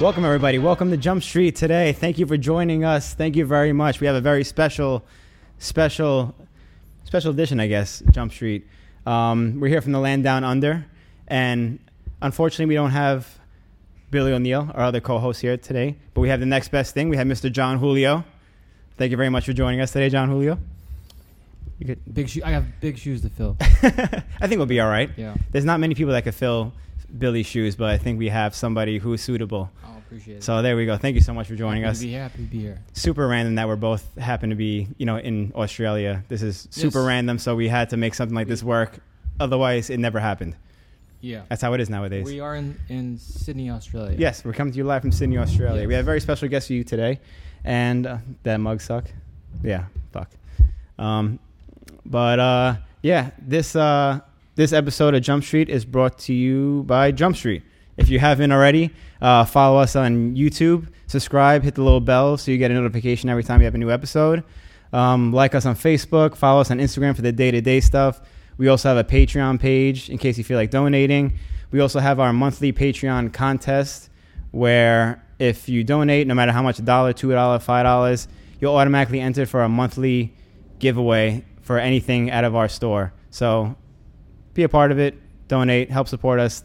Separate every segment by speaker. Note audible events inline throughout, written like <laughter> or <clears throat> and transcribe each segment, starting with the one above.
Speaker 1: Welcome, everybody. Welcome to Jump Street today. Thank you for joining us. Thank you very much. We have a very special, special, special edition, I guess, Jump Street. Um, we're here from the land down under, and unfortunately, we don't have Billy O'Neill, our other co host, here today, but we have the next best thing. We have Mr. John Julio. Thank you very much for joining us today, John Julio. You could, <laughs>
Speaker 2: Big shoe. I have big shoes to fill.
Speaker 1: I think we'll be all right.
Speaker 2: Yeah.
Speaker 1: There's not many people that could fill Billy's shoes, but I think we have somebody who is suitable.
Speaker 2: I appreciate it.
Speaker 1: So there we go. Thank you so much for joining
Speaker 2: happy
Speaker 1: us.
Speaker 2: to be happy to be here.
Speaker 1: super random that we're both happen to be, you know, in Australia. This is super
Speaker 2: Yes.
Speaker 1: random, so we had to make something like this work. Otherwise, it never happened.
Speaker 2: Yeah.
Speaker 1: That's how it is nowadays.
Speaker 2: We are in, in Sydney, Australia.
Speaker 1: yes, we're coming to you live from Sydney, Australia. We have a very special guest for you today, and uh, that mug suck. Yeah, fuck. Um, but uh, yeah, this uh, this episode of Jump Street is brought to you by Jump Street. If you haven't already, uh, follow us on YouTube, subscribe, hit the little bell so you get a notification every time we have a new episode. Um, like us on Facebook, follow us on Instagram for the day to day stuff. We also have a Patreon page in case you feel like donating. We also have our monthly Patreon contest where if you donate, no matter how much, a dollar, two dollar, five dollars, you'll automatically enter for a monthly giveaway for anything out of our store. So be a part of it, donate, help support us.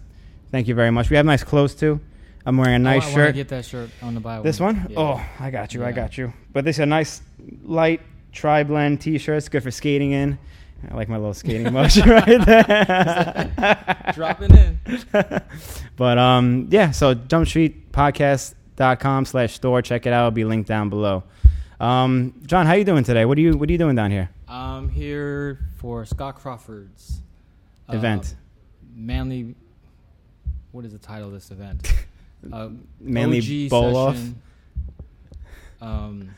Speaker 1: Thank you very much. We have nice clothes too. I'm wearing a
Speaker 2: Oh, I wa-
Speaker 1: nice
Speaker 2: I wanna
Speaker 1: shirt.
Speaker 2: get that shirt on the buy
Speaker 1: This one?
Speaker 2: Yeah.
Speaker 1: Oh, I got you. I
Speaker 2: Yeah.
Speaker 1: got you. But this is a nice light tri blend t shirt. It's good for skating in. I like my little skating <laughs> motion right there.
Speaker 2: <laughs> Dropping in.
Speaker 1: <laughs> but um, yeah, so jumpstreetpodcast.com slash store. Check it out. It'll be linked down below. Um, John, how you doing today? What are you What are you doing down here?
Speaker 2: I'm here for Scott Crawford's um,
Speaker 1: Event.
Speaker 2: Manly. What is the title of
Speaker 1: <laughs>
Speaker 2: this event? Uh,
Speaker 1: Manly
Speaker 2: OG
Speaker 1: bowl off?
Speaker 2: session. Um,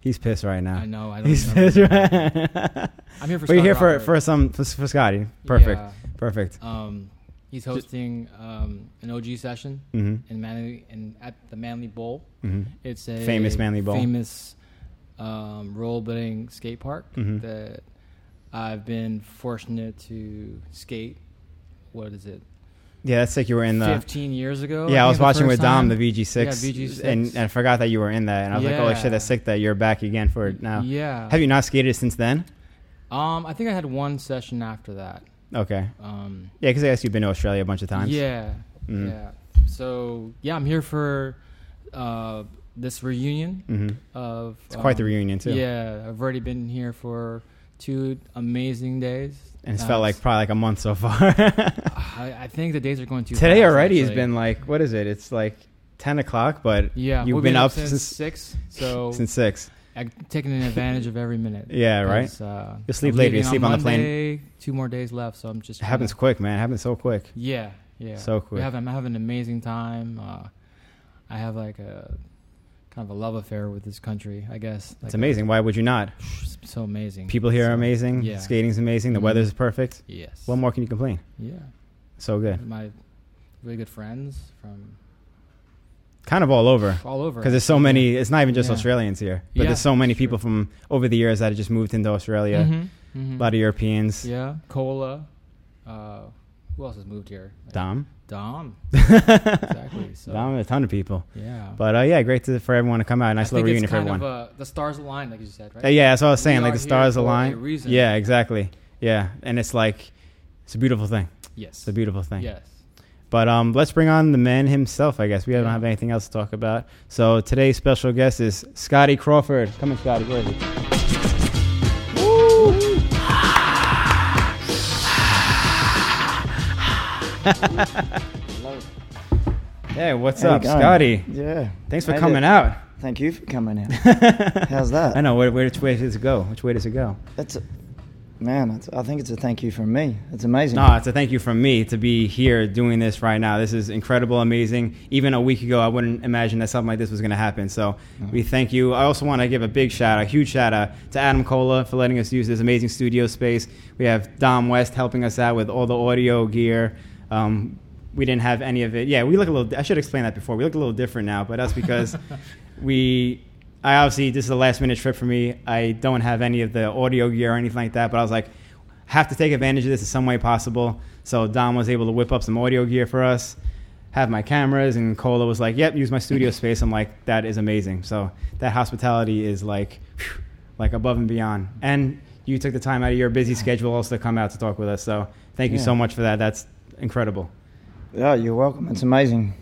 Speaker 1: He's pissed right now.
Speaker 2: I know. I don't
Speaker 1: <laughs> He's
Speaker 2: remember.
Speaker 1: pissed <laughs> right.
Speaker 2: I'm here for.
Speaker 1: We're
Speaker 2: Scott
Speaker 1: here for
Speaker 2: Crawford.
Speaker 1: for some for, for Scotty. Perfect.
Speaker 2: Yeah.
Speaker 1: Perfect.
Speaker 2: Um, he's hosting um, an OG session
Speaker 1: hmm
Speaker 2: in Manly in at the Manly Bowl.
Speaker 1: hmm
Speaker 2: It's a
Speaker 1: Famous Manly Bowl.
Speaker 2: famous um, rollerblading skate park
Speaker 1: Mhm.
Speaker 2: that I've been fortunate to skate. What is it?
Speaker 1: Yeah, that's like you were in the.
Speaker 2: Fifteen years ago.
Speaker 1: Yeah, I,
Speaker 2: think
Speaker 1: was
Speaker 2: the
Speaker 1: watching
Speaker 2: first
Speaker 1: with
Speaker 2: time.
Speaker 1: Dom the VG6,
Speaker 2: Yeah, VG6.
Speaker 1: And, and I forgot that you were in that, and I was like, "Oh
Speaker 2: Yeah.
Speaker 1: shit, that's sick that you're back again for it now."
Speaker 2: Yeah.
Speaker 1: Have you not skated since then?
Speaker 2: Um, I think I had one session after that.
Speaker 1: Okay,
Speaker 2: Um,
Speaker 1: yeah, because I guess you've been to Australia a bunch of times.
Speaker 2: Yeah.
Speaker 1: Mhm.
Speaker 2: Yeah. So yeah, I'm here for uh, this reunion
Speaker 1: hmm
Speaker 2: of. um,
Speaker 1: It's quite the reunion, too.
Speaker 2: Yeah, I've already been here for two amazing days,
Speaker 1: and it's
Speaker 2: Uh,
Speaker 1: felt like probably like a month so far.
Speaker 2: I, I think the days are going too.
Speaker 1: Today
Speaker 2: fast,
Speaker 1: already has
Speaker 2: actually.
Speaker 1: been like what is it? It's like ten o'clock, but
Speaker 2: Yeah,
Speaker 1: you've
Speaker 2: we've
Speaker 1: been, up
Speaker 2: since,
Speaker 1: since <laughs>
Speaker 2: six, so
Speaker 1: since six.
Speaker 2: I'm taking advantage of every minute.
Speaker 1: <laughs> Yeah, right?
Speaker 2: 'Cause, Uh,
Speaker 1: You'll sleep
Speaker 2: I'm
Speaker 1: later, you
Speaker 2: leaving
Speaker 1: sleep on the plane.
Speaker 2: Monday, Two more days left, so I'm just
Speaker 1: It happens
Speaker 2: trying
Speaker 1: quick, man. It happens so quick.
Speaker 2: to- yeah, yeah.
Speaker 1: So
Speaker 2: We
Speaker 1: quick.
Speaker 2: have- I'm having an amazing time. Uh, I have like a kind of a love affair with this country, I guess. Like,
Speaker 1: It's amazing. Why would you not?
Speaker 2: it's so amazing.
Speaker 1: People here are
Speaker 2: So-
Speaker 1: amazing.
Speaker 2: yeah.
Speaker 1: Skating's amazing. The
Speaker 2: Mhm.
Speaker 1: weather's perfect.
Speaker 2: Yes.
Speaker 1: What more can you complain?
Speaker 2: Yeah.
Speaker 1: So good.
Speaker 2: My really good friends from
Speaker 1: Kind of all over.
Speaker 2: all over.
Speaker 1: Because there's so many. It's not even just
Speaker 2: Yeah.
Speaker 1: Australians here, but
Speaker 2: Yeah,
Speaker 1: there's so many
Speaker 2: sure.
Speaker 1: people from over the years that have just moved into Australia.
Speaker 2: Mhm, mhm.
Speaker 1: A lot of Europeans.
Speaker 2: Yeah. Cola. Uh, who else has moved here?
Speaker 1: Dom, <laughs>
Speaker 2: Dom. exactly. <laughs> So,
Speaker 1: Dom, a ton of people.
Speaker 2: Yeah.
Speaker 1: But uh, yeah, great to, for everyone to come out. Nice
Speaker 2: I think
Speaker 1: little reunion
Speaker 2: it's
Speaker 1: for
Speaker 2: kind
Speaker 1: everyone.
Speaker 2: Of, uh, the stars aligned, like you said, right?
Speaker 1: Uh, yeah, that's what I was
Speaker 2: We
Speaker 1: saying.
Speaker 2: are
Speaker 1: Like the
Speaker 2: here
Speaker 1: stars
Speaker 2: for a
Speaker 1: align.
Speaker 2: reason.
Speaker 1: Yeah, exactly. Yeah, and it's like it's a beautiful thing.
Speaker 2: Yes.
Speaker 1: It's a beautiful thing.
Speaker 2: Yes.
Speaker 1: But um, let's bring on the man himself. I guess we don't
Speaker 2: Yeah.
Speaker 1: have anything else to talk about. So today's special guest is Scotty Crawford. Come on, Scotty. Where is he?
Speaker 3: Hello.
Speaker 1: <laughs> Hey, what's
Speaker 3: How you
Speaker 1: up,
Speaker 3: going?
Speaker 1: Scotty?
Speaker 3: Yeah.
Speaker 1: Thanks for
Speaker 3: Made
Speaker 1: coming
Speaker 3: it.
Speaker 1: out.
Speaker 3: Thank you for
Speaker 1: <laughs>
Speaker 3: coming in. How's
Speaker 1: I
Speaker 3: that?
Speaker 1: know. Where, where, which way does it go? Which way does it go?
Speaker 3: That's a, man, it's, I think it's a thank you from me. It's amazing.
Speaker 1: No, it's a thank you from me to be here doing this right now. This is incredible, amazing. Even a week ago, I wouldn't imagine that something like this was going to happen. So
Speaker 3: Mm.
Speaker 1: we thank you. I also want to give a big shout, a huge shout out to Adam Cola for letting us use this amazing studio space. We have Dom West helping us out with all the audio gear. Um, we didn't have any of it. Yeah, we look a little. I should explain that before. We look a little different now, but that's because we. I obviously this is a last minute trip for me. I don't have any of the audio gear or anything like that. But I was like, have to take advantage of this in some way possible. So Dom was able to whip up some audio gear for us. have my cameras. And Cola was like, "Yep, use my studio space." I'm like, "That is amazing." So that hospitality is like, phew, like above and beyond. And you took the time out of your busy schedule also to come out to talk with us. So thank you
Speaker 3: Yeah.
Speaker 1: so much for that. That's incredible.
Speaker 3: Yeah, you're welcome. It's amazing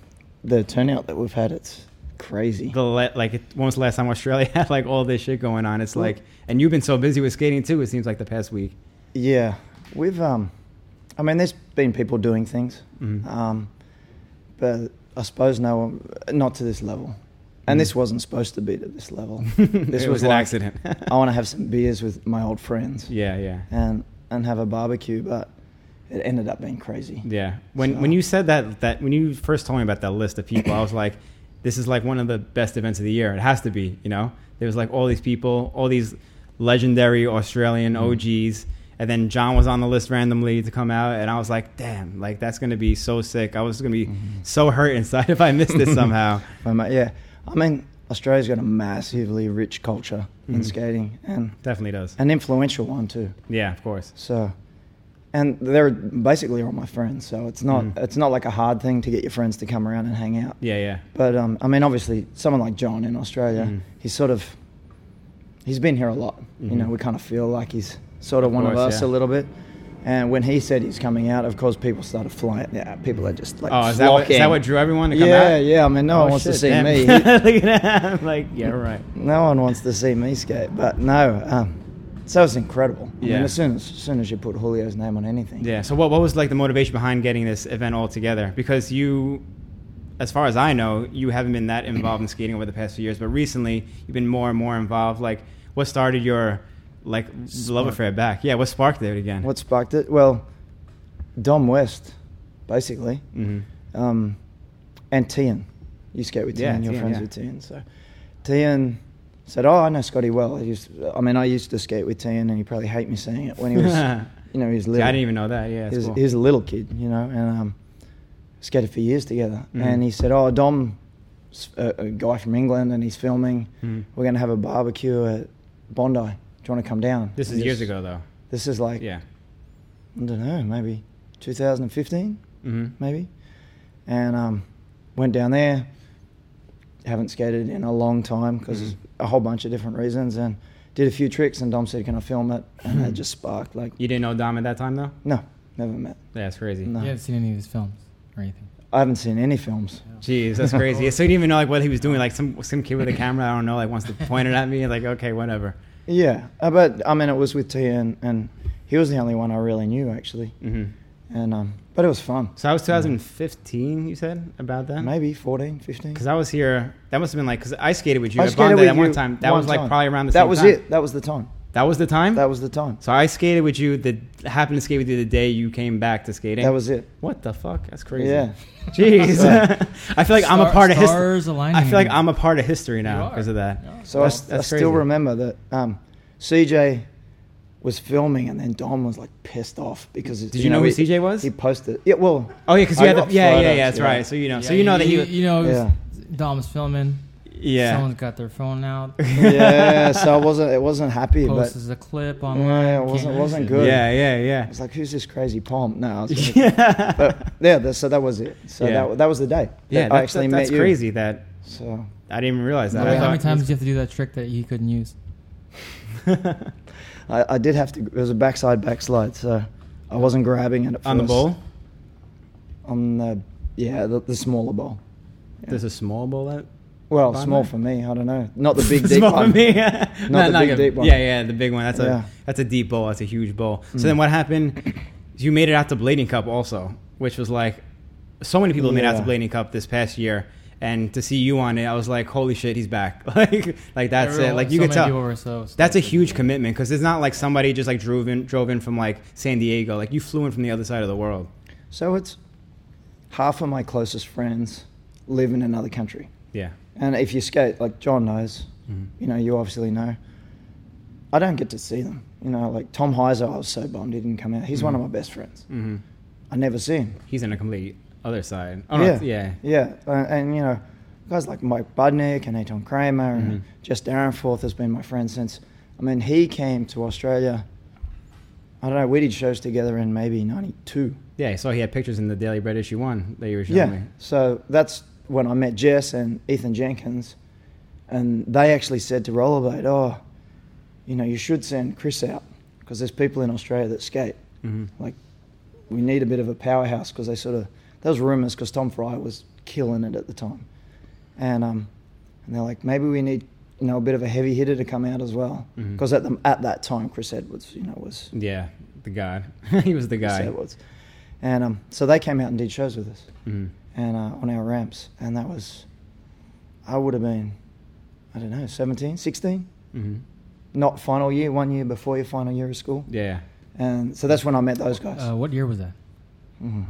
Speaker 3: the turnout that we've had. It's crazy.
Speaker 1: The le- like it, when was the last time Australia <laughs> had like all this shit going on? It's like, and you've been so busy with skating too. It seems like the past week.
Speaker 3: Yeah, we've. Um, I mean, there's been people doing things,
Speaker 1: Mhm.
Speaker 3: um, but I suppose no, one- not to this level. And
Speaker 1: Mm.
Speaker 3: this wasn't supposed to be to this
Speaker 1: <laughs>
Speaker 3: level.
Speaker 1: this
Speaker 3: This
Speaker 1: was,
Speaker 3: was Oh.
Speaker 1: an
Speaker 3: like-
Speaker 1: accident. <laughs>
Speaker 3: I want to have some beers with my old friends
Speaker 1: yeah, yeah.
Speaker 3: and and have a barbecue, but it ended up being crazy.
Speaker 1: Yeah. When
Speaker 3: So-
Speaker 1: when you said that that when you first told me about that list of people, I was like, this is like one of the best events of the year. It has to be, you know. There was like all these people, all these legendary Australian OGs, and then John was on the list randomly to come out, and I was like, damn, like that's gonna be so sick. I was gonna be so hurt inside <laughs> if I missed this somehow.
Speaker 3: If I might- yeah, I mean, Australia's got a massively rich culture in
Speaker 1: Mhm.
Speaker 3: skating and
Speaker 1: Definitely does.
Speaker 3: an influential one too.
Speaker 1: Yeah, of course.
Speaker 3: So, and they're basically all my friends. So it's not
Speaker 1: Mm.
Speaker 3: it's not like a hard thing to get your friends to come around and hang out.
Speaker 1: Yeah, yeah.
Speaker 3: But um, I mean, obviously, someone like John in Australia,
Speaker 1: Mm.
Speaker 3: he's sort of he's been here a lot. You know,
Speaker 1: Mhm.
Speaker 3: we kind of feel like he's sort of, one of
Speaker 1: course,
Speaker 3: us
Speaker 1: yeah.
Speaker 3: a little bit. And when he said he's coming out, of course, people started flying. Yeah, people are just like,
Speaker 1: Oh, is that, what, is that
Speaker 3: flocking.
Speaker 1: what drew everyone to come
Speaker 3: yeah,
Speaker 1: out?
Speaker 3: yeah. I mean, no
Speaker 1: Oh,
Speaker 3: one wants to
Speaker 1: shit,
Speaker 3: see
Speaker 1: damn.
Speaker 3: me.
Speaker 1: <laughs> Look at that. like, yeah, right.
Speaker 3: no one wants to see me skate. But no, um, so it's incredible. I
Speaker 1: Yeah.
Speaker 3: mean, as soon as, as soon as you put Julio's name on anything,
Speaker 1: Yeah. So what what was like the motivation behind getting this event all together? Because you, as far as I know, you haven't been that involved in skating over the past few years, but recently you've been more and more involved. Like, what started your like love affair back? Yeah. What sparked it again?
Speaker 3: What sparked it? Well, Dom West, basically,
Speaker 1: hmm
Speaker 3: um, and Tian. You skate with
Speaker 1: Yeah,
Speaker 3: Tian. you're
Speaker 1: Tian,
Speaker 3: friends
Speaker 1: yeah.
Speaker 3: with Tian. So Tian said, "Oh, I know Scotty well. I used, I mean, I used to skate with Tian, and he probably hate me saying it when
Speaker 1: <laughs>
Speaker 3: he was, you know, he was
Speaker 1: See,
Speaker 3: little.
Speaker 1: I didn't even know that. Yeah. That's
Speaker 3: he was,
Speaker 1: cool.
Speaker 3: he was a little kid, you know, and um, skated for years together.
Speaker 1: Mhm.
Speaker 3: And he said, "Oh, Dom, a, a guy from England, and he's filming.
Speaker 1: Mhm.
Speaker 3: We're going to have a barbecue at Bondi. Do you want to come down?"
Speaker 1: This is
Speaker 3: And
Speaker 1: years
Speaker 3: just-
Speaker 1: ago, though.
Speaker 3: This is like
Speaker 1: Yeah.
Speaker 3: I don't know, maybe 2015,
Speaker 1: hmm
Speaker 3: maybe. And um, went down there. Haven't skated in a long time because
Speaker 1: Mhm.
Speaker 3: a whole bunch of different reasons, and did a few tricks. And Dom said, "Can I film it?" And
Speaker 1: <laughs>
Speaker 3: it just sparked like,
Speaker 1: You didn't know Dom at that time, though.
Speaker 3: no, never met.
Speaker 1: Yeah, that's crazy.
Speaker 3: No.
Speaker 2: You haven't seen any of his films or anything.
Speaker 3: I haven't seen any films.
Speaker 1: Jeez, that's
Speaker 3: <laughs>
Speaker 1: crazy. so you didn't even know like what he was doing. Like some some kid with a camera, I don't know, like wants to point it at me. Like, okay, whatever.
Speaker 3: Yeah, uh, but I mean, it was with T, and, and he was the only one I really knew actually.
Speaker 1: hmm
Speaker 3: And um, but it was fun.
Speaker 1: So that was 2015. You said about that.
Speaker 3: Maybe 14, 15.
Speaker 1: Because I was here, that must have been like because I skated with you
Speaker 3: I
Speaker 1: at
Speaker 3: skated
Speaker 1: Bondi
Speaker 3: with
Speaker 1: that one
Speaker 3: you
Speaker 1: time. That
Speaker 3: one
Speaker 1: was like
Speaker 3: time.
Speaker 1: probably around the
Speaker 3: that
Speaker 1: same
Speaker 3: was
Speaker 1: time.
Speaker 3: it. That was the time.
Speaker 1: That was the time.
Speaker 3: That was the time.
Speaker 1: so I skated with you. The happened to skate with you the day you came back to skating.
Speaker 3: That was it.
Speaker 1: what the fuck? That's crazy.
Speaker 3: Yeah.
Speaker 1: <laughs> Jeez.
Speaker 3: Yeah.
Speaker 1: <laughs> I feel like I'm a
Speaker 2: Star-
Speaker 1: part of history.
Speaker 2: stars
Speaker 1: I feel like
Speaker 2: aligning.
Speaker 1: I'm a part of history now
Speaker 2: You are.
Speaker 1: because of that.
Speaker 2: Yeah.
Speaker 3: So I,
Speaker 1: That's-
Speaker 3: st- I
Speaker 1: that's
Speaker 3: still
Speaker 1: crazy.
Speaker 3: remember that um, CJ was filming, and then Dom was like pissed off because
Speaker 1: Did you, know, who
Speaker 3: he-
Speaker 1: CJ was?
Speaker 3: He posted. Yeah, well,
Speaker 1: oh yeah, because
Speaker 3: I
Speaker 1: you had the,
Speaker 3: got
Speaker 1: yeah, yeah,
Speaker 3: photos,
Speaker 1: yeah. That's
Speaker 3: yeah.
Speaker 1: right. So you know, so
Speaker 2: Yeah,
Speaker 1: you know that he
Speaker 2: you know
Speaker 3: Yeah.
Speaker 2: Dom's filming.
Speaker 1: yeah.
Speaker 2: Someone's got their phone
Speaker 1: <laughs>
Speaker 2: out.
Speaker 3: yeah. So I wasn't. It wasn't happy, but
Speaker 2: Posts a clip online.
Speaker 3: yeah, it
Speaker 2: Can't
Speaker 3: wasn't
Speaker 2: use
Speaker 3: wasn't
Speaker 2: it.
Speaker 3: good.
Speaker 1: Yeah, yeah, yeah.
Speaker 3: I was like, who's this crazy pomp? No, I
Speaker 1: <laughs>
Speaker 3: was like,
Speaker 1: Yeah,
Speaker 3: but yeah. That, so that was it. So
Speaker 1: Yeah.
Speaker 3: that that was the day.
Speaker 1: yeah.
Speaker 3: that I
Speaker 1: That's,
Speaker 3: actually
Speaker 1: that's
Speaker 3: met
Speaker 1: crazy that
Speaker 3: you. So
Speaker 1: I didn't even realize
Speaker 2: How
Speaker 1: that. I
Speaker 3: Yeah.
Speaker 2: many- how many
Speaker 1: thought-
Speaker 2: times did you have to do that trick that you couldn't use?
Speaker 3: I, I did have to. It was a backside backslide, so I wasn't grabbing it
Speaker 1: <laughs>
Speaker 3: at
Speaker 1: on the
Speaker 3: first.
Speaker 1: bowl?
Speaker 3: On the yeah, the, the smaller bowl. Yeah.
Speaker 1: There's a small bowl out.
Speaker 3: Well,
Speaker 1: Bond
Speaker 3: small
Speaker 1: there?
Speaker 3: for me. I don't know. Not the
Speaker 1: <laughs>
Speaker 3: big deep
Speaker 1: Small
Speaker 3: one.
Speaker 1: me, yeah. <laughs>
Speaker 3: Not the big,
Speaker 1: a-
Speaker 3: deep one.
Speaker 1: Yeah, yeah, the big one. That's
Speaker 3: Yeah. Mm.
Speaker 1: a that's a deep bowl. That's a huge bowl. So then what happened? is You made it out to Blading Cup also, which was like so many people made it out to
Speaker 3: Yeah.
Speaker 1: Blading Cup this past year. And to see you on it, I was like, "Holy shit, he's back!" <laughs> Like, like that's it.
Speaker 2: Everyone-
Speaker 1: Like you
Speaker 2: so
Speaker 1: could
Speaker 2: many
Speaker 1: tell.
Speaker 2: people were so stoked
Speaker 1: That's a
Speaker 2: that-
Speaker 1: huge commitment because it's not like somebody just like drove in, drove in from like San Diego. Like you flew in from the other side of the world.
Speaker 3: So it's half of my closest friends live in another country.
Speaker 1: Yeah.
Speaker 3: And if you skate, like John knows,
Speaker 1: Mhm.
Speaker 3: you know, you obviously know, I don't get to see them. You know, like Tom Heiser, I was so bummed he didn't come out.
Speaker 1: Mm-hmm.
Speaker 3: He's one of my best friends.
Speaker 1: hmm
Speaker 3: I never see him.
Speaker 1: He's on a complete other side. Oh, yeah. No, yeah.
Speaker 3: Yeah. Uh, and, you know, guys like Mike Budnick and Anton Kramer
Speaker 1: Mhm.
Speaker 3: and Jess Darrenforth has been my friend since. I mean, he came to Australia I don't know. We did shows together in maybe '92.
Speaker 1: Yeah, I saw he had pictures in the Daily Bread issue one that you were showing
Speaker 3: Yeah.
Speaker 1: me.
Speaker 3: So that's when I met Jess and Ethan Jenkins, and they actually said to Rollerblade, "Oh, you know, you should send Chris out because there's people in Australia that skate.
Speaker 1: Mm-hmm.
Speaker 3: Like, we need a bit of a powerhouse because they sort of those rumors because Tom Fry was killing it at the time, and um, and they're like, maybe we need." You know, a bit of a heavy hitter to come out as well,
Speaker 1: Mhm.
Speaker 3: because at the at that time, Chris Edwards, you know, was
Speaker 1: Yeah, the god. <laughs> he was the guy.
Speaker 3: Chris Edwards, and um, so they came out and did shows with us
Speaker 1: Mhm.
Speaker 3: and uh, on our ramps, and that was, I would have been, I don't know, 17, 16,
Speaker 1: Mhm.
Speaker 3: not final year, one year before your final year of school,
Speaker 1: Yeah.
Speaker 3: and so that's when I met those guys.
Speaker 2: Uh, what year was that?
Speaker 3: Mhm.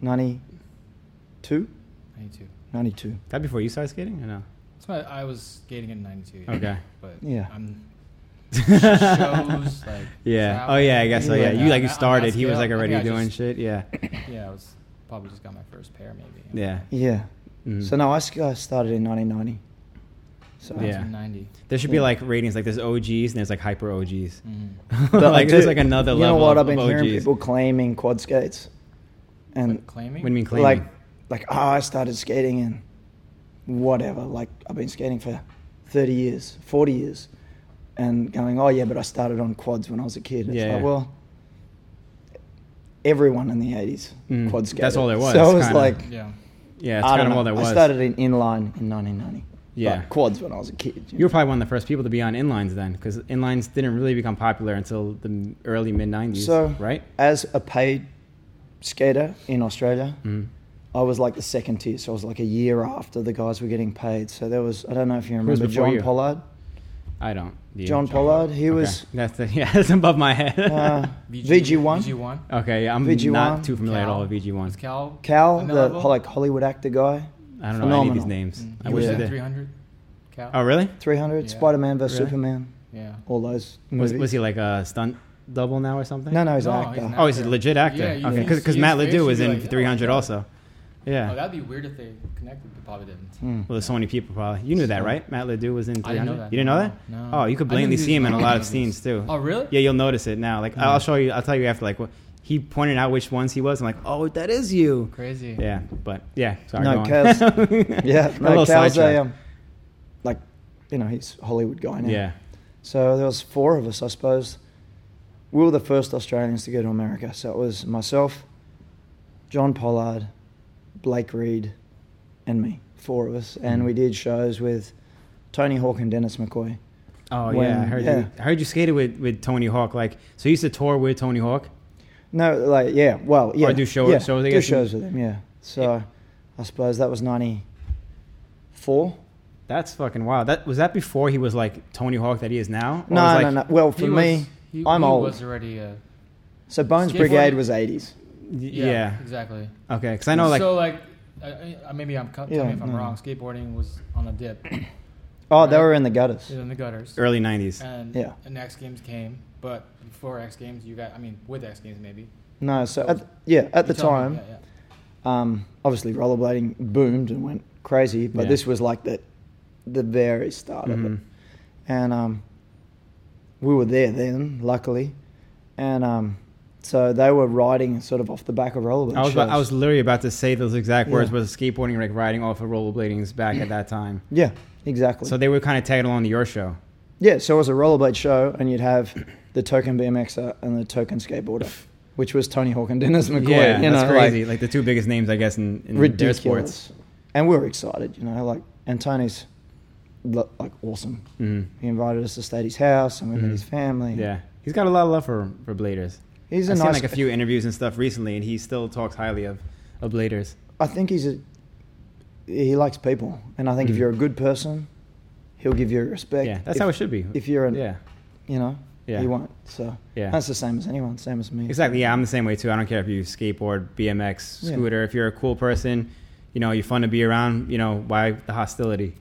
Speaker 3: 92,
Speaker 2: 92.
Speaker 3: 92.
Speaker 1: That before you started skating or no?
Speaker 2: So I, I was skating in 92. yeah.
Speaker 1: Okay. <laughs>
Speaker 2: But
Speaker 3: Yeah.
Speaker 2: I'm shows, like,
Speaker 1: yeah. Oh
Speaker 2: traveling,
Speaker 1: yeah, I guess so.
Speaker 2: things
Speaker 1: Yeah, you like
Speaker 2: like that.
Speaker 1: you
Speaker 2: On that
Speaker 1: started. He was
Speaker 2: scale,
Speaker 1: like
Speaker 2: I think
Speaker 1: already
Speaker 2: I
Speaker 1: doing
Speaker 2: just-
Speaker 1: shit. Yeah.
Speaker 2: Yeah, I was probably just got my first pair, maybe.
Speaker 1: Yeah.
Speaker 3: Yeah.
Speaker 1: Mhm.
Speaker 3: So no, I sk- I started in 1990. So
Speaker 1: Yeah.
Speaker 2: 90.
Speaker 1: There should be
Speaker 3: Yeah.
Speaker 1: like ratings. Like there's OGs and there's like hyper OGs.
Speaker 2: Mm.
Speaker 1: <laughs>
Speaker 3: But I
Speaker 1: like there's
Speaker 3: do-
Speaker 1: like another
Speaker 3: you
Speaker 1: level
Speaker 3: know what?
Speaker 1: of
Speaker 3: I've been
Speaker 1: of OGs.
Speaker 3: hearing people claiming quad skates, and
Speaker 2: Like claiming?
Speaker 1: what do you mean claiming?
Speaker 3: like like oh, I started skating in whatever. Like I've been skating for thirty years, forty years, and going oh yeah, but I started on quads when I was a kid. It's
Speaker 1: Yeah,
Speaker 3: like
Speaker 1: yeah.
Speaker 3: well, everyone in the eighties
Speaker 1: Mm,
Speaker 3: quad
Speaker 1: that's
Speaker 3: skated.
Speaker 1: all there was,
Speaker 3: So it was
Speaker 1: kinda.
Speaker 3: like
Speaker 2: Yeah.
Speaker 1: yeah, it's
Speaker 3: I,
Speaker 1: kind
Speaker 3: don't
Speaker 1: of
Speaker 3: know.
Speaker 1: all there was.
Speaker 3: I started in inline in nineteen ninety.
Speaker 1: Yeah.
Speaker 3: quads when I was a kid.
Speaker 1: you were probably one of the first people to be on inlines then, because inlines didn't really become popular until the m- early mid '90s.
Speaker 3: So-
Speaker 1: right?
Speaker 3: as a paid skater in Australia.
Speaker 1: Mm.
Speaker 3: I was like the second tier, so I was like a year after the guys were getting paid. So there was, I don't know if you
Speaker 1: was
Speaker 3: remember
Speaker 1: before
Speaker 3: John
Speaker 1: you?
Speaker 3: Pollard.
Speaker 1: I don't. Do you?
Speaker 3: John Pollard,
Speaker 1: Okay.
Speaker 3: he
Speaker 1: <laughs>
Speaker 3: was
Speaker 1: That's the, yeah. That's above my head.
Speaker 3: uh, VG1.
Speaker 2: VG1.
Speaker 1: <laughs> okay. Yeah, I'm
Speaker 3: VG1,
Speaker 1: not too familiar at all with
Speaker 2: Was
Speaker 1: VG1.
Speaker 2: Cal.
Speaker 3: Cal,
Speaker 2: on
Speaker 3: the
Speaker 2: that level?
Speaker 3: like Hollywood actor guy,
Speaker 1: I don't know any of these
Speaker 3: Phenomenal.
Speaker 1: names.
Speaker 2: Mm,
Speaker 1: I
Speaker 2: he
Speaker 1: wish
Speaker 2: was
Speaker 1: I
Speaker 2: in
Speaker 1: did.
Speaker 2: 300. Cal.
Speaker 1: Oh really?
Speaker 3: 300,
Speaker 2: Yeah.
Speaker 3: Spider Man vs.
Speaker 1: Really?
Speaker 3: Superman,
Speaker 2: Yeah.
Speaker 3: all those
Speaker 1: Was,
Speaker 3: movies.
Speaker 1: was he like a stunt double now or something?
Speaker 3: No, no, he's
Speaker 2: No,
Speaker 3: an actor.
Speaker 2: he's an
Speaker 1: Oh, he's a
Speaker 2: actor.
Speaker 1: legit actor.
Speaker 2: Yeah, you
Speaker 1: okay,
Speaker 2: can
Speaker 1: because
Speaker 2: see
Speaker 1: Matt
Speaker 2: his face,
Speaker 1: Ledoux
Speaker 2: you'd
Speaker 1: was
Speaker 2: be
Speaker 1: in
Speaker 2: like, oh,
Speaker 1: 300
Speaker 2: my God.
Speaker 1: also. Yeah. Hmm.
Speaker 2: Oh, that'd be weird if they connected. They probably didn't.
Speaker 3: Mm.
Speaker 1: well, there's so many people probably. You knew that, right? Matt Ledoux was in 300.
Speaker 2: I didn't know that.
Speaker 1: You didn't know
Speaker 2: No,
Speaker 1: that?
Speaker 2: no.
Speaker 1: Oh, you could
Speaker 2: I knew
Speaker 1: blatantly
Speaker 2: he was
Speaker 1: see him in a
Speaker 2: in <laughs>
Speaker 1: lot of
Speaker 2: movies.
Speaker 1: scenes too.
Speaker 2: Oh, really?
Speaker 1: Yeah, you'll notice it now. Like I'll show you. I'll tell you after. Like what he pointed out which ones he was. I'm like, oh, that is you.
Speaker 2: Crazy.
Speaker 1: Yeah, but yeah. Sorry.
Speaker 3: No,
Speaker 1: go on. <laughs>
Speaker 3: Kaz- <laughs> yeah,
Speaker 1: A
Speaker 3: no,
Speaker 1: little
Speaker 3: Cal's
Speaker 1: sidetrack.
Speaker 3: a, um, like, you know, he's a Hollywood guy now.
Speaker 1: Yeah.
Speaker 3: So there was four of us, I suppose. We were the first Australians to go to America. So it was myself, John Pollard, Blake Reed, and me, four of us.
Speaker 1: Hmm.
Speaker 3: And we did shows with Tony Hawk and Dennis McCoy.
Speaker 1: Oh
Speaker 3: When-
Speaker 1: yeah, I heard
Speaker 3: yeah.
Speaker 1: you. I heard you skated with, with Tony Hawk. Like, so you used to tour with Tony Hawk.
Speaker 3: No, like yeah, well, yeah,
Speaker 1: Oh, do show-
Speaker 3: yeah,
Speaker 1: shows, I
Speaker 3: do
Speaker 1: guess.
Speaker 3: shows with them, yeah. So, I suppose that was ninety four.
Speaker 1: That's fucking wild. That was that before he was like Tony Hawk that he is now. Or
Speaker 3: No,
Speaker 1: was,
Speaker 3: no,
Speaker 1: like,
Speaker 3: no. Well, for
Speaker 2: He was-
Speaker 3: me,
Speaker 2: he,
Speaker 3: I'm
Speaker 2: he
Speaker 3: old.
Speaker 2: was already. Uh,
Speaker 3: so Bones
Speaker 2: Skateboarding-
Speaker 3: Brigade was eighties.
Speaker 1: y-
Speaker 2: yeah,
Speaker 1: yeah.
Speaker 2: Exactly.
Speaker 1: Okay, because I know like
Speaker 2: so like. I, I- maybe I'm co- tell
Speaker 3: Yeah,
Speaker 2: me if I'm
Speaker 3: no.
Speaker 2: wrong. Skateboarding was on
Speaker 1: <coughs>
Speaker 2: the dip, it
Speaker 3: Oh, they
Speaker 2: Right.
Speaker 3: were in the gutters.
Speaker 2: was in the gutters,
Speaker 1: early '90s.
Speaker 2: and
Speaker 3: Yeah.
Speaker 2: and X Games came. But before X Games, you got I mean with X Games maybe.
Speaker 3: No, so
Speaker 2: So-
Speaker 3: at, yeah, at the
Speaker 2: You tell
Speaker 3: time,
Speaker 2: me, yeah,
Speaker 3: um, obviously rollerblading boomed and went crazy, but
Speaker 1: Yeah.
Speaker 3: this was like the the very start of
Speaker 1: Mhm.
Speaker 3: it, and um, we were there then, luckily, and um, so they were riding sort of off the back of rollerblading.
Speaker 1: I was about, I
Speaker 3: shows.
Speaker 1: was literally about to say those exact words.
Speaker 3: Yeah.
Speaker 1: Was skateboarding like riding off of rollerblading's back at that time.
Speaker 3: yeah, exactly.
Speaker 1: So they were kind of tagging along to your show.
Speaker 3: Yeah, so it was a rollerblade show, and you'd have <clears throat> the token BMXer and the token skateboarder, which was Tony Hawk and Dennis McCoy.
Speaker 1: yeah,
Speaker 3: you
Speaker 1: that's
Speaker 3: know,
Speaker 1: crazy.
Speaker 3: Like,
Speaker 1: Like, the two biggest names, I guess, in, in their sports.
Speaker 3: ridiculous. And we were excited, you know, like, and Tony's lo- like awesome.
Speaker 1: Mhm.
Speaker 3: He invited us to stay at his house, and we
Speaker 1: Mhm.
Speaker 3: met his family.
Speaker 1: Yeah, he's got a lot of love for for bladers.
Speaker 3: he's a
Speaker 1: I've
Speaker 3: nice.
Speaker 1: seen like a few interviews and stuff recently, and he still talks highly of of bladers.
Speaker 3: I think he's a. He likes people, and I think
Speaker 1: Mhm.
Speaker 3: if you're a good person, he'll give you respect.
Speaker 1: Yeah, that's
Speaker 3: if,
Speaker 1: how it should be.
Speaker 3: If you're an,
Speaker 1: Yeah,
Speaker 3: you know,
Speaker 1: yeah,
Speaker 3: he won't. So
Speaker 1: yeah.
Speaker 3: that's the same as anyone, same as me.
Speaker 1: Exactly. Yeah, I'm the same way too. I don't care if you skateboard, BMX,
Speaker 3: Yeah.
Speaker 1: scooter. If you're a cool person, you know, you're fun to be around. You know, why the
Speaker 3: <coughs>
Speaker 1: hostility?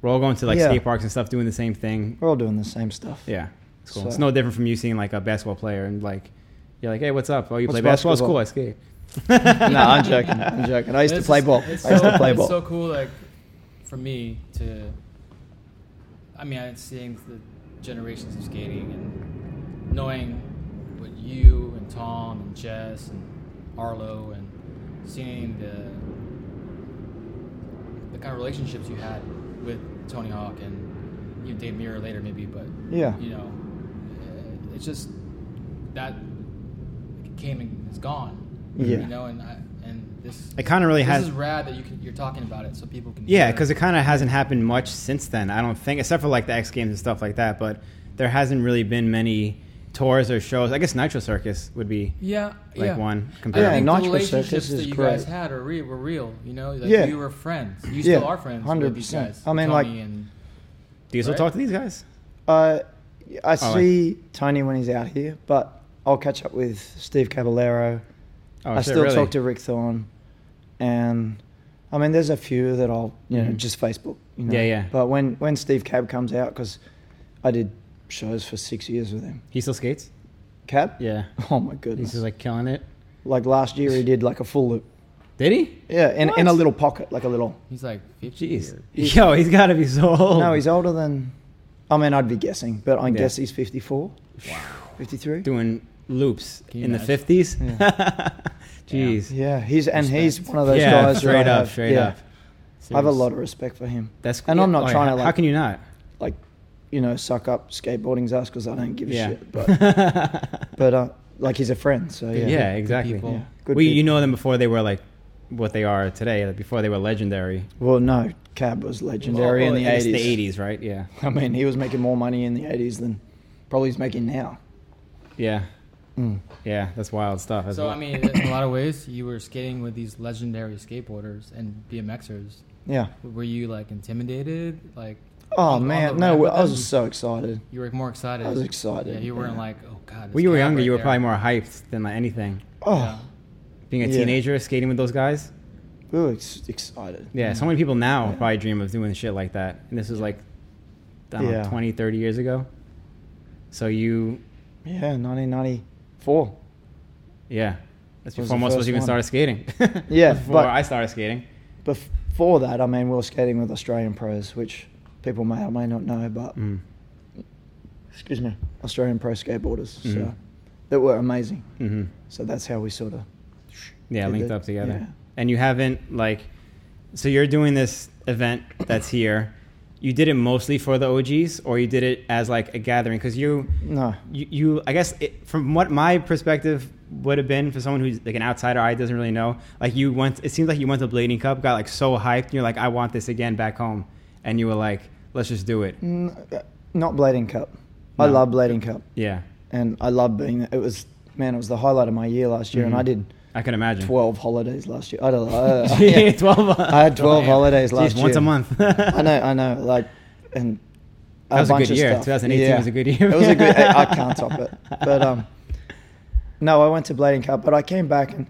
Speaker 1: We're all going to like
Speaker 3: Yeah.
Speaker 1: skate parks and stuff, doing the same thing.
Speaker 3: We're all doing the same stuff.
Speaker 1: Yeah, it's cool.
Speaker 3: So-
Speaker 1: It's no different from you seeing like a basketball player and like you're like, hey, what's up? Oh, you
Speaker 3: What's
Speaker 1: play basketball? It's
Speaker 3: basketball?
Speaker 1: cool. I skate.
Speaker 3: <laughs> <laughs> no, I'm joking.
Speaker 1: <laughs>
Speaker 3: I'm joking. I used to
Speaker 2: It's
Speaker 3: play
Speaker 2: just-
Speaker 3: ball. I used
Speaker 2: it's
Speaker 3: to
Speaker 2: so-
Speaker 3: play
Speaker 2: it's
Speaker 3: ball.
Speaker 2: so cool, like for me to. I mean, I'm seeing the generations of skating and knowing with you and Tom and Jess and Arlo and seeing the the kind of relationships you had with Tony Hawk and you know, Dave Mirra later maybe, but
Speaker 3: Yeah.
Speaker 2: you know, uh, it's just that came and is gone.
Speaker 3: Yeah.
Speaker 2: you know, and I, and this
Speaker 1: It kind of really
Speaker 2: this
Speaker 1: has.
Speaker 2: is rad that you can, you're talking about it so people can
Speaker 1: Yeah,
Speaker 2: hear
Speaker 1: because it kind of hasn't happened much since then. I don't think, except for like the X Games and stuff like that. But there hasn't really been many tours or shows. I guess Nitro Circus would be.
Speaker 2: Yeah,
Speaker 1: like
Speaker 2: yeah.
Speaker 1: one
Speaker 2: I
Speaker 1: compared-
Speaker 2: think
Speaker 3: Yeah,
Speaker 2: the
Speaker 3: Notch Berserkers
Speaker 2: relationships
Speaker 3: is
Speaker 2: that you
Speaker 3: great.
Speaker 2: guys had are real, were real. You know, like
Speaker 3: Yeah.
Speaker 2: you were friends. You
Speaker 3: Yeah,
Speaker 2: still are friends. Hundred
Speaker 3: 100%.
Speaker 2: percent.
Speaker 3: I mean, like-
Speaker 2: and,
Speaker 1: Diesel
Speaker 2: Right.
Speaker 1: talk to these guys.
Speaker 3: Uh, I
Speaker 1: Oh,
Speaker 3: see Tony when he's out here, but I'll catch up with Steve Caballero.
Speaker 1: Oh,
Speaker 3: I
Speaker 1: shit,
Speaker 3: still
Speaker 1: really?
Speaker 3: talk to Rick Thorne, and I mean, there's a few that I'll you know
Speaker 1: Mhm.
Speaker 3: just Facebook. You know?
Speaker 1: Yeah, yeah.
Speaker 3: But when when Steve Cab comes out, because I did shows for six years with him.
Speaker 1: He still skates.
Speaker 3: Cab?
Speaker 1: Yeah,
Speaker 3: <laughs> Oh my
Speaker 1: he's
Speaker 3: goodness!
Speaker 1: just like killing it.
Speaker 3: like last
Speaker 1: <laughs>
Speaker 3: year, he did like a full loop.
Speaker 1: Did he?
Speaker 3: Yeah, in, in
Speaker 1: What?
Speaker 3: a little pocket, like a little.
Speaker 2: he's like fifty.
Speaker 1: Jeez, <laughs>
Speaker 2: Years.
Speaker 1: yo, he's got to be so old.
Speaker 3: No, he's older than. I mean, I'd be guessing, but I
Speaker 1: Yeah.
Speaker 3: guess he's 54. Wow. 53?
Speaker 1: doing loops
Speaker 2: Can you
Speaker 1: in the
Speaker 2: imagine?
Speaker 1: fifties. <laughs> Jeez.
Speaker 3: Yeah, he's and he's
Speaker 2: Respect.
Speaker 3: one of those
Speaker 1: yeah,
Speaker 3: guys. that I
Speaker 1: straight up,
Speaker 3: have-
Speaker 1: straight
Speaker 3: yeah,
Speaker 1: up.
Speaker 3: I have a
Speaker 2: Serious.
Speaker 3: lot of respect for him.
Speaker 1: That's Oh,
Speaker 3: And I'm not
Speaker 1: yeah,
Speaker 3: trying to,
Speaker 1: how- How
Speaker 3: like-
Speaker 1: can you not?
Speaker 3: Like, you know, suck up skateboarding's ass because I don't give a
Speaker 1: Yeah.
Speaker 3: shit. But
Speaker 1: <laughs>
Speaker 3: but uh, like he's a friend, so yeah.
Speaker 1: Yeah, exactly.
Speaker 2: people.
Speaker 3: Yeah,
Speaker 1: well, you- you
Speaker 3: people.
Speaker 1: know them before they were like what they are today. Like before they were legendary. Oh,
Speaker 3: Well, no, Cab was legendary
Speaker 1: Well,
Speaker 3: in the
Speaker 1: I guess
Speaker 3: eighties.
Speaker 1: The eighties, right? Yeah,
Speaker 3: <laughs> I mean, he was making more money in the eighties than probably he's making now.
Speaker 1: yeah, Hmm.
Speaker 3: Mm.
Speaker 1: yeah. That's wild stuff. That's
Speaker 2: So I
Speaker 1: wild.
Speaker 2: mean, in a lot of ways, you were skating with these legendary skateboarders and BMXers.
Speaker 3: Yeah.
Speaker 2: Were you like intimidated? Like,
Speaker 3: Oh
Speaker 2: on the
Speaker 3: man,
Speaker 2: ramp
Speaker 3: no,
Speaker 2: with
Speaker 3: I was
Speaker 2: them?
Speaker 3: just so excited.
Speaker 2: you were more excited.
Speaker 3: I was excited,
Speaker 2: Yeah, you weren't
Speaker 3: yeah.
Speaker 2: like, oh god. this
Speaker 1: when you were
Speaker 2: cat
Speaker 1: younger,
Speaker 2: right
Speaker 1: you were
Speaker 2: there."
Speaker 1: probably more hyped than like anything.
Speaker 3: Oh,
Speaker 2: Yeah.
Speaker 1: Being a
Speaker 3: Yeah.
Speaker 1: teenager, skating with those guys.
Speaker 3: we were ex- excited.
Speaker 1: Yeah, so many people now
Speaker 3: Yeah.
Speaker 1: probably dream of doing shit like that. And this was like, I don't
Speaker 3: Yeah.
Speaker 1: know, 20, 30 years ago. So you,
Speaker 3: Yeah, nineteen ninety four.
Speaker 1: yeah, that's
Speaker 3: Was
Speaker 1: before
Speaker 3: the
Speaker 1: most of us
Speaker 3: first
Speaker 1: even
Speaker 3: one.
Speaker 1: started skating.
Speaker 3: <laughs>
Speaker 1: <laughs>
Speaker 3: Yeah,
Speaker 1: before
Speaker 3: but-
Speaker 1: I started skating.
Speaker 3: Before that, I mean, we were skating with Australian pros, which people may or may not know, but
Speaker 1: Mm.
Speaker 3: excuse me, Australian pro skateboarders
Speaker 1: Mhm.
Speaker 3: so, that were amazing.
Speaker 1: hmm
Speaker 3: So that's how we sort of
Speaker 1: Yeah,
Speaker 3: Did
Speaker 1: linked
Speaker 3: the-
Speaker 1: up together.
Speaker 3: yeah.
Speaker 1: And you haven't like, so you're doing this event that's here. You did it mostly for the OGs, or you did it as like a gathering because you
Speaker 3: no.
Speaker 1: you, you I guess it, from what my perspective would have been for someone who's like an outsider eye doesn't really know like you went it seems like you went to Blading Cup got like so hyped and you're like I want this again back home and you were like let's just do it
Speaker 3: N- uh, Not Blading Cup. I
Speaker 1: No.
Speaker 3: love Blading Cup,
Speaker 1: yeah
Speaker 3: and I love being there. It was man, it was the highlight of my year last year,
Speaker 1: Mhm.
Speaker 3: and I did
Speaker 1: I can imagine
Speaker 3: twelve holidays last year. I don't know.
Speaker 1: <laughs>
Speaker 3: <laughs> Uh,
Speaker 1: Yeah, 12
Speaker 3: <laughs> I
Speaker 1: <laughs>
Speaker 3: had 12
Speaker 1: Damn.
Speaker 3: holidays
Speaker 1: Jeez,
Speaker 3: last year.
Speaker 1: once a month
Speaker 3: <laughs> I know, I know. Like, and
Speaker 1: That was a good year. 2018 was a good year.
Speaker 3: it was a good. I, I
Speaker 1: <laughs>
Speaker 3: can't top it. But um, no, I went to Blading Cup, but I came back and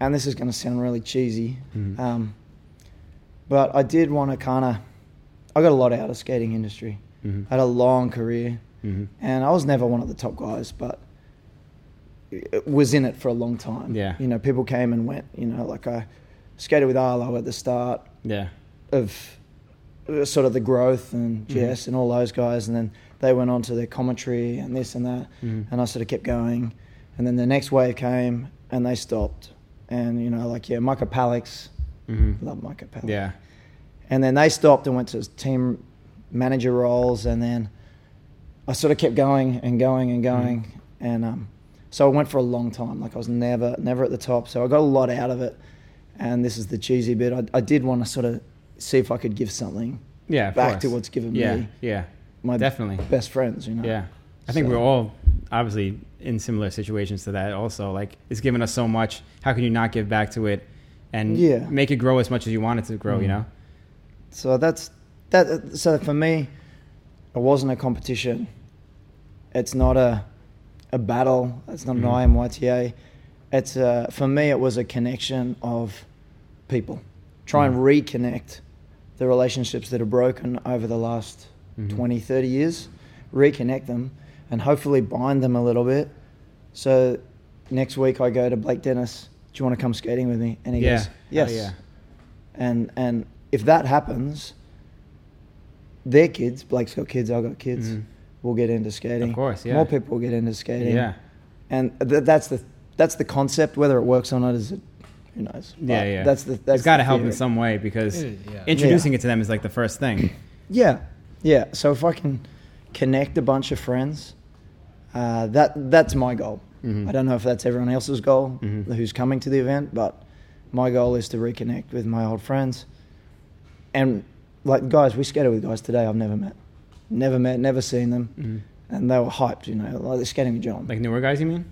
Speaker 3: and this is going to sound really cheesy,
Speaker 1: Mhm.
Speaker 3: um, but I did want to kind of. I got a lot out of the skating industry.
Speaker 1: Mhm.
Speaker 3: I had a long career,
Speaker 1: Mhm.
Speaker 3: and I was never one of the top guys, but it was in it for a long time.
Speaker 1: Yeah.
Speaker 3: you know, people came and went. You know, like I skated with Arlo at the start
Speaker 1: yeah
Speaker 3: of uh, sort of the growth and Jess and all those guys, and then they went on to their commentary and this and that,
Speaker 1: Mhm.
Speaker 3: and I sort of kept going, and then the next wave came and they stopped, and you know like yeah, Micah Palix,
Speaker 1: hmm
Speaker 3: love Micah Palix,
Speaker 1: yeah
Speaker 3: and then they stopped and went to team manager roles, and then I sort of kept going and going and going, and um, so I went for a long time. Like I was never never at the top, so I got a lot out of it. And this is the cheesy bit. I, I did want to sort of see if I could give something
Speaker 1: yeah of
Speaker 3: back
Speaker 1: course.
Speaker 3: to what's given
Speaker 1: yeah
Speaker 3: me
Speaker 1: yeah
Speaker 3: my
Speaker 1: definitely
Speaker 3: best friends. You know,
Speaker 1: Yeah. I think
Speaker 3: So-
Speaker 1: we're all obviously in similar situations to that also. Like it's given us so much. How can you not give back to it and
Speaker 3: Yeah. Mm.
Speaker 1: make it grow as much as you want it to grow, you know?
Speaker 3: So that's that. So for me, it wasn't a competition. It's not a a battle. It's not
Speaker 1: Mhm.
Speaker 3: an IMYTA. It's a, for me. It was a connection of people. Try and
Speaker 1: Mm.
Speaker 3: reconnect the relationships that are broken over the last
Speaker 1: Mhm.
Speaker 3: twenty, thirty 20, 30 years. Reconnect them and hopefully bind them a little bit. So next week I go to Blake Dennis. Do you want to come skating with me? And he
Speaker 1: Yeah.
Speaker 3: goes,
Speaker 1: Oh,
Speaker 3: Yes
Speaker 1: yeah.
Speaker 3: and and if that happens, their kids, Blake's got kids, I've got kids,
Speaker 1: Mhm.
Speaker 3: will get into skating.
Speaker 1: Of course, yeah.
Speaker 3: More people will get into skating.
Speaker 1: Yeah.
Speaker 3: and th- that's the that's the concept. Whether it works or not is it, who knows?
Speaker 1: Yeah,
Speaker 3: But
Speaker 1: yeah.
Speaker 3: That's the that's
Speaker 1: it's got to
Speaker 3: the
Speaker 1: help in
Speaker 3: theory.
Speaker 1: some way because
Speaker 2: It is, yeah.
Speaker 1: introducing it to them is like the first thing.
Speaker 3: Yeah, yeah. So if I can connect a bunch of friends, uh, that that's my goal.
Speaker 1: Mhm.
Speaker 3: I don't know if that's everyone else's goal
Speaker 1: Mhm.
Speaker 3: who's coming to the event, but my goal is to reconnect with my old friends. And like guys, we skated with guys today I've never met, never met, never seen them,
Speaker 1: Mhm.
Speaker 3: and they were hyped. You know, like they're skating with John.
Speaker 1: Like newer guys, you mean?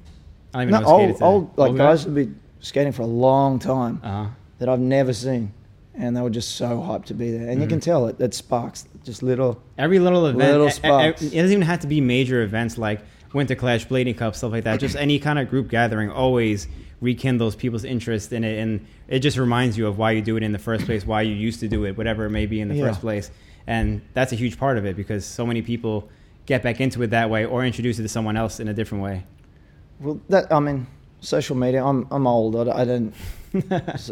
Speaker 1: I don't even
Speaker 3: no,
Speaker 1: know.
Speaker 3: old, old like guys have been skating for a long time
Speaker 1: Uh huh.
Speaker 3: that I've never seen, and they were just so hyped to be there. And you
Speaker 1: Mhm.
Speaker 3: can tell it, it sparks just little.
Speaker 1: Every little event,
Speaker 3: Little
Speaker 1: e- e-
Speaker 3: spots.
Speaker 1: it doesn't even have to be major events like Winter Clash, Blading Cup, stuff like that. Just any kind of group gathering always rekindles people's interest in it, and it just reminds you of why you do it in the first place, why you used to do it, whatever it may be in the
Speaker 3: Yeah.
Speaker 1: first place. And that's a huge part of it because so many people get back into it that way or introduce it to someone else in a different
Speaker 3: <laughs>
Speaker 1: way.
Speaker 3: Well, that I mean, social media. I'm I'm old. I, I don't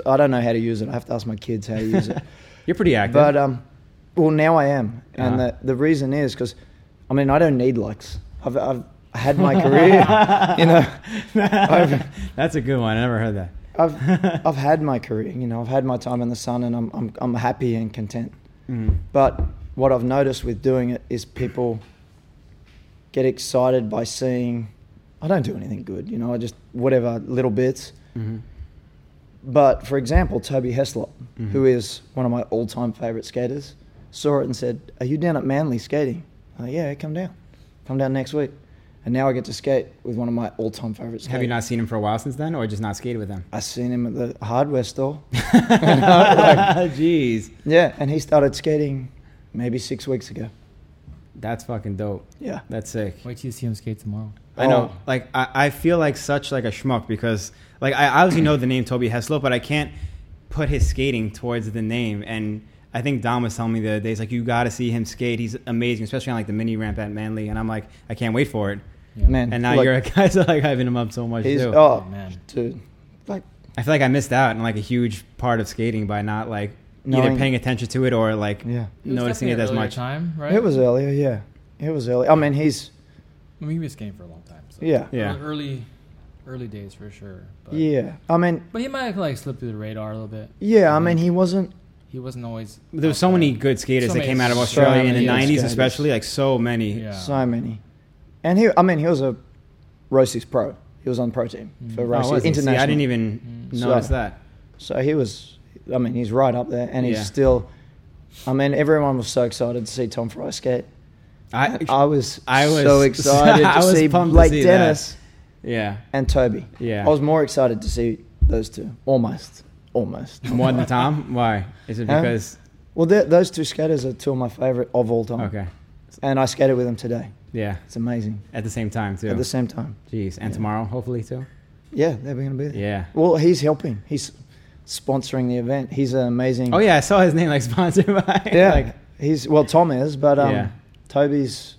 Speaker 3: I don't know how to use it. I have to ask my kids how to use it.
Speaker 1: You're pretty active.
Speaker 3: but um, well now I am, and
Speaker 1: Uh-huh.
Speaker 3: the the reason is because, I mean, I don't need likes. I've I've had my
Speaker 1: <laughs>
Speaker 3: career. you know, I've
Speaker 1: that's a good one. I never heard that.
Speaker 3: I've I've had my career. You know, I've had my time in the sun, and I'm I'm I'm happy and content.
Speaker 1: Mm.
Speaker 3: But what I've noticed with doing it is people get excited by seeing. I don't do anything good, you know. I just whatever little bits.
Speaker 1: Mhm.
Speaker 3: But for example, Toby Heslop,
Speaker 1: Mhm.
Speaker 3: who is one of my all-time favorite skaters, saw it and said, "Are you down at Manly skating?" I'm like, yeah, come down, come down next week. And now I get to skate with one of my all-time favorite skaters.
Speaker 1: Have you not seen him for a while since then, or just not skated with him?
Speaker 3: I seen him at the hardware store. <laughs>
Speaker 1: Jeez,
Speaker 3: Yeah, and he started skating maybe six weeks ago.
Speaker 1: that's fucking dope.
Speaker 3: Yeah,
Speaker 1: That's sick.
Speaker 2: Wait till you see him skate tomorrow.
Speaker 1: I know.
Speaker 3: Oh.
Speaker 1: Like I, I feel like such like a schmuck because like I obviously know the name Toby Heslow, but I can't put his skating towards the name. And I think Dom was telling me the other day, he's like, you got to see him skate. He's amazing, especially on like the mini ramp at Manly. And I'm like, I can't wait for it.
Speaker 2: Yeah.
Speaker 3: man.
Speaker 1: And now
Speaker 3: look,
Speaker 1: you're <laughs> guys are like hyping him up so much
Speaker 3: he's
Speaker 1: too.
Speaker 3: oh
Speaker 2: man.
Speaker 3: dude, like
Speaker 1: I feel like I missed out on like a huge part of skating by not like either
Speaker 3: Knowing-
Speaker 1: paying attention to it or like
Speaker 3: yeah,
Speaker 2: It was
Speaker 1: noticing
Speaker 2: definitely
Speaker 1: it
Speaker 2: an
Speaker 1: as
Speaker 2: earlier
Speaker 1: much.
Speaker 2: Time, right?
Speaker 3: it was earlier. Yeah, it was early. I mean, he's
Speaker 2: I mean, he was skating for a long time. So.
Speaker 3: Yeah.
Speaker 1: Yeah.
Speaker 2: Early, early days for sure. But,
Speaker 3: yeah. I mean,
Speaker 2: But he might have like slipped through the radar a little bit.
Speaker 3: yeah. I mean, he wasn't.
Speaker 2: He wasn't always.
Speaker 1: There were
Speaker 2: out
Speaker 1: so many
Speaker 2: there.
Speaker 1: good skaters
Speaker 2: So
Speaker 1: that
Speaker 2: many-
Speaker 1: came out of
Speaker 3: so
Speaker 1: Australia in the
Speaker 3: many good
Speaker 1: 90s,
Speaker 3: skaters.
Speaker 1: especially. Like so many.
Speaker 2: Yeah.
Speaker 3: So many. And he, I mean, he was a Rosie's pro. He was on pro team for
Speaker 1: Oh,
Speaker 3: Rosie's
Speaker 1: was he? See,
Speaker 3: international.
Speaker 1: I didn't even
Speaker 3: Mm.
Speaker 1: notice
Speaker 3: So-
Speaker 1: that.
Speaker 3: So he was. I mean, he's right up there, and he's
Speaker 1: Yeah.
Speaker 3: still. I mean, everyone was so excited to see Tom Fry skate.
Speaker 1: I,
Speaker 3: And I was.
Speaker 1: I was-
Speaker 3: so excited
Speaker 1: <laughs> I
Speaker 3: to
Speaker 1: was
Speaker 3: see
Speaker 1: pumped to
Speaker 3: Blake
Speaker 1: see that.
Speaker 3: Dennis
Speaker 1: yeah,
Speaker 3: and Toby.
Speaker 1: Yeah.
Speaker 3: I was more excited to see those two. Almost.
Speaker 1: <laughs>
Speaker 3: Almost.
Speaker 1: more than
Speaker 3: <laughs>
Speaker 1: Tom. Why? Is it
Speaker 3: Huh?
Speaker 1: because?
Speaker 3: well, they're- those two skaters are two of my favorite of all time.
Speaker 1: Okay,
Speaker 3: And I skated with them today.
Speaker 1: yeah,
Speaker 3: It's amazing.
Speaker 1: at the same time too.
Speaker 3: At the same time.
Speaker 1: Jeez, and tomorrow hopefully too.
Speaker 3: Yeah, they're going to be there.
Speaker 1: Yeah.
Speaker 3: Well, he's helping. He's sponsoring the event. He's an amazing.
Speaker 1: Oh yeah, I saw his name like <laughs> sponsored by.
Speaker 3: yeah.
Speaker 1: like,
Speaker 3: he's well, Tom is, but um,
Speaker 1: Yeah.
Speaker 3: Toby's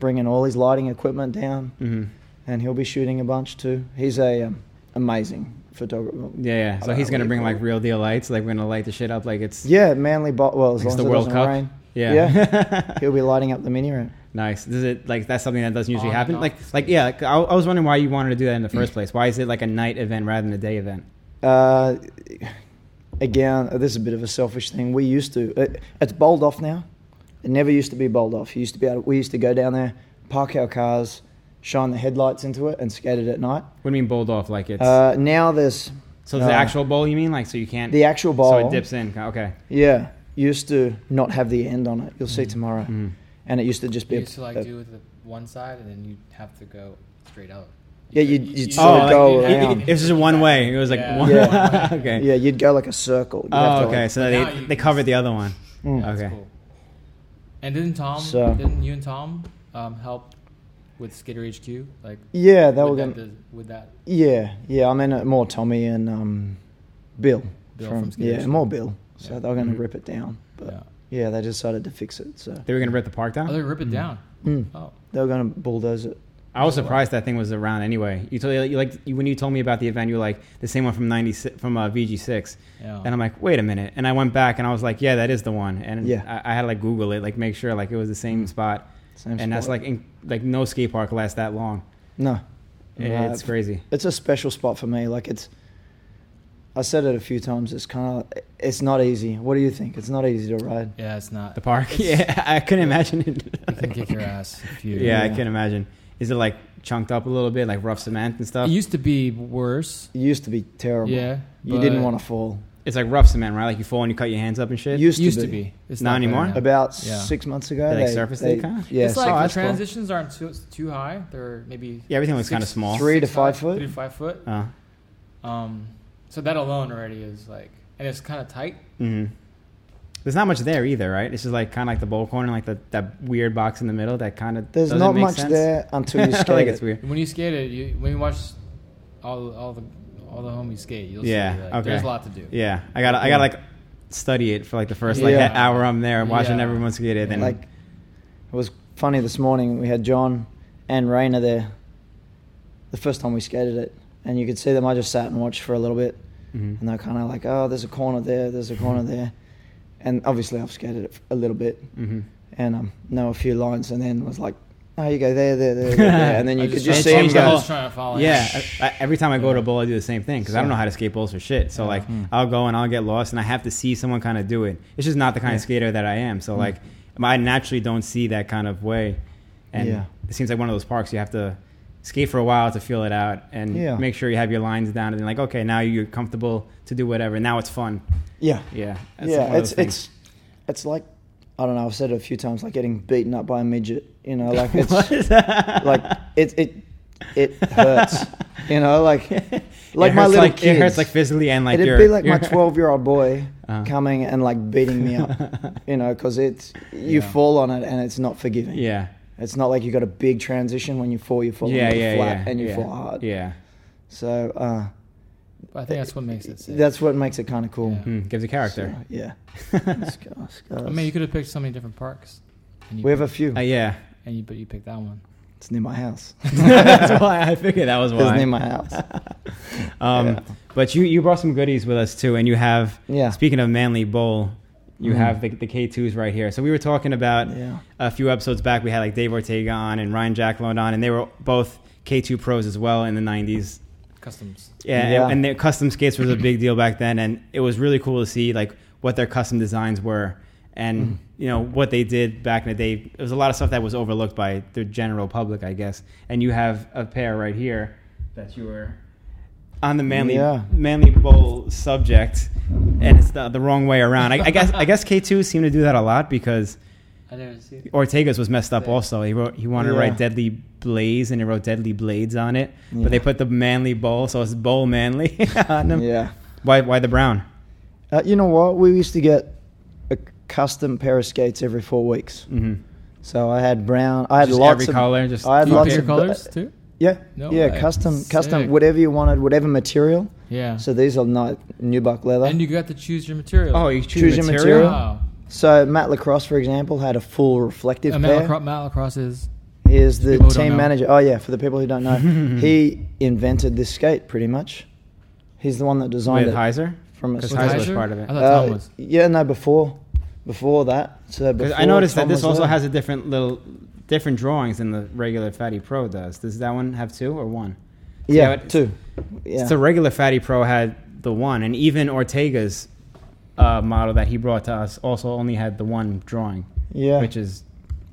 Speaker 3: bringing all his lighting equipment down,
Speaker 1: mhm.
Speaker 3: and he'll be shooting a bunch too. He's a um, amazing photographer.
Speaker 1: Yeah, yeah. So
Speaker 3: Uh,
Speaker 1: he's gonna
Speaker 3: what do you
Speaker 1: bring
Speaker 3: call
Speaker 1: like
Speaker 3: it?
Speaker 1: real deal lights. Like we're gonna light the shit up like it's
Speaker 3: Yeah, manly. Bo- well, as
Speaker 1: like it's
Speaker 3: long
Speaker 1: the
Speaker 3: as it
Speaker 1: World
Speaker 3: doesn't
Speaker 1: Cup.
Speaker 3: rain,
Speaker 1: Yeah. <laughs>
Speaker 3: he'll be lighting up the mini ramp.
Speaker 1: nice. Is it like that's something that doesn't usually
Speaker 2: On and
Speaker 1: happen?
Speaker 2: off Mm.
Speaker 1: Like
Speaker 2: the
Speaker 1: like yeah. Like, I, I was wondering why you wanted to do that in the first place. Why is it like a night event rather than a day event?
Speaker 3: Uh, again, this is a bit of a selfish thing. We used to. It, it's bowled off now. It never used to be bowled off. You used to be able. We used to go down there, park our cars, shine the headlights into it, and skate it at night.
Speaker 1: What do you mean bowled off? Like it's
Speaker 3: Uh, now there's
Speaker 1: so it's the
Speaker 3: no.
Speaker 1: actual bowl. You mean like so you can't
Speaker 3: the actual bowl.
Speaker 1: so it dips in. Okay.
Speaker 3: Yeah, used to not have the end on it. You'll
Speaker 1: Mm.
Speaker 3: see tomorrow. And it used to just be.
Speaker 2: You
Speaker 3: a-
Speaker 2: used to like
Speaker 3: a-
Speaker 2: do with the one side, and then you have to go straight out.
Speaker 3: Yeah, you'd- you'd
Speaker 2: you-
Speaker 3: sort of
Speaker 2: you-
Speaker 3: go
Speaker 2: you-
Speaker 3: around.
Speaker 1: Oh, It was just one way. It was like
Speaker 2: Yeah.
Speaker 1: one.
Speaker 3: Yeah.
Speaker 1: <laughs> okay.
Speaker 3: yeah, you'd go like a circle. You'd have
Speaker 1: Oh,
Speaker 3: to,
Speaker 1: okay.
Speaker 3: like-
Speaker 1: So
Speaker 2: Now
Speaker 1: they,
Speaker 2: you
Speaker 1: they
Speaker 2: can
Speaker 1: covered
Speaker 2: s-
Speaker 1: the other one.
Speaker 2: <laughs>
Speaker 3: Mm.
Speaker 2: That's
Speaker 1: Okay.
Speaker 2: cool. And didn't Tom?
Speaker 3: So-
Speaker 2: didn't you and Tom um, help with Skater HQ? Like
Speaker 3: yeah, they were
Speaker 2: with
Speaker 3: gonna.
Speaker 2: that, does- with that.
Speaker 3: Yeah, yeah. I mean, uh, more Tommy and um, Bill.
Speaker 2: Bill from Skinny
Speaker 3: yeah,
Speaker 2: Dish.
Speaker 3: more Bill. So
Speaker 2: Yeah.
Speaker 3: they were going to
Speaker 1: Mhm.
Speaker 3: rip it down, but yeah.
Speaker 2: Yeah.
Speaker 3: they decided to fix it. So
Speaker 1: They were gonna rip the park
Speaker 2: Oh,
Speaker 1: down.
Speaker 2: they rip it down.
Speaker 3: Mm.
Speaker 2: Oh,
Speaker 3: they were going to bulldoze it.
Speaker 1: I was surprised that thing was around anyway. You told you like you, when you told me about the event, you were like the same one from ninety six from uh, VG six,
Speaker 2: yeah.
Speaker 1: and I'm like, wait a minute. And I went back and I was like, yeah, that is the one. And
Speaker 3: Yeah. Mm.
Speaker 1: I, I had to like Google it, like make sure like it was the same spot.
Speaker 3: Same
Speaker 1: and that's
Speaker 3: spot.
Speaker 1: like in, like no skate park lasts that long.
Speaker 3: no, Yeah,
Speaker 1: it's
Speaker 3: I've-
Speaker 1: crazy.
Speaker 3: it's a special spot for me. Like it's, I said it a few times. It's kind of, it's not easy. What do you think? It's not easy to ride.
Speaker 2: Yeah, it's not.
Speaker 1: The park. <laughs> yeah, I couldn't imagine it.
Speaker 2: You can kick your ass if you.
Speaker 1: yeah, I
Speaker 3: Yeah.
Speaker 1: can imagine. Is it like chunked up a little bit, like rough cement and
Speaker 2: It
Speaker 1: stuff?
Speaker 2: used to be worse.
Speaker 3: It used to be terrible.
Speaker 2: Yeah.
Speaker 3: you didn't
Speaker 2: but
Speaker 3: want to fall.
Speaker 1: It's like rough cement, right? Like you fall and you cut your hands up and shit.
Speaker 3: Used,
Speaker 2: Used
Speaker 3: to, be.
Speaker 2: It's
Speaker 1: Not
Speaker 2: better
Speaker 1: anymore?
Speaker 2: now.
Speaker 3: About
Speaker 2: Yeah.
Speaker 3: six months ago,
Speaker 1: They, like,
Speaker 3: they
Speaker 1: surfaced
Speaker 3: they-
Speaker 1: it kinda?
Speaker 3: Yeah,
Speaker 2: it's like
Speaker 1: oh,
Speaker 2: the
Speaker 1: that's cool.
Speaker 2: transitions aren't too, too high. They're maybe
Speaker 1: yeah, everything was
Speaker 2: six-
Speaker 1: kind of small.
Speaker 3: Three to
Speaker 2: six high,
Speaker 3: five foot?
Speaker 2: Three to five foot.
Speaker 1: Uh,
Speaker 2: Um, so that alone already is like, and it's kind of tight.
Speaker 1: mhm. There's not much there either, right? It's just like kind of like the bowl corner, like the, that weird box in the middle that kind of
Speaker 3: there's
Speaker 1: doesn't
Speaker 3: not
Speaker 1: make
Speaker 3: much
Speaker 1: sense.
Speaker 3: there until
Speaker 1: <laughs>
Speaker 3: you
Speaker 1: I
Speaker 3: skate.
Speaker 1: feel like it's
Speaker 3: it.
Speaker 1: weird.
Speaker 2: When you skate it, you when you watch all all the all the homies skate, you'll
Speaker 1: Yeah,
Speaker 2: see like,
Speaker 1: okay.
Speaker 2: there's a lot to do.
Speaker 1: Yeah, I gotta, I gotta like study it for like the first like
Speaker 3: Yeah.
Speaker 1: that hour I'm there, watching
Speaker 2: Yeah.
Speaker 1: everyone skate it. Then
Speaker 3: Like, it was funny this morning. We had John and Rainer there the first time we skated it. And you could see them. I just sat and watched for a little bit.
Speaker 1: Mhm.
Speaker 3: And they're kind of like, oh, there's a corner there, there's a corner there. And obviously, I've skated it a little bit
Speaker 1: Mhm.
Speaker 3: and um, know a few lines. And then was like, oh, you go there, there, there, there. there.
Speaker 1: <laughs>
Speaker 3: And then
Speaker 2: I
Speaker 3: you could
Speaker 1: just
Speaker 3: just
Speaker 1: tried to
Speaker 3: see him
Speaker 1: change the
Speaker 3: go,
Speaker 1: whole-
Speaker 2: just trying to follow.
Speaker 1: Yeah, I, I, every time I go
Speaker 2: Yeah.
Speaker 1: to a bowl, I do the same thing because I don't know how to skate bowls for shit. So like,
Speaker 3: Mm.
Speaker 1: I'll go and I'll get lost, and I have to see someone kind of do it. It's just not the kind of skater that I am.
Speaker 3: Mm.
Speaker 1: So like, I naturally don't see that kind of way, and
Speaker 3: Yeah.
Speaker 1: it seems like one of those parks you have to skate for a while to feel it out and
Speaker 3: Yeah.
Speaker 1: make sure you have your lines down and then like, okay, now you're comfortable to do whatever. Now it's fun.
Speaker 3: yeah,
Speaker 1: Yeah, that's one of
Speaker 3: yeah.
Speaker 1: those
Speaker 3: It's,
Speaker 1: things.
Speaker 3: it's, it's like, I don't know, I've said it a few times, like getting beaten up by a midget. You know,
Speaker 1: <laughs>
Speaker 3: like it's like it, it, it
Speaker 1: <laughs>
Speaker 3: hurts. You know, like, like
Speaker 1: It
Speaker 3: my
Speaker 1: hurts,
Speaker 3: little
Speaker 1: like,
Speaker 3: kids.
Speaker 1: It hurts like physically and like
Speaker 3: it'd
Speaker 1: your,
Speaker 3: be like my
Speaker 1: <laughs> your-
Speaker 3: 12 year old boy
Speaker 1: Uh-huh.
Speaker 3: coming and like beating
Speaker 1: <laughs>
Speaker 3: me up you know because it's you
Speaker 2: Yeah.
Speaker 3: fall on it and it's not forgiving
Speaker 1: Yeah.
Speaker 3: it's not like you got a big transition when you fall you fall
Speaker 1: yeah,
Speaker 3: on the
Speaker 1: yeah,
Speaker 3: flat
Speaker 1: yeah,
Speaker 3: and you
Speaker 1: yeah,
Speaker 3: fall hard
Speaker 1: Yeah,
Speaker 3: so uh,
Speaker 2: But I think that's what makes it. Sick.
Speaker 3: that's what makes it kind of cool
Speaker 2: Yeah.
Speaker 1: Mm, gives a character.
Speaker 3: So,
Speaker 1: <laughs>
Speaker 3: yeah Scars,
Speaker 2: I
Speaker 3: scars.
Speaker 2: mean, you could have picked so many different parks. And you
Speaker 3: we have a
Speaker 2: picked-
Speaker 3: few
Speaker 1: Uh, yeah,
Speaker 2: and you but you picked that one.
Speaker 3: it's near my house
Speaker 1: <laughs> that's why I figured that was
Speaker 3: it's
Speaker 1: why.
Speaker 3: near my house
Speaker 1: um,
Speaker 3: Yeah.
Speaker 1: But you you brought some goodies with us too, and you have
Speaker 3: Yeah.
Speaker 1: Speaking of Manly Bowl, you
Speaker 3: Mhm.
Speaker 1: have the the K twos right here. So we were talking about
Speaker 3: yeah
Speaker 1: a few episodes back. We had like Dave Ortega on and Ryan Jacklund on, and they were both K two pros as well in the nineties.
Speaker 2: Customs.
Speaker 1: Yeah,
Speaker 3: Yeah.
Speaker 1: and, and their custom skates was a big deal back then, and it was really cool to see like what their custom designs were, and
Speaker 3: Mm-hmm.
Speaker 1: you know what they did back in the day. It was a lot of stuff that was overlooked by the general public, I guess. And you have a pair right here that you were on the manly
Speaker 3: Yeah.
Speaker 1: manly bowl subject, and it's the, the wrong way around. I, I guess I guess K two seemed to do that a lot because
Speaker 2: I never see. it.
Speaker 1: Ortega's was messed up also. He wrote he wanted to
Speaker 3: Yeah.
Speaker 1: write Deadly Blaze and he wrote Deadly Blades on it,
Speaker 3: Yeah.
Speaker 1: but they put the Manly Bowl, so it's Bowl Manly <laughs> on them.
Speaker 3: yeah
Speaker 1: Why why the brown?
Speaker 3: uh, you know what we used to get a custom pair of skates every four weeks
Speaker 1: hmm
Speaker 3: so i had brown i had
Speaker 1: Just
Speaker 3: lots
Speaker 1: every
Speaker 3: of
Speaker 1: color, just
Speaker 3: I had
Speaker 2: Do you
Speaker 3: lots
Speaker 2: pick
Speaker 3: of
Speaker 2: colors too.
Speaker 3: Yeah.
Speaker 2: No
Speaker 3: yeah,
Speaker 2: way.
Speaker 3: custom, custom,
Speaker 2: Sick.
Speaker 3: whatever you wanted, whatever material.
Speaker 2: Yeah.
Speaker 3: So these are not Nubuck leather.
Speaker 2: and you got to choose your material.
Speaker 1: oh, you choose,
Speaker 3: Choose your
Speaker 1: material.
Speaker 3: material.
Speaker 2: Wow.
Speaker 3: so Matt Lacrosse, for example, had a full reflective
Speaker 2: Uh,
Speaker 3: pair.
Speaker 2: Malacro- Malacrosse is
Speaker 3: He is the
Speaker 2: People who don't
Speaker 3: team
Speaker 2: know.
Speaker 3: manager. Oh yeah, for the people who don't know, he invented this skate pretty much. He's the one that designed
Speaker 1: With
Speaker 3: it
Speaker 1: Heiser,
Speaker 3: from a
Speaker 1: because
Speaker 2: With
Speaker 1: Heiser was
Speaker 2: Heiser?
Speaker 1: part of it.
Speaker 2: I thought
Speaker 3: Uh,
Speaker 2: Tom was.
Speaker 3: yeah, no, before, before that. So
Speaker 1: 'Cause
Speaker 3: before
Speaker 1: I noticed
Speaker 3: Tom
Speaker 1: that this
Speaker 3: was
Speaker 1: also
Speaker 3: there.
Speaker 1: has a different little different drawings than the regular Fatty Pro does. Does that one have two or one?
Speaker 3: yeah,
Speaker 1: it-
Speaker 3: two. Yeah,
Speaker 1: So regular Fatty Pro had the one, and even Ortega's uh, model that he brought to us also only had the one drawing,
Speaker 3: yeah.
Speaker 1: which is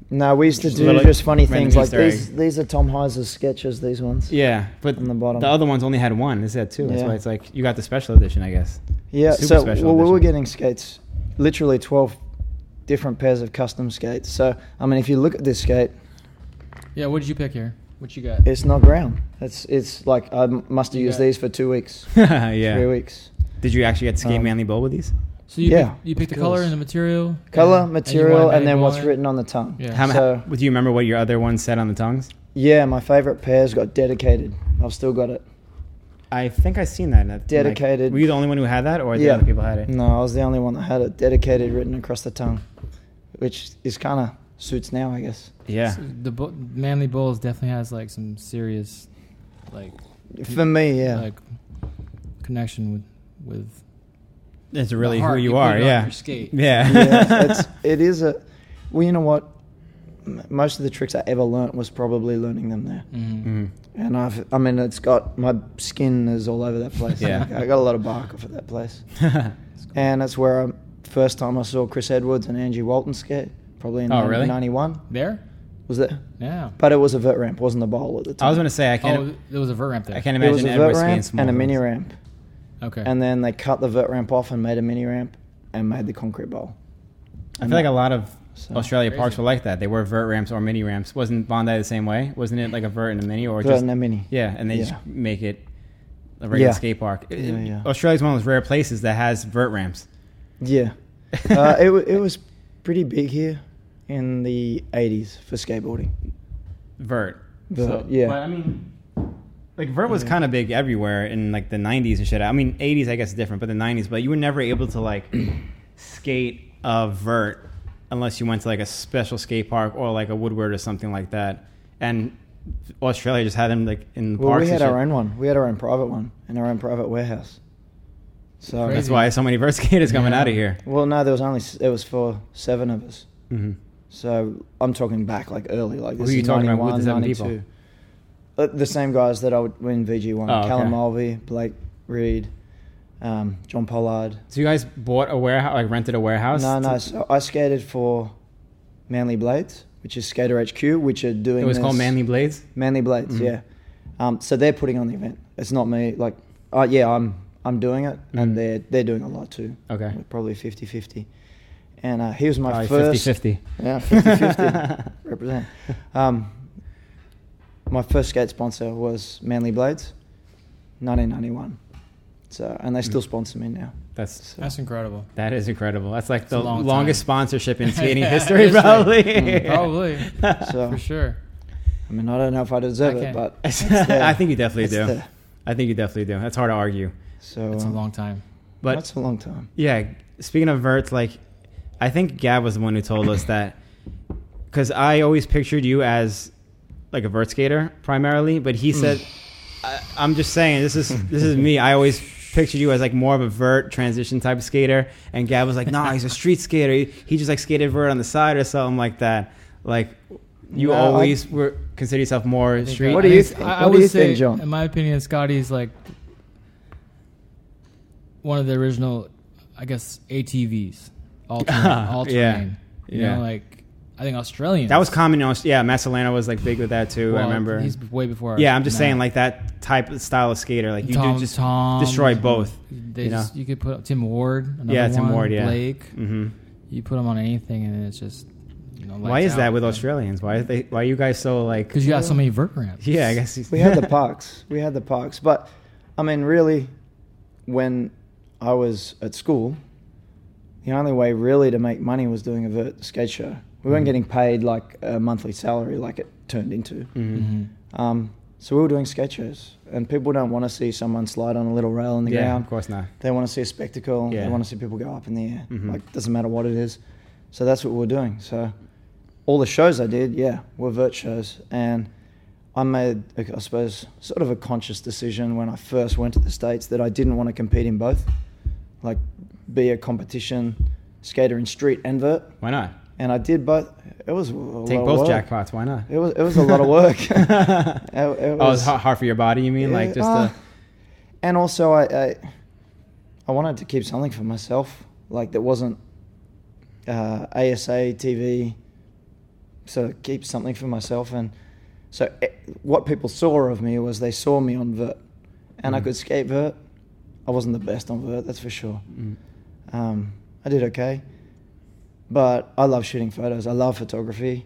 Speaker 3: no, we used to
Speaker 1: Just
Speaker 3: do
Speaker 1: little
Speaker 3: just funny
Speaker 1: random
Speaker 3: things like
Speaker 1: Easter
Speaker 3: these.
Speaker 1: egg.
Speaker 3: These are Tom Heiser's sketches. These ones.
Speaker 1: Yeah, but
Speaker 3: On the bottom.
Speaker 1: other ones only had one. This had two. That's
Speaker 3: Yeah.
Speaker 1: why it's like you got the special edition, I guess. <laughs>
Speaker 3: Yeah,
Speaker 1: Super
Speaker 3: so
Speaker 1: special
Speaker 3: well, we
Speaker 1: edition.
Speaker 3: were getting skates, literally 12 different pairs of custom skates. So, I mean, if you look at this skate,
Speaker 2: Yeah. What did you pick here? What you got?
Speaker 3: it's not ground. It's it's like I m- must have
Speaker 2: You
Speaker 3: used
Speaker 2: got-
Speaker 3: these for two weeks, three
Speaker 1: yeah.
Speaker 3: weeks.
Speaker 1: Did you actually get to skate
Speaker 3: Um,
Speaker 1: manly bowl with these?
Speaker 2: So you
Speaker 3: Yeah,
Speaker 2: pick, you pick the
Speaker 3: of
Speaker 2: color
Speaker 3: course.
Speaker 2: and the material.
Speaker 3: Color,
Speaker 2: and-
Speaker 3: material,
Speaker 2: and,
Speaker 3: and,
Speaker 2: you want
Speaker 3: then what's
Speaker 2: Manuel.
Speaker 3: written on the tongue.
Speaker 2: Yeah.
Speaker 1: How,
Speaker 3: So-
Speaker 1: so, do you remember what your other one said on the tongues?
Speaker 3: Yeah, my favorite pair's got dedicated. I've still got it.
Speaker 1: I think I seen that. in a- like-
Speaker 3: Dedicated.
Speaker 1: were you the only one who had that, or the
Speaker 3: Yeah.
Speaker 1: other people had it?
Speaker 3: No, I was the only one that had it dedicated written across the tongue, which is kind of suits now, I guess.
Speaker 1: Yeah.
Speaker 2: So the Bull- Manly Bulls definitely has like some serious, like
Speaker 3: For me, yeah.
Speaker 2: like connection with with
Speaker 1: It's
Speaker 2: the
Speaker 1: really who
Speaker 2: heart
Speaker 1: you
Speaker 2: put
Speaker 1: are.
Speaker 2: on
Speaker 1: Yeah. <laughs>
Speaker 2: your skate.
Speaker 1: Yeah.
Speaker 3: yeah, it's, it is a. Well, you know what? m- most of the tricks I ever learnt was probably learning them there.
Speaker 2: Mm-hmm.
Speaker 1: <laughs> Mhm.
Speaker 3: And I've, I mean, it's got my skin is all over that place.
Speaker 1: Yeah.
Speaker 3: I got a lot of bark off of that place. And that's where I first time I saw Chris Edwards and Angie Walton skate, probably in
Speaker 1: Oh, really?
Speaker 3: 91.
Speaker 2: There?
Speaker 3: Was that?
Speaker 2: Yeah.
Speaker 3: But it was a vert ramp, wasn't a bowl at the time.
Speaker 1: I was gonna say I can't.
Speaker 2: oh, there was a vert ramp there.
Speaker 1: I can't
Speaker 3: it was
Speaker 1: imagine
Speaker 3: a vert
Speaker 1: Edwards being
Speaker 3: ramp
Speaker 1: small.
Speaker 3: and a mini ramp.
Speaker 2: Okay.
Speaker 3: And then they cut the vert ramp off and made a mini ramp and made the concrete bowl.
Speaker 1: I feel like a lot of
Speaker 3: So-
Speaker 1: Australia
Speaker 2: Crazy.
Speaker 1: parks were like that. They were vert ramps or mini ramps. Wasn't Bondi the same way? Wasn't it like a vert and a mini or
Speaker 3: Vert
Speaker 1: just
Speaker 3: and a mini.
Speaker 1: Yeah, and they
Speaker 3: Yeah.
Speaker 1: just make it a regular
Speaker 3: Yeah.
Speaker 1: skate park. It-
Speaker 3: Yeah, yeah.
Speaker 1: Australia's one of those rare places that has vert ramps. <laughs>
Speaker 3: Yeah. uh, it, wa- it was pretty big here in the 80s for skateboarding.
Speaker 1: Vert.
Speaker 3: Vert, yeah.
Speaker 1: But I mean, like vert was kind of big everywhere in like the '90s and shit. I mean, '80s I guess is different, but the '90s. But you were never able to
Speaker 3: <clears throat>
Speaker 1: like skate a vert unless you went to like a special skate park or like a Woodward or something like that. And Australia just had them like in the
Speaker 3: Well,
Speaker 1: parks.
Speaker 3: we had
Speaker 1: and shit.
Speaker 3: our own one. We had our own private one and our own private warehouse. So
Speaker 2: Crazy.
Speaker 1: That's why so many vert <laughs> skaters coming
Speaker 2: Yeah.
Speaker 1: out of here.
Speaker 3: Well, no, there was only s- it was for seven of us.
Speaker 1: hmm
Speaker 3: So I'm talking back like early, like
Speaker 1: Who
Speaker 3: this
Speaker 1: are you
Speaker 3: is
Speaker 1: talking about
Speaker 3: 91,
Speaker 1: with the seven people?
Speaker 3: 92. Uh, the same guys that I would win VG one:
Speaker 1: Oh, okay.
Speaker 3: Callum Mulvey, Blake Reed, um, John Pollard.
Speaker 1: So you guys bought a warehouse, like rented a warehouse?
Speaker 3: No, no.
Speaker 1: to-
Speaker 3: So I skated for Manly Blades, which is Skater HQ, which are doing.
Speaker 1: It was
Speaker 3: this-
Speaker 1: called Manly Blades.
Speaker 3: Manly Blades,
Speaker 1: Mhm.
Speaker 3: yeah. Um, so they're putting on the event. It's not me. Like, uh, yeah, I'm I'm doing it,
Speaker 1: Mhm.
Speaker 3: and they're they're doing a lot too.
Speaker 1: Okay.
Speaker 3: probably 50-50. And uh, he was my
Speaker 1: Probably
Speaker 3: first
Speaker 1: 50-50.
Speaker 3: <laughs>
Speaker 1: <laughs>
Speaker 3: Yeah, 50-50. represent. Um, my first skate sponsor was Manly Blades, 1991. So and they still
Speaker 1: Mhm.
Speaker 3: sponsor me now.
Speaker 1: That's
Speaker 3: So,
Speaker 2: That's incredible.
Speaker 1: that is incredible. That's like
Speaker 2: It's
Speaker 1: the
Speaker 2: a long
Speaker 1: longest
Speaker 2: time.
Speaker 1: sponsorship
Speaker 2: <laughs>
Speaker 1: in skating
Speaker 2: Yeah,
Speaker 1: history,
Speaker 2: history.
Speaker 1: probably.
Speaker 3: Mm,
Speaker 2: probably.
Speaker 3: So-
Speaker 2: For sure.
Speaker 3: I mean, I don't know if I deserve
Speaker 2: Okay.
Speaker 3: it, but it's there.
Speaker 1: <laughs> I think you definitely
Speaker 3: It's
Speaker 1: do.
Speaker 3: there.
Speaker 1: <laughs> I think you definitely do. That's hard to argue.
Speaker 3: So
Speaker 2: It's a
Speaker 3: um,
Speaker 2: long time.
Speaker 1: But
Speaker 3: that's a long time.
Speaker 1: Yeah, speaking of verts, like I think Gab was the one who told us that because I always pictured you as like a vert skater primarily, but he
Speaker 2: Hmm.
Speaker 1: said, I, "I'm just saying this is this is me." I always pictured you as like more of a vert transition type of skater, and Gab was like, "Nah, he's a street skater. He, he just like skated vert on the side or something like that." Like you
Speaker 3: No, I-
Speaker 1: always were consider yourself more
Speaker 2: think
Speaker 1: street.
Speaker 2: I-
Speaker 3: What
Speaker 2: I
Speaker 3: do you
Speaker 2: think-
Speaker 3: think?
Speaker 2: I, I
Speaker 3: What do
Speaker 2: would
Speaker 3: you
Speaker 2: say,
Speaker 3: think, John?
Speaker 2: in my opinion, Scotty's like one of the original, I guess, ATVs,
Speaker 1: <laughs>
Speaker 2: all terrain. all
Speaker 1: Yeah.
Speaker 2: terrain. You
Speaker 1: Yeah.
Speaker 2: know, like I think Australians.
Speaker 1: that was common. In Aust- yeah, Massolano was like big with that too. I
Speaker 2: well,
Speaker 1: remember
Speaker 2: He's way before.
Speaker 1: Yeah, I'm just
Speaker 2: now.
Speaker 1: saying like that type of style of skater, like you
Speaker 2: Tom,
Speaker 1: do just
Speaker 2: Tom,
Speaker 1: destroy both.
Speaker 2: They
Speaker 1: you
Speaker 2: just,
Speaker 1: know?
Speaker 2: you could put Tim Ward. Another
Speaker 1: Yeah, Tim
Speaker 2: one,
Speaker 1: Ward, yeah.
Speaker 2: Blake.
Speaker 1: hmm
Speaker 2: You put them on anything, and it's just. You know,
Speaker 1: Why is that with Australians? Why are they? Why are you guys so like?
Speaker 2: Because you got so many vert
Speaker 1: <laughs>
Speaker 2: ramps.
Speaker 1: Yeah, I guess he's-
Speaker 3: We had the parks. <laughs> We had the parks. But I mean, really, when I was at school, the only way really to make money was doing a vert skate show. We weren't
Speaker 1: Mhm.
Speaker 3: getting paid like a monthly salary, like it turned into.
Speaker 1: Mhm.
Speaker 2: hmm
Speaker 3: Um, so we were doing skate shows, and people don't want to see someone slide on a little rail in the
Speaker 1: <laughs> Yeah,
Speaker 3: ground.
Speaker 1: of course not.
Speaker 3: They want to see a spectacle.
Speaker 1: Yeah.
Speaker 3: They want to see people go up in the air.
Speaker 1: Mhm.
Speaker 3: Like doesn't matter what it is. So that's what we're doing. So all the shows I did, yeah, were vert shows, and I made, I suppose, sort of a conscious decision when I first went to the states that I didn't want to compete in both, like be a competition skater in street and vert.
Speaker 1: Why not?
Speaker 3: And I did both. It was a lot
Speaker 1: Take
Speaker 3: of
Speaker 1: both
Speaker 3: work.
Speaker 1: jackpots. Why not?
Speaker 3: It was it was a lot of work. It- it
Speaker 1: <laughs> oh, it's hard, hard for your body. You mean like
Speaker 3: yeah,
Speaker 1: just
Speaker 3: uh,
Speaker 1: the
Speaker 3: and also I, I I wanted to keep something for myself, like that wasn't uh, ASA TV. So keep something for myself, and so eh, what people saw of me was they saw me on vert, and I
Speaker 1: Mm.
Speaker 3: could skate vert. I wasn't the best on vert, that's for sure.
Speaker 1: mm,
Speaker 3: Um, I did okay, but I love shooting photos. I love photography,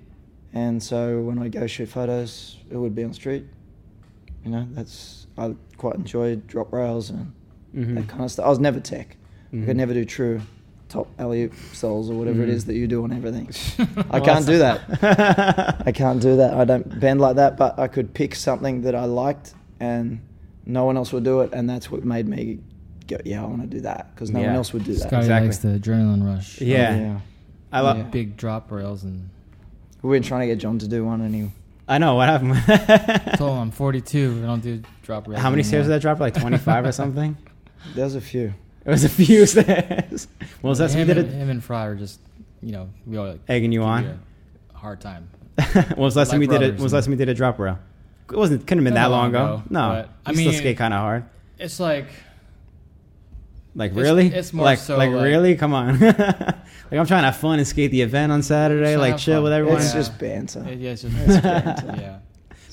Speaker 3: and so when I go shoot photos, it would be on street. You know, that's I quite enjoy drop rails and
Speaker 1: mhm.
Speaker 3: that kind of stuff. I was never tech. I
Speaker 1: Mhm.
Speaker 3: could never do true top alley souls or whatever it
Speaker 1: Mhm.
Speaker 3: is that you do on everything. I
Speaker 1: Well,
Speaker 3: can't
Speaker 1: <laughs>
Speaker 3: do
Speaker 1: that's-
Speaker 3: that. I can't do that. I don't bend like that. But I could pick something that I liked, and no one else would do it, and that's what made me go, "Yeah, I want to do that," because no
Speaker 1: Yeah.
Speaker 3: one else would do that.
Speaker 2: Scotty
Speaker 1: Exactly.
Speaker 2: likes the adrenaline rush. of
Speaker 1: Yeah. I love.
Speaker 3: Yeah.
Speaker 2: Big drop rails and
Speaker 3: We've been trying to get John to do one, and he.
Speaker 1: I know what happened. <laughs>
Speaker 2: told him I'm 42. I don't do drop rails.
Speaker 1: How many stairs did
Speaker 2: anymore.
Speaker 1: that drop? Like 25 or something. <laughs>
Speaker 3: There's a few.
Speaker 1: It was a few <laughs> stairs. Well, that's we
Speaker 2: him,
Speaker 1: did
Speaker 2: and,
Speaker 1: it.
Speaker 2: him and Fry are just, you know, we all like,
Speaker 1: Egging you
Speaker 2: give
Speaker 1: on?
Speaker 2: a hard time.
Speaker 1: <laughs> when was the last time we
Speaker 2: Like
Speaker 1: did it?
Speaker 2: rubbers,
Speaker 1: When was the
Speaker 2: man.
Speaker 1: last time we did a drop rail? It wasn't. Couldn't have been
Speaker 2: Not
Speaker 1: that long ago.
Speaker 2: long ago,
Speaker 1: no,
Speaker 2: but, I
Speaker 1: I mean,
Speaker 2: mean-
Speaker 1: still skate kind of hard.
Speaker 2: It's like
Speaker 1: Like
Speaker 2: It's-
Speaker 1: really?
Speaker 2: it's more
Speaker 1: like,
Speaker 2: so
Speaker 1: like,
Speaker 2: like-
Speaker 1: really? Come on! <laughs> like I'm trying to have fun and skate the event on Saturday.
Speaker 2: Just
Speaker 1: Like
Speaker 2: have
Speaker 1: chill
Speaker 2: fun.
Speaker 1: with everyone.
Speaker 3: It's
Speaker 2: Yeah.
Speaker 3: just banter.
Speaker 2: Yeah, it's just
Speaker 1: banter.
Speaker 2: yeah.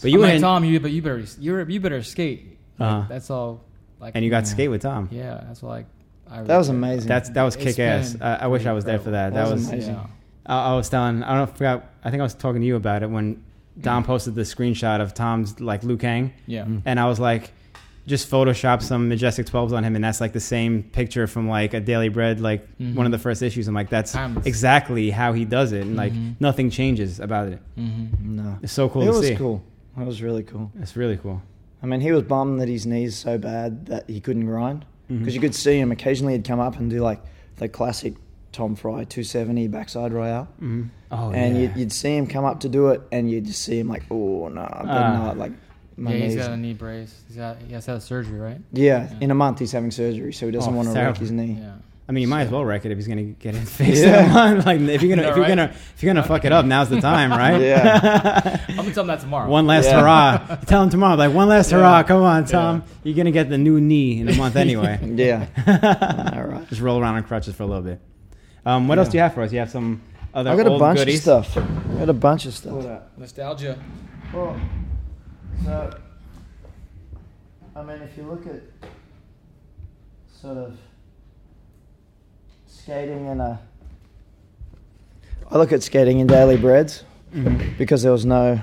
Speaker 1: But you
Speaker 2: I'm
Speaker 1: were
Speaker 2: like,
Speaker 1: in-
Speaker 2: Tom, you but you better you you better skate. Like,
Speaker 1: Uh-huh.
Speaker 2: That's all. Like
Speaker 1: and you got to
Speaker 2: yeah.
Speaker 1: skate with Tom.
Speaker 2: Yeah, that's like I
Speaker 3: That was
Speaker 2: really-
Speaker 3: amazing.
Speaker 1: That's that was
Speaker 2: It's
Speaker 1: kick ass.
Speaker 2: been
Speaker 1: I, I wish
Speaker 2: pretty
Speaker 1: I was there for that. That,
Speaker 3: incredible. That was
Speaker 1: was.
Speaker 3: amazing.
Speaker 2: Yeah.
Speaker 1: I, I was telling. I don't know, forgot. I think I was talking to you about it when Dom posted the screenshot of Tom's like Liu Kang.
Speaker 2: Yeah.
Speaker 1: and I was like, just Photoshop some majestic twelves on him, and that's like the same picture from like a Daily Bread, like
Speaker 2: Mhm.
Speaker 1: one of the first issues. I'm like, that's
Speaker 2: Timeless.
Speaker 1: exactly how he does it, and like
Speaker 2: Mhm.
Speaker 1: nothing changes about it.
Speaker 2: Mm-hmm.
Speaker 3: No.
Speaker 1: It's so cool
Speaker 3: it
Speaker 1: to
Speaker 3: was
Speaker 1: see.
Speaker 3: cool. It was really cool.
Speaker 1: It's really cool.
Speaker 3: I mean, he was bummed that his knees so bad that he couldn't grind because
Speaker 1: Mhm.
Speaker 3: you could see him occasionally. He'd come up and do like the classic Tom Fry 270 backside royale,
Speaker 1: Mhm. Oh
Speaker 3: Mm-hmm. and
Speaker 1: yeah.
Speaker 3: you'd, you'd see him come up to do it, and you'd just see him like, oh no, I better
Speaker 1: Ah.
Speaker 3: not like my
Speaker 2: Yeah, he's
Speaker 3: knees.
Speaker 2: got a knee brace. He's got he has to have surgery, right?
Speaker 3: yeah,
Speaker 2: Yeah.
Speaker 3: in a month he's having surgery, so he doesn't
Speaker 1: Oh,
Speaker 3: want to wreck
Speaker 1: terrible.
Speaker 3: his knee.
Speaker 2: Yeah.
Speaker 1: I mean, you might as
Speaker 2: So-
Speaker 1: well wreck it if he's gonna get it <laughs> fixed.
Speaker 3: Yeah.
Speaker 1: Yeah. like if
Speaker 2: <laughs>
Speaker 1: you're gonna
Speaker 2: Yeah,
Speaker 1: if you're
Speaker 2: right?
Speaker 1: gonna if you're gonna fuck it up, now's the time,
Speaker 3: <laughs>
Speaker 1: right?
Speaker 2: I'm gonna tell him that
Speaker 1: <laughs>
Speaker 2: tomorrow.
Speaker 1: One last
Speaker 3: Yeah.
Speaker 1: hurrah. Tell him tomorrow, like one last
Speaker 2: Yeah.
Speaker 1: hurrah. Come on,
Speaker 2: Yeah.
Speaker 1: Tom. You're gonna get the new knee in a month
Speaker 3: <laughs>
Speaker 1: anyway. <laughs>
Speaker 3: Yeah. All right.
Speaker 1: Just roll around on crutches for a little bit. Um, what else
Speaker 3: Yeah.
Speaker 1: do you have for us? You have some other
Speaker 3: I got a
Speaker 1: old
Speaker 3: bunch
Speaker 1: goodies?
Speaker 3: of stuff. I got a bunch of stuff.
Speaker 2: nostalgia.
Speaker 3: Well, so, I mean, if you look at sort of skating in a. I look at skating in daily breads
Speaker 1: Mhm.
Speaker 3: because there was no.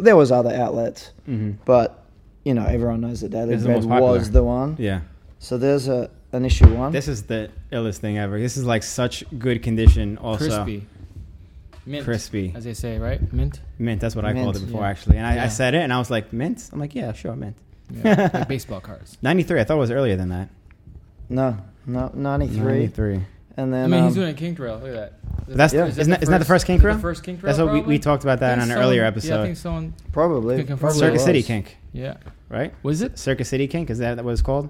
Speaker 3: There was other outlets,
Speaker 1: Mhm.
Speaker 3: but you know everyone knows that daily
Speaker 1: This is the
Speaker 3: bread
Speaker 1: most popular.
Speaker 3: was the one.
Speaker 1: Yeah.
Speaker 3: So there's a an issue one.
Speaker 1: This is the illest thing ever. This is like such good condition. Also,
Speaker 2: Crispy. Mint.
Speaker 1: Crispy.
Speaker 2: As they say, right? Mint.
Speaker 1: mint. That's what I called it
Speaker 3: Mint,
Speaker 1: before,
Speaker 2: yeah.
Speaker 1: actually. And I, I
Speaker 2: Yeah.
Speaker 1: said it, and I was like, mint. I'm like, yeah, sure, mint. <laughs>
Speaker 2: Yeah. like baseball cards.
Speaker 1: 93. I thought it was earlier than that.
Speaker 3: no, no, ninety three,
Speaker 1: 93.
Speaker 3: and then
Speaker 2: I mean,
Speaker 3: um,
Speaker 2: he's doing a king trail. Look at that.
Speaker 1: But that's
Speaker 3: Yeah.
Speaker 1: isn't, that, isn't that the first kink
Speaker 2: is that
Speaker 1: row?
Speaker 2: The first king trail.
Speaker 1: That's what we, we
Speaker 2: probably?
Speaker 1: talked about that
Speaker 2: I
Speaker 1: on an
Speaker 2: think
Speaker 1: earlier
Speaker 2: someone- Yeah, I
Speaker 1: episode.
Speaker 2: think someone.
Speaker 3: probably,
Speaker 2: Thinking
Speaker 3: probably
Speaker 1: Circuit
Speaker 3: was.
Speaker 1: City kink,
Speaker 2: Yeah.
Speaker 1: right?
Speaker 2: Was it?
Speaker 1: Circus City kink. Is that what it's called?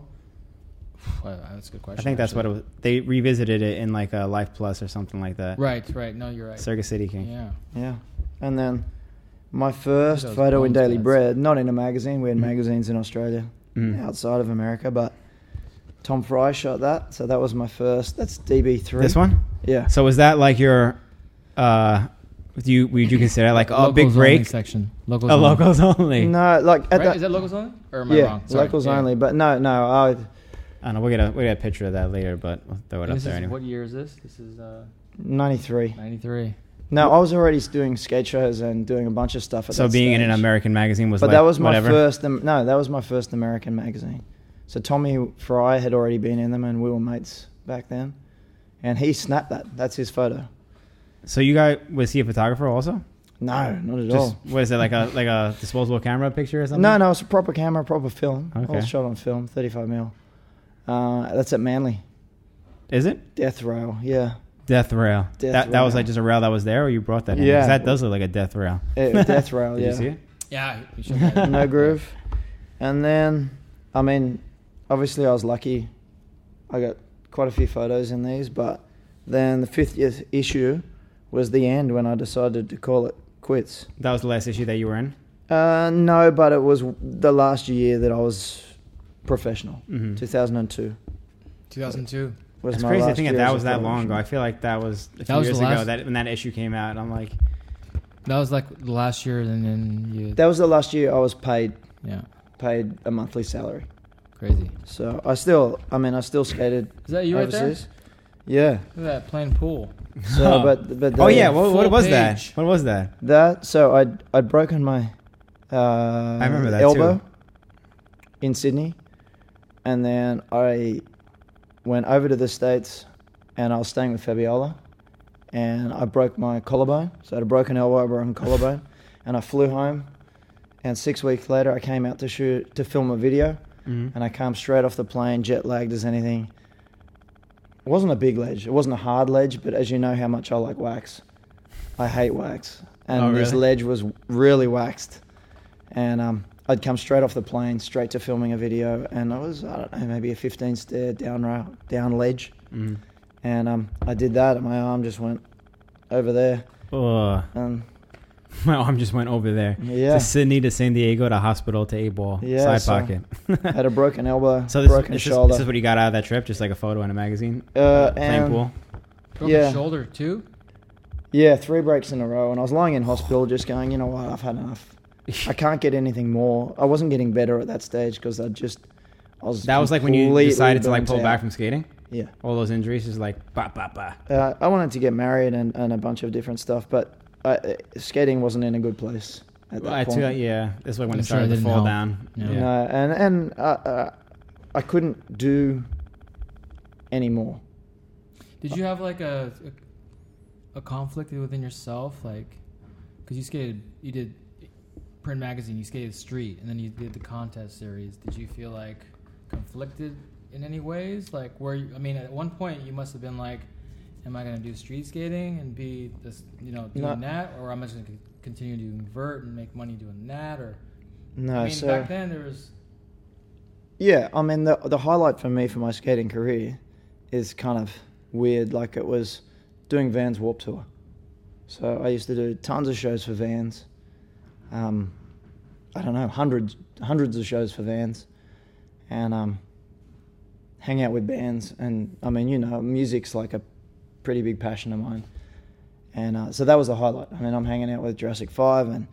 Speaker 2: Wow, that's a good question.
Speaker 1: I think that's what it was. They revisited it in like a Life Plus or something like that.
Speaker 2: Right, right. No, you're right.
Speaker 1: Circus City kink.
Speaker 2: Yeah.
Speaker 3: Yeah. And then my first
Speaker 2: Those
Speaker 3: photo in
Speaker 2: bones
Speaker 3: Daily
Speaker 2: guys.
Speaker 3: Bread, not in a magazine, we had
Speaker 1: Mhm.
Speaker 3: magazines in Australia,
Speaker 1: Mhm.
Speaker 3: outside of America, but Tom Fry shot that. So that was my first. That's DB3.
Speaker 1: This one.
Speaker 3: Yeah.
Speaker 1: So was that like your, uh, do you would you consider like oh, a
Speaker 2: Locals
Speaker 1: big
Speaker 2: only
Speaker 1: break?
Speaker 2: section. Locals
Speaker 1: A
Speaker 2: only.
Speaker 1: locals only.
Speaker 3: No, like at
Speaker 2: Right?
Speaker 3: that.
Speaker 2: Is that locals only? Or am I
Speaker 3: yeah,
Speaker 2: wrong? Sorry.
Speaker 3: locals
Speaker 2: Yeah.
Speaker 3: only. But no, no, I,
Speaker 1: I don't know. We'll get a we will get a picture of that later, but we'll throw it
Speaker 2: And
Speaker 1: up
Speaker 2: this
Speaker 1: there
Speaker 2: is-
Speaker 1: anyway.
Speaker 2: What year is this? This is uh,
Speaker 3: 93.
Speaker 2: 93.
Speaker 3: No, I was already doing skate shows and doing a bunch of stuff at
Speaker 1: So
Speaker 3: that
Speaker 1: being in an
Speaker 3: stage.
Speaker 1: American magazine was
Speaker 3: But
Speaker 1: like
Speaker 3: that was my
Speaker 1: whatever.
Speaker 3: first. Am- No, that was my first American magazine. So Tommy Fry had already been in them, and we were mates back then. And he snapped that. That's his photo.
Speaker 1: So you guys was he a photographer also?
Speaker 3: No, not at
Speaker 1: Just
Speaker 3: all.
Speaker 1: what is it like a like a disposable camera picture or something?
Speaker 3: No, no, it's a proper camera, proper film. All
Speaker 1: Okay.
Speaker 3: shot on film, 35 mil. Uh, that's at Manly.
Speaker 1: Is it
Speaker 3: Death Rail, yeah.
Speaker 1: death rail?
Speaker 3: Death
Speaker 1: that that was
Speaker 3: rail.
Speaker 1: like just a rail that was there, or you brought that in? 'Cause
Speaker 3: Yeah.
Speaker 1: that does look like a death rail.
Speaker 3: Eh, death
Speaker 1: <laughs>
Speaker 3: Rail,
Speaker 1: Did
Speaker 3: yeah.
Speaker 1: you see it?
Speaker 2: Yeah. you
Speaker 3: <laughs>
Speaker 2: should have that.
Speaker 3: no groove. And then, I mean, obviously I was lucky. I got quite a few photos in these, but then the fifth i- issue was the end when I decided to call it quits.
Speaker 1: That was the last issue that you were in.
Speaker 3: Uh, no, but it was the last year that I was professional.
Speaker 1: Mhm.
Speaker 3: 2002
Speaker 2: 2002.
Speaker 3: was
Speaker 1: It's
Speaker 3: my
Speaker 1: crazy to
Speaker 3: last
Speaker 1: think
Speaker 3: year
Speaker 1: that that
Speaker 3: as a
Speaker 1: was that long ago.
Speaker 3: professional.
Speaker 1: I feel like that was a few
Speaker 2: That was
Speaker 1: years
Speaker 2: the
Speaker 1: ago
Speaker 2: last-
Speaker 1: that when that issue came out. And I'm like,
Speaker 2: That was like the last year, and then you.
Speaker 3: That was the last year I was paid
Speaker 2: yeah.
Speaker 3: paid a monthly salary.
Speaker 2: Crazy.
Speaker 3: So I still, I mean, I still skated
Speaker 2: Is that you right there?
Speaker 3: overseas. Yeah.
Speaker 2: Look at that plain pool.
Speaker 1: <laughs>
Speaker 3: So, but but
Speaker 1: oh
Speaker 3: they-
Speaker 1: yeah, what, what
Speaker 2: Full
Speaker 1: was that?
Speaker 2: page.
Speaker 1: What was that?
Speaker 3: that so I would I'd broken my uh,
Speaker 1: I remember that
Speaker 3: elbow
Speaker 1: too.
Speaker 3: in Sydney, and then I went over to the states, and I was staying with Fabiola, and I broke my collarbone. So I had a broken elbow, a broken collarbone, <laughs> and I flew home. And six weeks later, I came out to shoot to film a video. and I come straight off the plane, jet lagged as anything. It wasn't a big ledge. It wasn't a hard ledge, but as you know how much I like wax, I hate wax, and
Speaker 1: Oh,
Speaker 3: this
Speaker 1: really?
Speaker 3: ledge was really waxed. And um, I'd come straight off the plane, straight to filming a video, and I was I don't know maybe a 15 stair down rail, down ledge,
Speaker 1: Mm.
Speaker 3: and um, I did that, and my arm just went over there,
Speaker 1: Ugh. Oh,
Speaker 3: and
Speaker 1: <laughs> My arm just went over there.
Speaker 3: Yeah.
Speaker 1: To Sydney, to San Diego, to hospital, to A ball,
Speaker 3: Yeah,
Speaker 1: side
Speaker 3: so-
Speaker 1: pocket. <laughs>
Speaker 3: Had a broken elbow,
Speaker 1: So this,
Speaker 3: broken
Speaker 1: this, is,
Speaker 3: shoulder.
Speaker 1: this is what you got out of that trip, just like a photo in a magazine.
Speaker 3: uh,
Speaker 1: Playing
Speaker 3: and-
Speaker 1: pool.
Speaker 2: Broken
Speaker 3: Yeah.
Speaker 2: shoulder too.
Speaker 3: Yeah, three breaks in a row, and I was lying in hospital, just going, you know what, I've had enough.
Speaker 1: <laughs>
Speaker 3: I can't get anything more. I wasn't getting better at that stage because I just, I was.
Speaker 1: That was like when you
Speaker 3: completely
Speaker 1: decided to like
Speaker 3: burnt
Speaker 1: pull
Speaker 3: out.
Speaker 1: back from skating.
Speaker 3: Yeah,
Speaker 1: All those injuries, just like ba ba ba.
Speaker 3: uh, I wanted to get married and, and a bunch of different stuff, but I, uh, skating wasn't in a good place at that
Speaker 1: I
Speaker 3: point.
Speaker 1: too, yeah, that's like when
Speaker 2: I'm
Speaker 1: it
Speaker 2: sure
Speaker 1: started
Speaker 2: it
Speaker 1: to
Speaker 2: didn't
Speaker 1: fall
Speaker 2: help.
Speaker 1: down.
Speaker 2: No.
Speaker 1: Yeah.
Speaker 3: No, and and uh, uh, I couldn't do anymore.
Speaker 2: Did you have like a a, a conflict within yourself, like because you skated, you did print magazine, you skated street, and then you did the contest series. Did you feel like conflicted in any ways? Like where you, I mean, at one point you must have been like, "Am I going to do street skating and be this, you know, doing
Speaker 3: No.
Speaker 2: that, or am I just going to continue doing vert and make money doing that?" Or
Speaker 3: No,
Speaker 2: I mean,
Speaker 3: so
Speaker 2: back then there was
Speaker 3: Yeah, I mean the the highlight for me for my skating career is kind of weird. Like it was doing Vans Warp Tour, so I used to do tons of shows for Vans. Um, I don't know, hundreds hundreds of shows for Vans, and um, hang out with bands. And I mean, you know, music's like a pretty big passion of mine. And uh, so that was the highlight. I mean, I'm hanging out with Jurassic Five and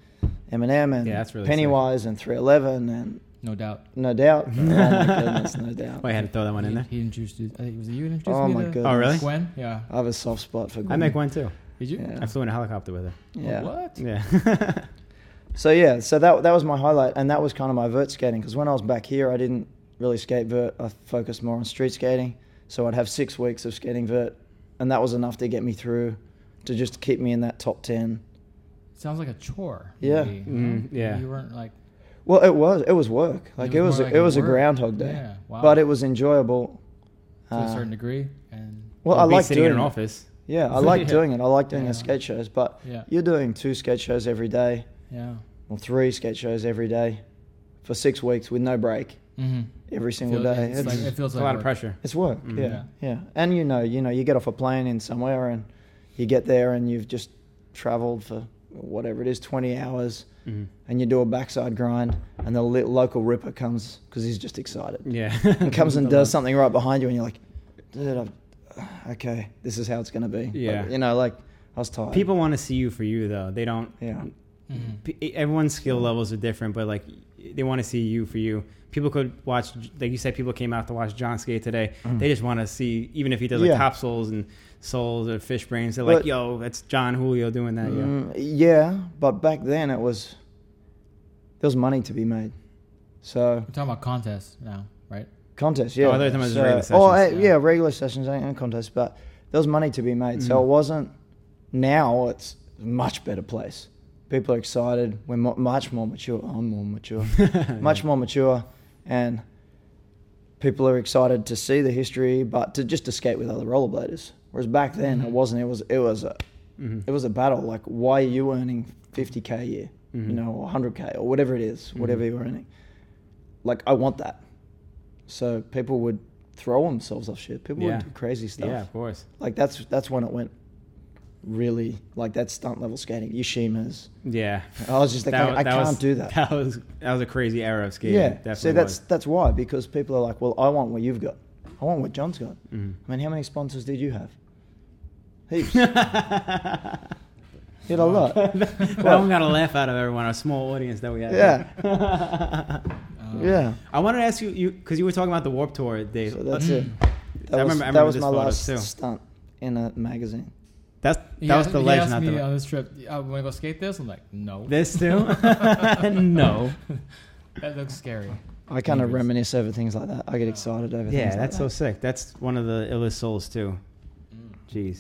Speaker 3: Eminem and
Speaker 1: Yeah, that's really sick.
Speaker 3: Pennywise and 311 and
Speaker 2: no doubt.
Speaker 3: no doubt. Oh my goodness,
Speaker 1: <laughs>
Speaker 3: no doubt.
Speaker 1: Wait, I had to throw that one in
Speaker 2: he,
Speaker 1: there.
Speaker 2: he introduced. I think was it you who introduced
Speaker 3: Oh
Speaker 2: me
Speaker 3: my
Speaker 2: to
Speaker 3: goodness.
Speaker 1: Oh, really?
Speaker 2: Gwen? Yeah.
Speaker 3: I have a soft spot for. Gwen.
Speaker 1: I make one too.
Speaker 2: Did you?
Speaker 3: Yeah. Mm-hmm.
Speaker 1: I flew in a helicopter
Speaker 3: <laughs>
Speaker 1: with her.
Speaker 3: Yeah.
Speaker 2: What?
Speaker 1: Yeah.
Speaker 3: So yeah, so that that was my highlight, and that was kind of my vert skating because when I was back here, I didn't really skate vert. I focused more on street skating. So I'd have six weeks of skating vert, and that was enough to get me through, to just keep me in that top ten.
Speaker 2: Sounds like a chore.
Speaker 3: Yeah. Mm-hmm.
Speaker 2: maybe, you
Speaker 1: Mm,
Speaker 2: know?
Speaker 1: yeah.
Speaker 2: You weren't like
Speaker 3: Well, it was it was work. Like
Speaker 2: It
Speaker 3: it
Speaker 2: was
Speaker 3: was
Speaker 2: more
Speaker 3: it was,
Speaker 2: like
Speaker 3: a
Speaker 2: work.
Speaker 3: Groundhog Day,
Speaker 2: Yeah, wow.
Speaker 3: but it was enjoyable.
Speaker 2: to a
Speaker 3: Uh,
Speaker 2: certain degree, and
Speaker 3: well, I
Speaker 1: We'd be
Speaker 3: like
Speaker 1: sitting
Speaker 3: doing
Speaker 1: in an
Speaker 3: it.
Speaker 1: office.
Speaker 3: Yeah, I like
Speaker 1: Yeah.
Speaker 3: doing it. I like doing
Speaker 2: Yeah.
Speaker 3: the skate shows, but
Speaker 2: Yeah.
Speaker 3: you're doing two skate shows every day.
Speaker 2: yeah,
Speaker 3: well, three skate shows every day for six weeks with no break
Speaker 2: mm-hmm.
Speaker 3: every single day.
Speaker 2: It's
Speaker 3: It's,
Speaker 2: like, it feels
Speaker 1: It's a
Speaker 2: like
Speaker 1: lot
Speaker 2: work.
Speaker 1: of pressure.
Speaker 3: it's work.
Speaker 1: Mm.
Speaker 3: Yeah,
Speaker 2: Yeah.
Speaker 3: yeah, And you know, you know, you get off a plane in somewhere and you get there and you've just traveled for whatever it is, 20 hours,
Speaker 2: Mm-hmm.
Speaker 1: Mhm.
Speaker 3: and you do a backside grind, and the li- local ripper comes because he's just
Speaker 2: <laughs>
Speaker 3: excited <laughs>
Speaker 1: Yeah.
Speaker 3: and comes and does something right behind you, and you're like, dude, I've, okay, this is how it's gonna be. Like,
Speaker 1: Yeah.
Speaker 3: you know, like I was tired.
Speaker 1: People want to see you for you though. They don't.
Speaker 3: Yeah.
Speaker 2: Mhm.
Speaker 1: P- e, Everyone's skill levels are different, but like they want to see you for you. People could watch, like you said, people came out to watch John skate today. They just want to see, even if he does like
Speaker 3: Mm-hmm. Yeah.
Speaker 1: top soles and soles or fish brains. They're like,
Speaker 3: But-
Speaker 1: "Yo, that's John Julio doing that." Yeah.
Speaker 3: Mm, yeah, but back then it was there was money to be made. So
Speaker 2: We're talking about contests now, right?
Speaker 3: contests, yeah.
Speaker 1: Oh, I thought you were talking about just
Speaker 3: So-
Speaker 1: regular
Speaker 3: oh,
Speaker 1: sessions.
Speaker 3: eh,
Speaker 2: Yeah.
Speaker 3: yeah, regular sessions and and contests, but there was money to be made.
Speaker 1: Mm.
Speaker 3: So it wasn't. Now it's a much better place. People are excited. We're mo- much more mature. I'm more mature.
Speaker 1: <laughs>
Speaker 3: much more mature, and people are excited to see the history, but to just to skate with other rollerbladers. Whereas back then
Speaker 1: Mm-hmm.
Speaker 3: it wasn't. It was it was a
Speaker 1: Mhm.
Speaker 3: it was a battle. Like, why are you earning 50k a year,
Speaker 1: Mhm.
Speaker 3: you know, or 100k or whatever it is,
Speaker 1: Mm-hmm.
Speaker 3: whatever you're earning? Like, I want that. So people would throw themselves off shit. People
Speaker 1: Yeah.
Speaker 3: would do crazy stuff.
Speaker 1: Yeah, of course.
Speaker 3: Like that's that's when it went really like that stunt level skating. Yoshimas.
Speaker 1: Yeah.
Speaker 3: I was just like, I, I can't
Speaker 1: was-
Speaker 3: do that.
Speaker 1: <laughs> That was that was a crazy era of skating.
Speaker 3: yeah.
Speaker 1: definitely
Speaker 3: so that's
Speaker 1: was.
Speaker 3: that's why because people are like, well, I want what you've got. I want what John's got.
Speaker 1: Mhm.
Speaker 3: I mean, how many sponsors did you have?
Speaker 1: <laughs>
Speaker 3: Heaps. you had a lot.
Speaker 1: that one got a laugh out of everyone, our small audience that we had.
Speaker 3: Yeah.
Speaker 2: Um,
Speaker 3: Yeah.
Speaker 1: <laughs> I wanted to ask you, you because you were talking about the Warp Tour days.
Speaker 3: So that's it. That
Speaker 1: I
Speaker 3: was,
Speaker 1: remember- I
Speaker 3: that
Speaker 1: remember
Speaker 3: was
Speaker 1: this
Speaker 3: my
Speaker 1: photo
Speaker 3: last
Speaker 1: too.
Speaker 3: stunt in a magazine.
Speaker 1: That's that
Speaker 2: He
Speaker 1: was
Speaker 2: asked-
Speaker 1: the
Speaker 2: he
Speaker 1: ledge,
Speaker 2: asked
Speaker 1: not
Speaker 2: me uh,
Speaker 1: the
Speaker 2: on this trip. I want to go skate this. I'm like, no,
Speaker 1: this
Speaker 2: <laughs>
Speaker 1: too. <laughs> no.
Speaker 2: that looks scary.
Speaker 3: I kind of
Speaker 2: Anyways.
Speaker 3: reminisce over things like that. I get excited over things.
Speaker 1: Yeah,
Speaker 3: like
Speaker 1: that's so
Speaker 3: that.
Speaker 1: sick. That's one of the illest souls too.
Speaker 2: Mm.
Speaker 1: Jeez.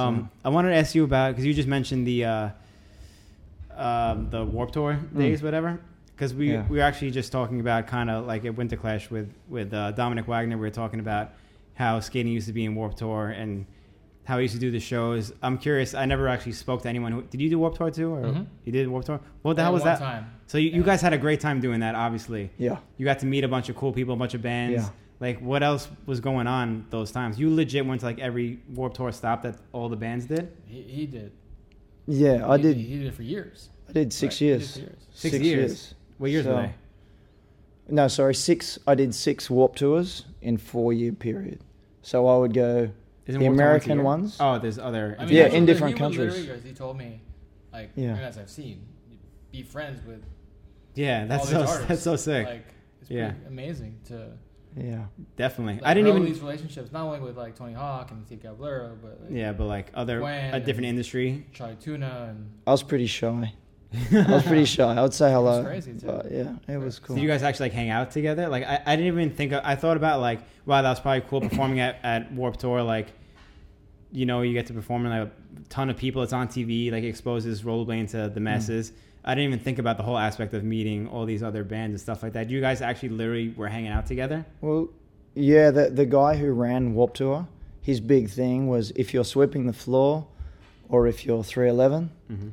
Speaker 1: Um, I
Speaker 3: So-
Speaker 1: wanted to ask you about because you just mentioned the uh, um the Warp Tour days, whatever. Because we,
Speaker 3: Mm. Yeah.
Speaker 1: we were actually just talking about kind of like at Winter Clash with with uh, Dominic Wagner. We were talking about how skating used to be in Warp Tour and how we used to do the shows. I'm curious. I never actually spoke to anyone. Who, did you do Warp Tour too, or
Speaker 2: Mhm.
Speaker 1: you did Warp Tour? What the
Speaker 2: At
Speaker 1: hell was
Speaker 2: one
Speaker 1: that?
Speaker 2: time.
Speaker 1: So you, you
Speaker 2: Yeah.
Speaker 1: guys had a great time doing that, obviously
Speaker 3: Yeah.
Speaker 1: you got to meet a bunch of cool people, a bunch of bands.
Speaker 3: Yeah.
Speaker 1: Like, what else was going on those times? You legit went to like every Warp Tour stop that all the bands did.
Speaker 2: He, he did.
Speaker 3: Yeah, I
Speaker 2: He-
Speaker 3: did.
Speaker 2: He did it for years.
Speaker 3: I did six
Speaker 1: Right.
Speaker 2: He
Speaker 3: years.
Speaker 2: did it for years.
Speaker 1: Six years. What years
Speaker 3: So-
Speaker 1: were they?
Speaker 3: No, sorry, six. I did six warp tours in four year period. So I would go
Speaker 1: Isn't Warped
Speaker 3: the
Speaker 1: Tour once a
Speaker 3: American
Speaker 1: year?
Speaker 3: ones.
Speaker 1: Oh, there's other.
Speaker 2: I
Speaker 3: Yeah,
Speaker 2: that's
Speaker 3: in
Speaker 2: what-
Speaker 3: different
Speaker 2: he was literally
Speaker 3: countries.
Speaker 2: yours. He told me, like,
Speaker 3: Yeah.
Speaker 2: and as I've seen, be friends with
Speaker 1: yeah, that's
Speaker 2: all
Speaker 1: so
Speaker 2: these artists.
Speaker 1: <laughs> that's so sick.
Speaker 2: Like, it's
Speaker 1: Yeah.
Speaker 2: pretty amazing to.
Speaker 3: Yeah,
Speaker 1: Definitely.
Speaker 2: like,
Speaker 1: I didn't
Speaker 2: grow
Speaker 1: even.
Speaker 2: these relationships not only with like Tony Hawk and Steve Caballero, but like,
Speaker 1: yeah, but like other
Speaker 2: Gwen
Speaker 1: a different industry.
Speaker 2: Charlie Tuna and
Speaker 3: I was pretty shy. I was
Speaker 1: <laughs>
Speaker 3: pretty shy. I would say hello.
Speaker 2: crazy, too.
Speaker 3: But yeah, it was cool.
Speaker 1: Did you guys actually like hang out together? Like I, I didn't even think. Of, I thought about like, wow, that was probably cool performing at at Warped Tour. Like, you know, you get to perform in like a ton of people. It's on TV. Like, it exposes Rollerblade to the masses. I didn't even think about the whole aspect of meeting all these other bands and stuff like that. You guys actually literally were hanging out together.
Speaker 3: Well, yeah, the the guy who ran Warp Tour, his big thing was if you're sweeping the floor, or if you're three eleven,
Speaker 1: Mhm.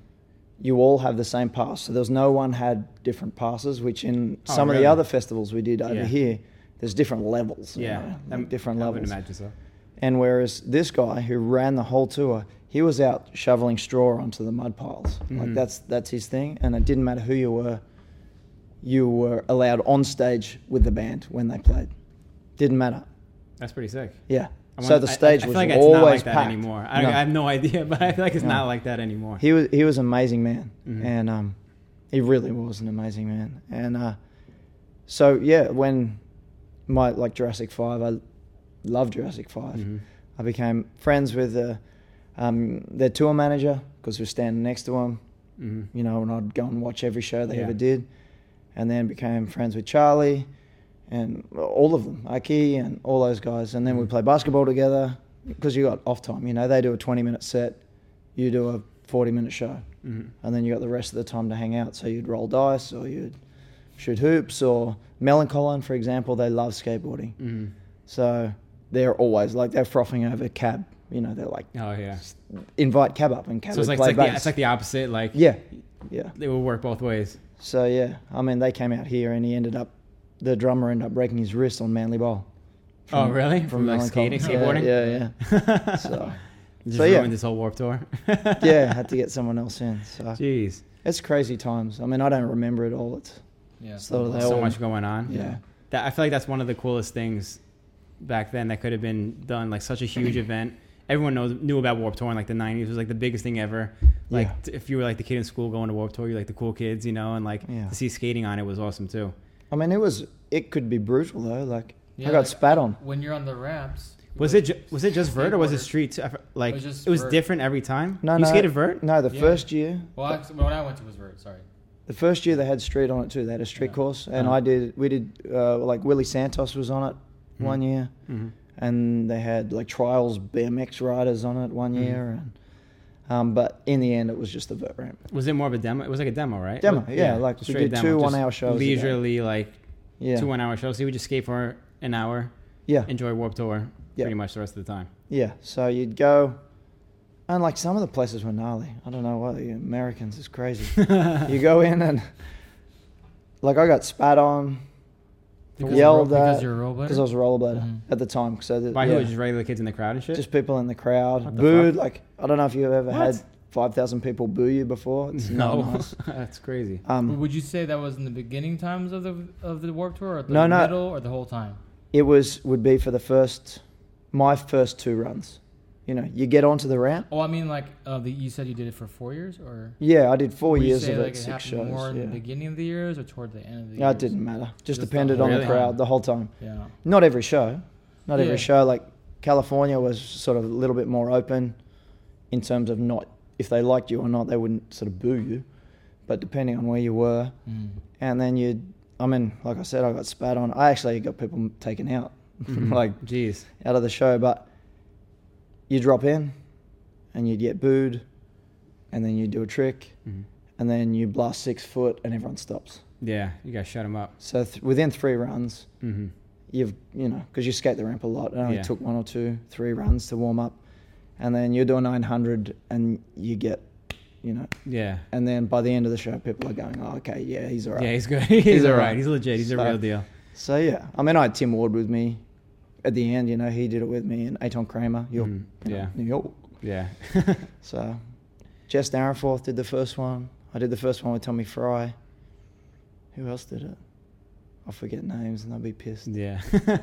Speaker 3: you all have the same pass. So there's no one had different passes, which in
Speaker 1: Oh,
Speaker 3: some of
Speaker 1: really?
Speaker 3: the other festivals we did over
Speaker 1: Yeah.
Speaker 3: here, there's different levels. you
Speaker 1: Yeah,
Speaker 3: know, like
Speaker 1: I'm-
Speaker 3: different
Speaker 1: I would
Speaker 3: levels.
Speaker 1: imagine so.
Speaker 3: And whereas this guy who ran the whole tour, he was out shoveling straw onto the mud piles.
Speaker 1: Mhm.
Speaker 3: Like that's that's his thing. And it didn't matter who you were, you were allowed on stage with the band when they played. Didn't matter.
Speaker 1: That's pretty sick.
Speaker 3: Yeah.
Speaker 1: I
Speaker 3: so
Speaker 1: wonder- I-
Speaker 3: the
Speaker 1: I-
Speaker 3: stage
Speaker 1: I
Speaker 3: was
Speaker 1: feel like it's
Speaker 3: always
Speaker 1: not like that
Speaker 3: packed.
Speaker 1: anymore. I,
Speaker 3: No.
Speaker 1: I have no <laughs> idea, but I feel like it's
Speaker 3: No.
Speaker 1: not like that anymore.
Speaker 3: he was he was an amazing man,
Speaker 1: Mhm.
Speaker 3: and um, he really was an amazing man. And uh, so yeah, when my like Jurassic Five, I love Jurassic 5
Speaker 1: Mhm.
Speaker 3: I became friends with uh, um, their tour manager because we were standing next to him,
Speaker 1: Mhm.
Speaker 3: you know, and I'd go and watch every show they
Speaker 1: Yeah.
Speaker 3: ever did, and then became friends with Charlie and all of them, Aki and all those guys, and then we
Speaker 1: Mhm.
Speaker 3: play basketball together because you got off time. You know, they do a twenty minute set, you do a forty minute show
Speaker 1: Mhm.
Speaker 3: and then you got the rest of the time to hang out. So you'd roll dice, or you'd shoot hoops, or Melancholine, for example, they love skateboarding.
Speaker 1: Mhm.
Speaker 3: So they're always like they're frothing over cab. You know, they're like
Speaker 1: Oh yeah.
Speaker 3: invite cab up and cab
Speaker 1: So
Speaker 3: would
Speaker 1: it's like, it's
Speaker 3: play
Speaker 1: like, the,
Speaker 3: bass.
Speaker 1: it's like the opposite. Like
Speaker 3: yeah, yeah.
Speaker 1: it will work both ways.
Speaker 3: So yeah, I mean they came out here, and he ended up the drummer ended up breaking his wrist on Manly Bowl.
Speaker 1: oh really? From, like skating,
Speaker 3: Melancholine.
Speaker 1: skateboarding.
Speaker 3: Yeah, yeah. yeah. so
Speaker 1: <laughs> Just
Speaker 3: So, yeah.
Speaker 1: ruined this whole warp tour. <laughs>
Speaker 3: yeah, had to get someone else in. So
Speaker 1: Jeez.
Speaker 3: it's crazy times. I mean, I don't remember it all. It's
Speaker 2: yeah,
Speaker 3: So they
Speaker 1: So
Speaker 3: all-
Speaker 1: much going on.
Speaker 3: yeah.
Speaker 1: That I feel like that's one of the coolest things back then that could have been done. Like such a huge event. Everyone knows knew about Warp Tour in like the '90s. It was like the biggest thing ever. Like
Speaker 3: Yeah.
Speaker 1: t- if you were like the kid in school going to Warp Tour, you're like the cool kids, you know. And like
Speaker 3: Yeah.
Speaker 1: to see skating on it was awesome too.
Speaker 3: I mean, it was. It could be brutal though. Like
Speaker 2: Yeah,
Speaker 3: I got
Speaker 2: like-
Speaker 3: spat on.
Speaker 2: when you're on the ramps.
Speaker 1: Was
Speaker 2: with
Speaker 1: it ju- was it just vert or was it
Speaker 2: skateboarders-
Speaker 1: street? Too? I f- Like
Speaker 2: was just
Speaker 1: it was
Speaker 2: vert.
Speaker 1: different every time.
Speaker 3: No,
Speaker 1: you
Speaker 3: no.
Speaker 1: skated vert.
Speaker 3: No, the
Speaker 2: Yeah.
Speaker 3: first year,
Speaker 2: Well, actually, when I went to was vert. Sorry.
Speaker 3: the first year they had street on it too. They had a street
Speaker 2: Yeah.
Speaker 3: course, and
Speaker 1: Uh-huh.
Speaker 3: I did. We did uh, like Willie Santos was on it
Speaker 1: Mhm.
Speaker 3: one year,
Speaker 1: Mhm.
Speaker 3: and they had like trials BMX riders on it
Speaker 1: Mm-hmm.
Speaker 3: one year, and um, but in the end it was just the vert ramp.
Speaker 1: Was it more of a demo? It was like a demo, right?
Speaker 3: Demo,
Speaker 1: Like-
Speaker 3: yeah, like, we
Speaker 1: straight
Speaker 3: did two
Speaker 1: just
Speaker 3: one-hour shows a day.
Speaker 1: Leisurely, like
Speaker 3: Yeah,
Speaker 1: two one-hour shows. So you would just skate for an hour,
Speaker 3: yeah,
Speaker 1: enjoy Warp Tour,
Speaker 3: Yeah.
Speaker 1: pretty much the rest of the time.
Speaker 3: yeah. So you'd go, and like some of the places were gnarly. I don't know why the Americans
Speaker 1: <laughs>
Speaker 3: is crazy. <laughs> you go in and like I got spat on
Speaker 2: Because
Speaker 3: yelled
Speaker 2: you're,
Speaker 3: at
Speaker 2: because you're a rollerblader?
Speaker 3: because I was a rollerblader
Speaker 2: Mhm.
Speaker 3: at the time. So the,
Speaker 1: Mm-hmm. By who?
Speaker 3: yeah.
Speaker 1: Just regular kids in the crowd and shit. <laughs>
Speaker 3: just people in the crowd
Speaker 1: What the
Speaker 3: booed.
Speaker 1: fuck?
Speaker 3: Like I don't know if you've ever
Speaker 1: What?
Speaker 3: had five thousand people boo you before. It's
Speaker 1: no, <laughs>
Speaker 3: not nice.
Speaker 1: that's
Speaker 3: <laughs>
Speaker 1: crazy.
Speaker 3: Um,
Speaker 2: Would you say that was in the beginning times of the of the Warped Tour, or the
Speaker 3: No, no.
Speaker 2: middle, or the whole time?
Speaker 3: it was would be for the first my first two runs. You know, you get onto the ramp.
Speaker 2: Oh, I mean, like uh, the, you said, you did it for four years, or
Speaker 3: Yeah, I did four
Speaker 2: Would you
Speaker 3: years
Speaker 2: say,
Speaker 3: of it,
Speaker 2: like, it
Speaker 3: six
Speaker 2: happened
Speaker 3: shows.
Speaker 2: More in the
Speaker 3: Yeah.
Speaker 2: beginning of the years or toward the end of the
Speaker 3: No,
Speaker 2: years?
Speaker 3: it didn't matter. Just,
Speaker 2: Just the
Speaker 3: depended on the
Speaker 1: whole
Speaker 3: crowd
Speaker 2: time.
Speaker 3: the whole time.
Speaker 2: Yeah.
Speaker 3: Not every show. Not
Speaker 2: Yeah.
Speaker 3: every show. Like California was sort of a little bit more open in terms of not if they liked you or not, they wouldn't sort of boo you. But depending on where you were,
Speaker 2: Mm.
Speaker 3: and then you I mean, like I said, I got spat on. I actually got people taken out, <laughs>
Speaker 2: Mm-hmm.
Speaker 1: Mhm.
Speaker 3: like
Speaker 1: jeez.
Speaker 3: out of the show. But you drop in, and you'd get booed, and then you do a trick,
Speaker 1: Mhm.
Speaker 3: and then you blast six foot, and everyone stops.
Speaker 1: Yeah, you gotta shut them up.
Speaker 3: So th- within three runs,
Speaker 1: hmm
Speaker 3: you've you know because you skate the ramp a lot. It only
Speaker 1: Yeah.
Speaker 3: took one or two, three runs to warm up, and then you do a nine hundred, and you get, you know,
Speaker 1: Yeah.
Speaker 3: and then by the end of the show, people are going, "Oh, okay, yeah, he's alright."
Speaker 1: Yeah, he's good. <laughs> he's, all right.
Speaker 3: alright.
Speaker 1: He's legit. He's a
Speaker 3: So-
Speaker 1: real deal.
Speaker 3: So yeah, I mean, I had Tim Ward with me at the end. You know,
Speaker 1: Mm,
Speaker 3: he did it with me, and Aton Kramer, York,
Speaker 1: Mhm.
Speaker 3: you know,
Speaker 1: Yeah. <laughs>
Speaker 3: New York.
Speaker 1: Yeah.
Speaker 3: So Jess Darenforth did the first one. I did the first one with Tommy Fry. Who else did it? I'll forget names and I'll be pissed.
Speaker 1: Yeah. <laughs>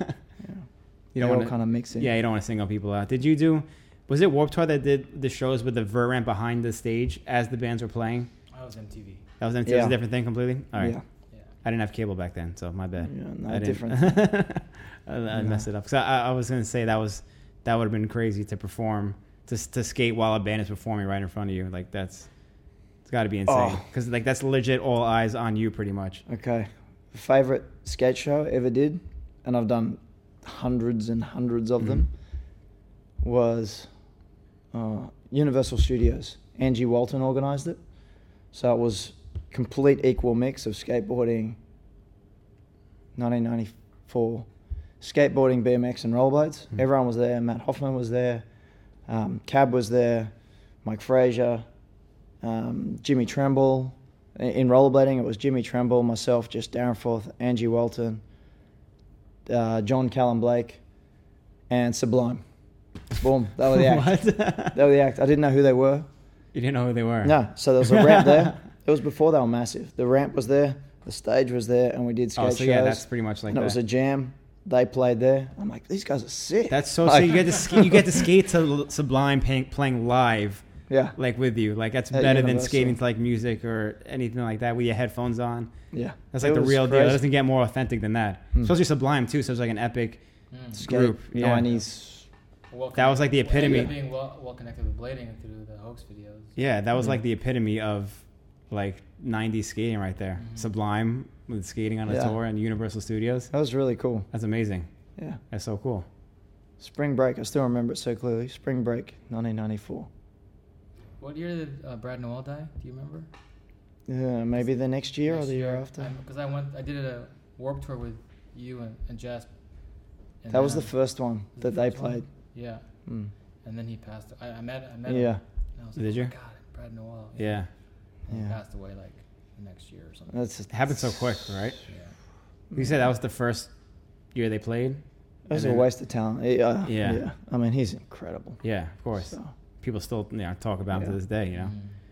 Speaker 3: Yeah.
Speaker 1: you don't
Speaker 3: They all
Speaker 1: want to.
Speaker 3: kind of mix it.
Speaker 1: Yeah, you don't want to single people out. Did you do? Was it Warped Tour that did the shows with the Ver ramp behind the stage as the bands were playing?
Speaker 2: I was MTV.
Speaker 1: That was, that was
Speaker 3: Yeah.
Speaker 1: a different thing completely. All right,
Speaker 3: Yeah.
Speaker 2: Yeah.
Speaker 1: I didn't have cable back then, so my
Speaker 3: yeah
Speaker 1: bad.
Speaker 3: no,
Speaker 1: I didn't-
Speaker 3: different.
Speaker 1: <laughs> I, I
Speaker 3: No.
Speaker 1: messed it up. 'Cause I, I was gonna say that was that would have been crazy to perform to to skate while a band is performing right in front of you. Like that's it's got to be insane
Speaker 3: Oh.
Speaker 1: because like that's legit all eyes on you pretty much.
Speaker 3: Okay. Favorite skate show I ever did, and I've done hundreds and hundreds of them, was uh, Universal Studios. Angie Walton organized it. So it was complete equal mix of skateboarding, 1994, skateboarding, BMX, and rollerblades.
Speaker 1: Mm.
Speaker 3: Everyone was there. Matt Hoffman was there. Um, Cab was there. Mike Frazier, um, Jimmy Tremble. In- In rollerblading, it was Jimmy Tremble, myself, just Darrenforth, Angie Walton, uh, John Callum Blake, and Sublime. Boom.
Speaker 1: <laughs>
Speaker 3: That was the act.
Speaker 1: what?
Speaker 3: that was the act. I didn't know who they were.
Speaker 1: you didn't know who they were.
Speaker 3: No. So there was a
Speaker 1: <laughs>
Speaker 3: ramp there. It was before they were massive. The ramp was there, the stage was there, and we did skate
Speaker 1: Oh, so
Speaker 3: shows.
Speaker 1: yeah, that's pretty much like
Speaker 3: and it
Speaker 1: that.
Speaker 3: was a jam. They played there. I'm like, these guys are sick.
Speaker 1: That's
Speaker 3: <laughs>
Speaker 1: so.
Speaker 3: Like-
Speaker 1: so you get to sk- you
Speaker 3: <laughs>
Speaker 1: get to skate to l- Sublime playing, playing live,
Speaker 3: Yeah.
Speaker 1: like with you. Like that's
Speaker 3: At
Speaker 1: better than
Speaker 3: Universal.
Speaker 1: skating to like music or anything like that with your headphones on.
Speaker 3: Yeah.
Speaker 1: That's like
Speaker 3: It
Speaker 1: the
Speaker 3: was
Speaker 1: real deal. It
Speaker 3: crazy.
Speaker 1: doesn't get more authentic than that.
Speaker 3: Mm.
Speaker 1: Especially Sublime too. So it's like an epic.
Speaker 2: Mm.
Speaker 3: Skate,
Speaker 1: group, yeah.
Speaker 3: 90s.
Speaker 2: Well
Speaker 1: That was like the
Speaker 2: connected-
Speaker 1: epitome.
Speaker 2: yeah, Being well, well connected with blading through the hoax videos.
Speaker 1: Yeah, that was
Speaker 3: Yeah.
Speaker 1: like the epitome of like '90s skating right there.
Speaker 2: Mhm.
Speaker 1: Sublime with skating on a
Speaker 3: Hmm. Yeah.
Speaker 1: tour and Universal Studios.
Speaker 3: That was really cool.
Speaker 1: That's amazing.
Speaker 3: Yeah.
Speaker 1: That's so cool.
Speaker 3: Spring break. I still remember it so clearly. Spring break, 1994.
Speaker 2: What year did uh, Brad Noel die? Do you remember?
Speaker 3: Yeah, maybe the next year or
Speaker 2: Next
Speaker 3: the year, after.
Speaker 2: Because I went, I did a warp tour with you and, and Jasp. and
Speaker 3: that was the
Speaker 2: then-
Speaker 3: first one
Speaker 2: Was
Speaker 3: that
Speaker 2: the
Speaker 3: they
Speaker 2: first one?
Speaker 3: played.
Speaker 2: Yeah,
Speaker 3: Mm.
Speaker 2: and then he passed. I, I met, I met him.
Speaker 3: Yeah,
Speaker 2: and I was
Speaker 1: Did
Speaker 2: like, oh
Speaker 1: you?
Speaker 2: my God, Brad Noel.
Speaker 1: Yeah,
Speaker 2: And He
Speaker 3: Yeah.
Speaker 2: passed away like the next year or something.
Speaker 3: that's
Speaker 1: it happened so quick, right?
Speaker 2: yeah.
Speaker 3: Hmm.
Speaker 1: You said that was the first year they played.
Speaker 3: It was
Speaker 1: And
Speaker 3: a
Speaker 1: then-
Speaker 3: waste of talent. Yeah,
Speaker 1: Yeah.
Speaker 3: yeah. I mean, he's incredible.
Speaker 1: Yeah, of course.
Speaker 3: So,
Speaker 1: People still you know, talk about him to
Speaker 3: Yeah.
Speaker 1: this day. You know.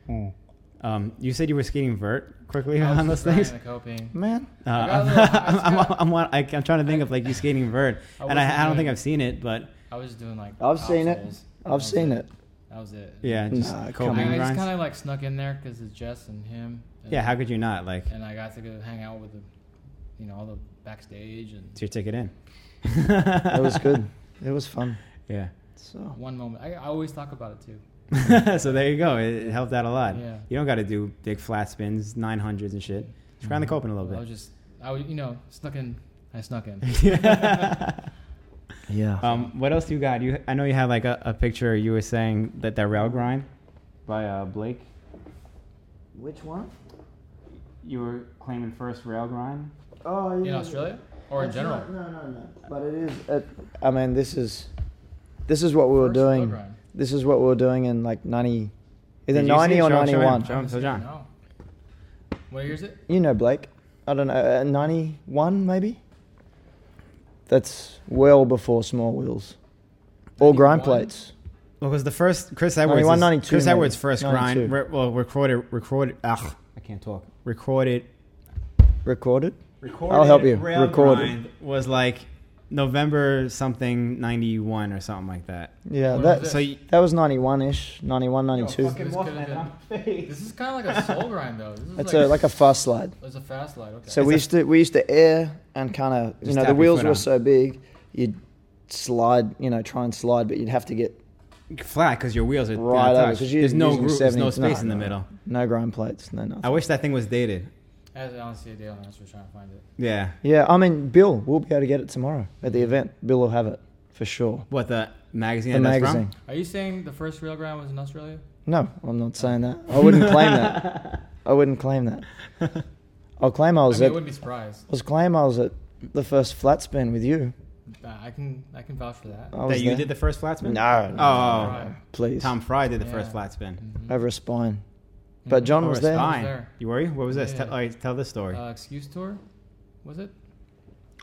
Speaker 2: Mm.
Speaker 1: Um, you said you were skating vert quickly
Speaker 2: I was
Speaker 1: on those
Speaker 2: just
Speaker 1: things.
Speaker 2: grinding, like, hoping.
Speaker 3: man,
Speaker 1: <laughs> Uh,
Speaker 2: I got
Speaker 1: <laughs>
Speaker 2: a
Speaker 1: I'm, I'm, I'm,
Speaker 2: little- I just got-
Speaker 1: I'm, i I'm trying to think of like you skating vert,
Speaker 2: <laughs> I
Speaker 1: and
Speaker 2: wasn't
Speaker 1: I, I don't
Speaker 2: doing-
Speaker 1: think I've seen it, but
Speaker 2: I was doing like.
Speaker 3: I've seen it.
Speaker 2: obstacles. That
Speaker 3: I've
Speaker 2: was
Speaker 3: seen it.
Speaker 2: That was it.
Speaker 1: yeah, just
Speaker 3: Nah,
Speaker 1: coping
Speaker 3: come
Speaker 2: I, I just
Speaker 1: grinds.
Speaker 2: kind of like snuck in there because it's Jess and him. And,
Speaker 1: yeah, how could you not? Like,
Speaker 2: And I got to go hang out with the, you know, all the backstage and
Speaker 1: it's your ticket
Speaker 3: <laughs>
Speaker 1: in.
Speaker 3: It was good. It was fun.
Speaker 1: <laughs> Yeah. <laughs>
Speaker 3: So
Speaker 2: one moment. I, I always talk about it too.
Speaker 1: so there you go. It, it helped out a lot.
Speaker 2: Yeah.
Speaker 1: You don't got to do big flat spins, 900s and shit. Just grind the coping a
Speaker 2: I
Speaker 1: little
Speaker 2: was just, I was, you know, snuck in. I
Speaker 1: <laughs>
Speaker 2: snuck in. <laughs>
Speaker 1: bit.
Speaker 3: yeah,
Speaker 1: <laughs> um, what else you got? You, I know you had like a, a picture. You were saying that that rail grind by uh, Blake.
Speaker 3: which one?
Speaker 1: You were claiming first rail grind.
Speaker 3: Oh, yeah.
Speaker 2: In Australia or in
Speaker 3: That's
Speaker 2: general.
Speaker 3: not- no, no, no. But it is. It, I mean, this is this is what we were
Speaker 2: First
Speaker 3: doing.
Speaker 2: road run.
Speaker 3: This is what we were doing in like ninety, either
Speaker 1: Did you see
Speaker 3: ninety
Speaker 1: it?
Speaker 3: or
Speaker 1: Show him, show him,
Speaker 3: ninety-one.
Speaker 1: show him. Oh, so John.
Speaker 2: No. What year is it?
Speaker 3: You know Blake. I don't know, uh, 91 maybe? That's well before small wheels. Or grind
Speaker 2: 91?
Speaker 3: plates.
Speaker 1: Well, because the first Chris Edwards,
Speaker 3: 91,
Speaker 1: is-
Speaker 3: 92,
Speaker 1: Chris
Speaker 3: maybe.
Speaker 1: Edwards' first
Speaker 3: 92.
Speaker 1: grind. Re- well, recorded, recorded. Ugh, I can't talk. Recorded
Speaker 3: Recorded?
Speaker 1: recorded
Speaker 3: I'll help you.
Speaker 1: rail
Speaker 3: Recorded.
Speaker 1: grind was like November something 91 or something like that.
Speaker 3: Yeah,
Speaker 2: What
Speaker 3: that,
Speaker 2: is
Speaker 1: So you,
Speaker 3: that was 91 ish, 91, 92.
Speaker 2: fucking This Mothman could've on This is kind of like a soul <laughs> grind though. This is
Speaker 3: it's
Speaker 2: like
Speaker 3: a, like a fast slide.
Speaker 2: It's a fast slide. Okay.
Speaker 3: So
Speaker 1: It's
Speaker 3: we
Speaker 1: a-
Speaker 3: used to we used to air and kind of you
Speaker 1: Just
Speaker 3: know
Speaker 1: tap
Speaker 3: the
Speaker 1: your
Speaker 3: wheels
Speaker 1: foot
Speaker 3: were
Speaker 1: on.
Speaker 3: so big you'd slide you know try and slide but you'd have to get
Speaker 1: flat because your wheels are
Speaker 3: Right
Speaker 1: not
Speaker 3: over,
Speaker 1: touched.
Speaker 3: 'cause you-
Speaker 1: There's no
Speaker 3: using
Speaker 1: group, there's
Speaker 3: 70
Speaker 1: no space
Speaker 3: no,
Speaker 1: in the
Speaker 3: no.
Speaker 1: middle.
Speaker 3: no grind plates no
Speaker 1: I
Speaker 3: nothing.
Speaker 1: wish that thing was dated.
Speaker 2: As honestly, Dale, that's what I'm trying to find it.
Speaker 1: Yeah.
Speaker 3: Yeah, I mean Bill, we'll be able to get it tomorrow at the event. Bill will have it for sure.
Speaker 1: What the magazine?
Speaker 3: the
Speaker 1: that that's
Speaker 3: magazine.
Speaker 2: Are you saying the first rail grind was in Australia?
Speaker 3: No, I'm not saying that. I wouldn't claim
Speaker 1: <laughs>
Speaker 3: that. I wouldn't claim that. I'll claim I
Speaker 2: I
Speaker 3: was
Speaker 2: mean, I
Speaker 3: at.
Speaker 2: wouldn't be surprised.
Speaker 3: I'll claim I was at the first flat spin with you.
Speaker 2: Uh, I can I can vouch for that.
Speaker 3: I
Speaker 1: From?
Speaker 3: was
Speaker 1: That you
Speaker 3: there.
Speaker 1: did the first flat spin?
Speaker 3: No, no,
Speaker 1: Oh.
Speaker 2: Right.
Speaker 3: please.
Speaker 1: Tom Fry did the
Speaker 2: Yeah.
Speaker 1: first flat spin.
Speaker 2: Mhm.
Speaker 3: Over a spine, but John
Speaker 1: Over
Speaker 3: was
Speaker 1: a
Speaker 3: there.
Speaker 1: spine.
Speaker 2: there.
Speaker 1: You were you? What was this?
Speaker 2: Yeah.
Speaker 1: Tell, all right, tell this story.
Speaker 2: Uh, excuse tour, was it?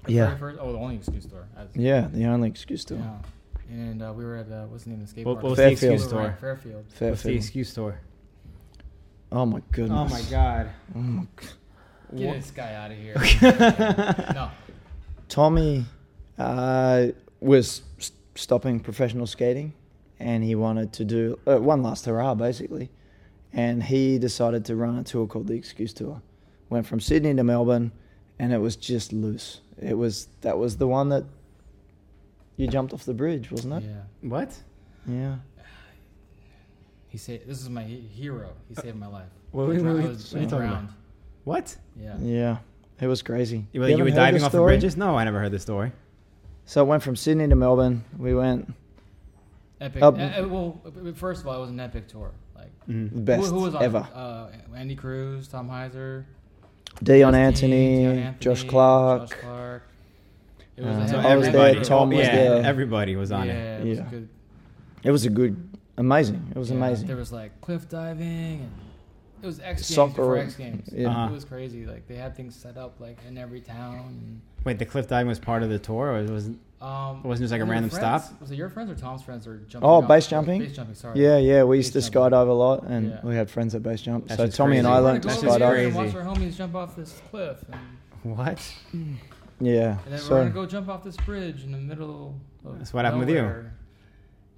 Speaker 2: The
Speaker 3: Yeah,
Speaker 2: very first- oh, the only excuse tour. I was-
Speaker 3: yeah. The only excuse to
Speaker 2: yeah. And uh, we were at uh, what's the name of the skate
Speaker 1: What-
Speaker 2: park?
Speaker 1: what was
Speaker 3: the Fairfield.
Speaker 1: excuse
Speaker 2: We were at
Speaker 1: tour?
Speaker 2: Fairfield.
Speaker 1: What's the
Speaker 3: Fairfield.
Speaker 1: excuse store?
Speaker 3: Oh my
Speaker 1: Oh
Speaker 3: goodness.
Speaker 1: my god.
Speaker 3: Oh my g-
Speaker 2: Get this guy out of
Speaker 3: <laughs>
Speaker 2: here. no.
Speaker 3: Tommy uh, was s- stopping professional skating, and he wanted to do uh, one last hurrah, basically. And he decided to run a tour called the Excuse Tour. Went from Sydney to Melbourne, and it was just loose. It was that was the one that you jumped off the bridge, wasn't it?
Speaker 2: Yeah.
Speaker 1: What?
Speaker 3: Yeah.
Speaker 2: He said, "This is my he- hero. He saved my life."
Speaker 1: What-
Speaker 2: I
Speaker 1: what-
Speaker 2: dro- I
Speaker 1: what-
Speaker 2: was
Speaker 1: what are you talking about?
Speaker 2: drowned.
Speaker 1: What?
Speaker 2: Yeah.
Speaker 3: Yeah. It was crazy.
Speaker 1: You, were-
Speaker 3: You
Speaker 1: you were
Speaker 3: haven't heard
Speaker 1: diving
Speaker 3: this
Speaker 1: off
Speaker 3: story?
Speaker 1: of bridges? No, I never heard this story.
Speaker 3: So it went from Sydney to Melbourne. We went
Speaker 2: Epic.
Speaker 3: Up-
Speaker 2: Uh, uh, well, b- b- first of all, it was an epic tour. Like
Speaker 3: the
Speaker 1: Mm.
Speaker 2: who-
Speaker 3: best
Speaker 2: who, was on? it?
Speaker 3: ever.
Speaker 2: Uh, Andy Cruz, Tom Heiser,
Speaker 3: Dion
Speaker 2: Justin,
Speaker 3: Anthony,
Speaker 2: Dion
Speaker 3: Josh
Speaker 2: Anthony,
Speaker 3: Clark.
Speaker 2: Josh Clark. It
Speaker 3: Uh,
Speaker 2: was
Speaker 3: So
Speaker 2: a
Speaker 3: I was
Speaker 2: heavy-
Speaker 3: there,
Speaker 2: heavy-
Speaker 3: Tom was
Speaker 1: yeah,
Speaker 3: there.
Speaker 1: Everybody was on
Speaker 2: yeah,
Speaker 1: it.
Speaker 2: it was
Speaker 3: Yeah.
Speaker 2: good.
Speaker 3: It was a good, amazing. It was
Speaker 2: yeah,
Speaker 3: amazing.
Speaker 2: There was like cliff diving. And it was X Games
Speaker 3: Soccer.
Speaker 2: before X Games.
Speaker 3: Yeah.
Speaker 1: Uh-huh.
Speaker 2: It was crazy. Like they had things set up like in every town.
Speaker 1: Wait, the cliff diving was part of the tour, or it was
Speaker 2: And, um,
Speaker 1: Wasn't just, like, a
Speaker 2: were your
Speaker 1: random
Speaker 2: friends-
Speaker 1: stop?
Speaker 2: Was it your friends or Tom's friends or jumping?
Speaker 3: Oh,
Speaker 2: off-
Speaker 3: base jumping?
Speaker 2: Base jumping. Sorry.
Speaker 3: Yeah, yeah. We used to
Speaker 2: Base
Speaker 3: skydive
Speaker 2: jumping.
Speaker 3: a lot, and
Speaker 2: Yeah.
Speaker 3: we had friends at base jump.
Speaker 1: That's
Speaker 3: so
Speaker 1: just
Speaker 3: Tommy and
Speaker 1: crazy.
Speaker 3: I
Speaker 2: We're
Speaker 3: learned to
Speaker 2: gonna
Speaker 1: That's
Speaker 2: go over
Speaker 1: just
Speaker 3: skydive.
Speaker 2: here and
Speaker 1: crazy.
Speaker 2: Watch our homies jump off this cliff, and,
Speaker 1: what?
Speaker 3: Yeah.
Speaker 2: and then we're
Speaker 3: So
Speaker 2: gonna go jump off this bridge in the middle. Of
Speaker 1: That's what happened with you.
Speaker 2: nowhere.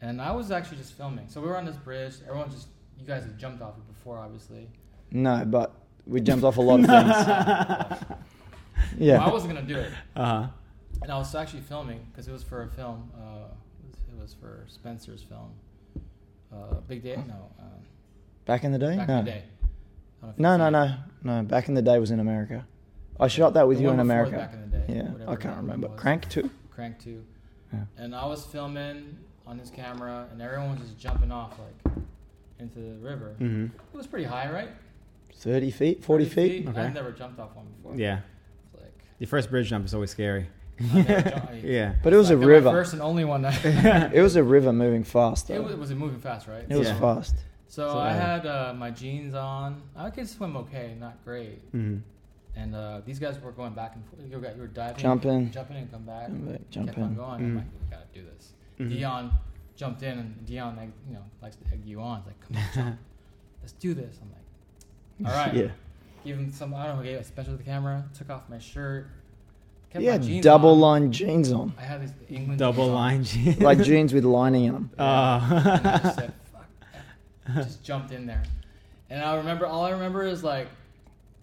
Speaker 2: And I was actually just filming. So we were on this bridge. Everyone just, you guys had jumped off it before, obviously.
Speaker 3: no, but we jumped off a
Speaker 2: <laughs>
Speaker 1: <laughs>
Speaker 3: lot of things. Yeah.
Speaker 2: Well, I wasn't gonna do it.
Speaker 1: Uh huh.
Speaker 2: And I was actually filming because it was for a film. Uh, it was- it was for Spencer's film. Uh, Big Day? No. Uh,
Speaker 3: Back in the day.
Speaker 2: back
Speaker 3: no.
Speaker 2: in the day. I don't know if
Speaker 3: No,
Speaker 2: you've
Speaker 3: no,
Speaker 2: seen it.
Speaker 3: no, no. Back in the day was in America. I shot that with
Speaker 2: The
Speaker 3: you
Speaker 2: one
Speaker 3: in
Speaker 2: before
Speaker 3: America.
Speaker 2: Back in the day.
Speaker 3: yeah.
Speaker 2: whatever
Speaker 3: I
Speaker 2: that
Speaker 3: can't
Speaker 2: one
Speaker 3: remember.
Speaker 2: was.
Speaker 3: Crank too.
Speaker 2: Crank 2.
Speaker 3: Yeah.
Speaker 2: And I was filming on his camera, and everyone was just jumping off like into the river.
Speaker 1: hmm
Speaker 2: It was pretty high, right?
Speaker 3: Thirty feet, forty
Speaker 2: 30
Speaker 3: feet.
Speaker 1: Okay.
Speaker 2: I've never jumped off one before.
Speaker 1: Yeah.
Speaker 2: It's Like,
Speaker 1: Your first bridge jump is always scary.
Speaker 2: I've never jumped-
Speaker 1: <laughs> Yeah.
Speaker 3: But it was
Speaker 2: I
Speaker 3: a
Speaker 2: think my
Speaker 3: river.
Speaker 2: First and only one.
Speaker 3: <laughs>
Speaker 2: That,
Speaker 3: It was a river moving fast.
Speaker 2: it
Speaker 3: Though.
Speaker 2: was, was it moving fast, right?
Speaker 3: It was
Speaker 1: Yeah.
Speaker 3: fast.
Speaker 2: So
Speaker 1: So,
Speaker 2: I
Speaker 1: uh,
Speaker 2: had uh, my jeans on. I could swim okay, not great.
Speaker 1: hmm
Speaker 2: And uh, these guys were going back and forth. You were, you were diving,
Speaker 3: Jumping.
Speaker 2: jumping, and come back.
Speaker 3: Come back,
Speaker 2: Kept on
Speaker 3: jumping.
Speaker 2: going.
Speaker 1: Mm.
Speaker 2: I'm like, we gotta do this.
Speaker 3: Mm-hmm.
Speaker 2: Dion jumped in, and Dion, like, you know, likes to egg you on. He's like, come on,
Speaker 3: <laughs>
Speaker 2: jump. let's do this. I'm like, all right.
Speaker 3: <laughs> Yeah.
Speaker 2: Give him some. I don't know. Gave a special to the camera. Took off my shirt. Kept my
Speaker 3: Yeah.
Speaker 2: jeans
Speaker 3: Double
Speaker 2: on.
Speaker 3: line jeans on,
Speaker 2: I had these England
Speaker 1: Double
Speaker 2: jeans on.
Speaker 1: line. G-
Speaker 3: like jeans with lining in them.
Speaker 2: And I just
Speaker 1: Oh. <laughs>
Speaker 2: said, "Fuck," I just jumped in there. And I remember, all I remember is like,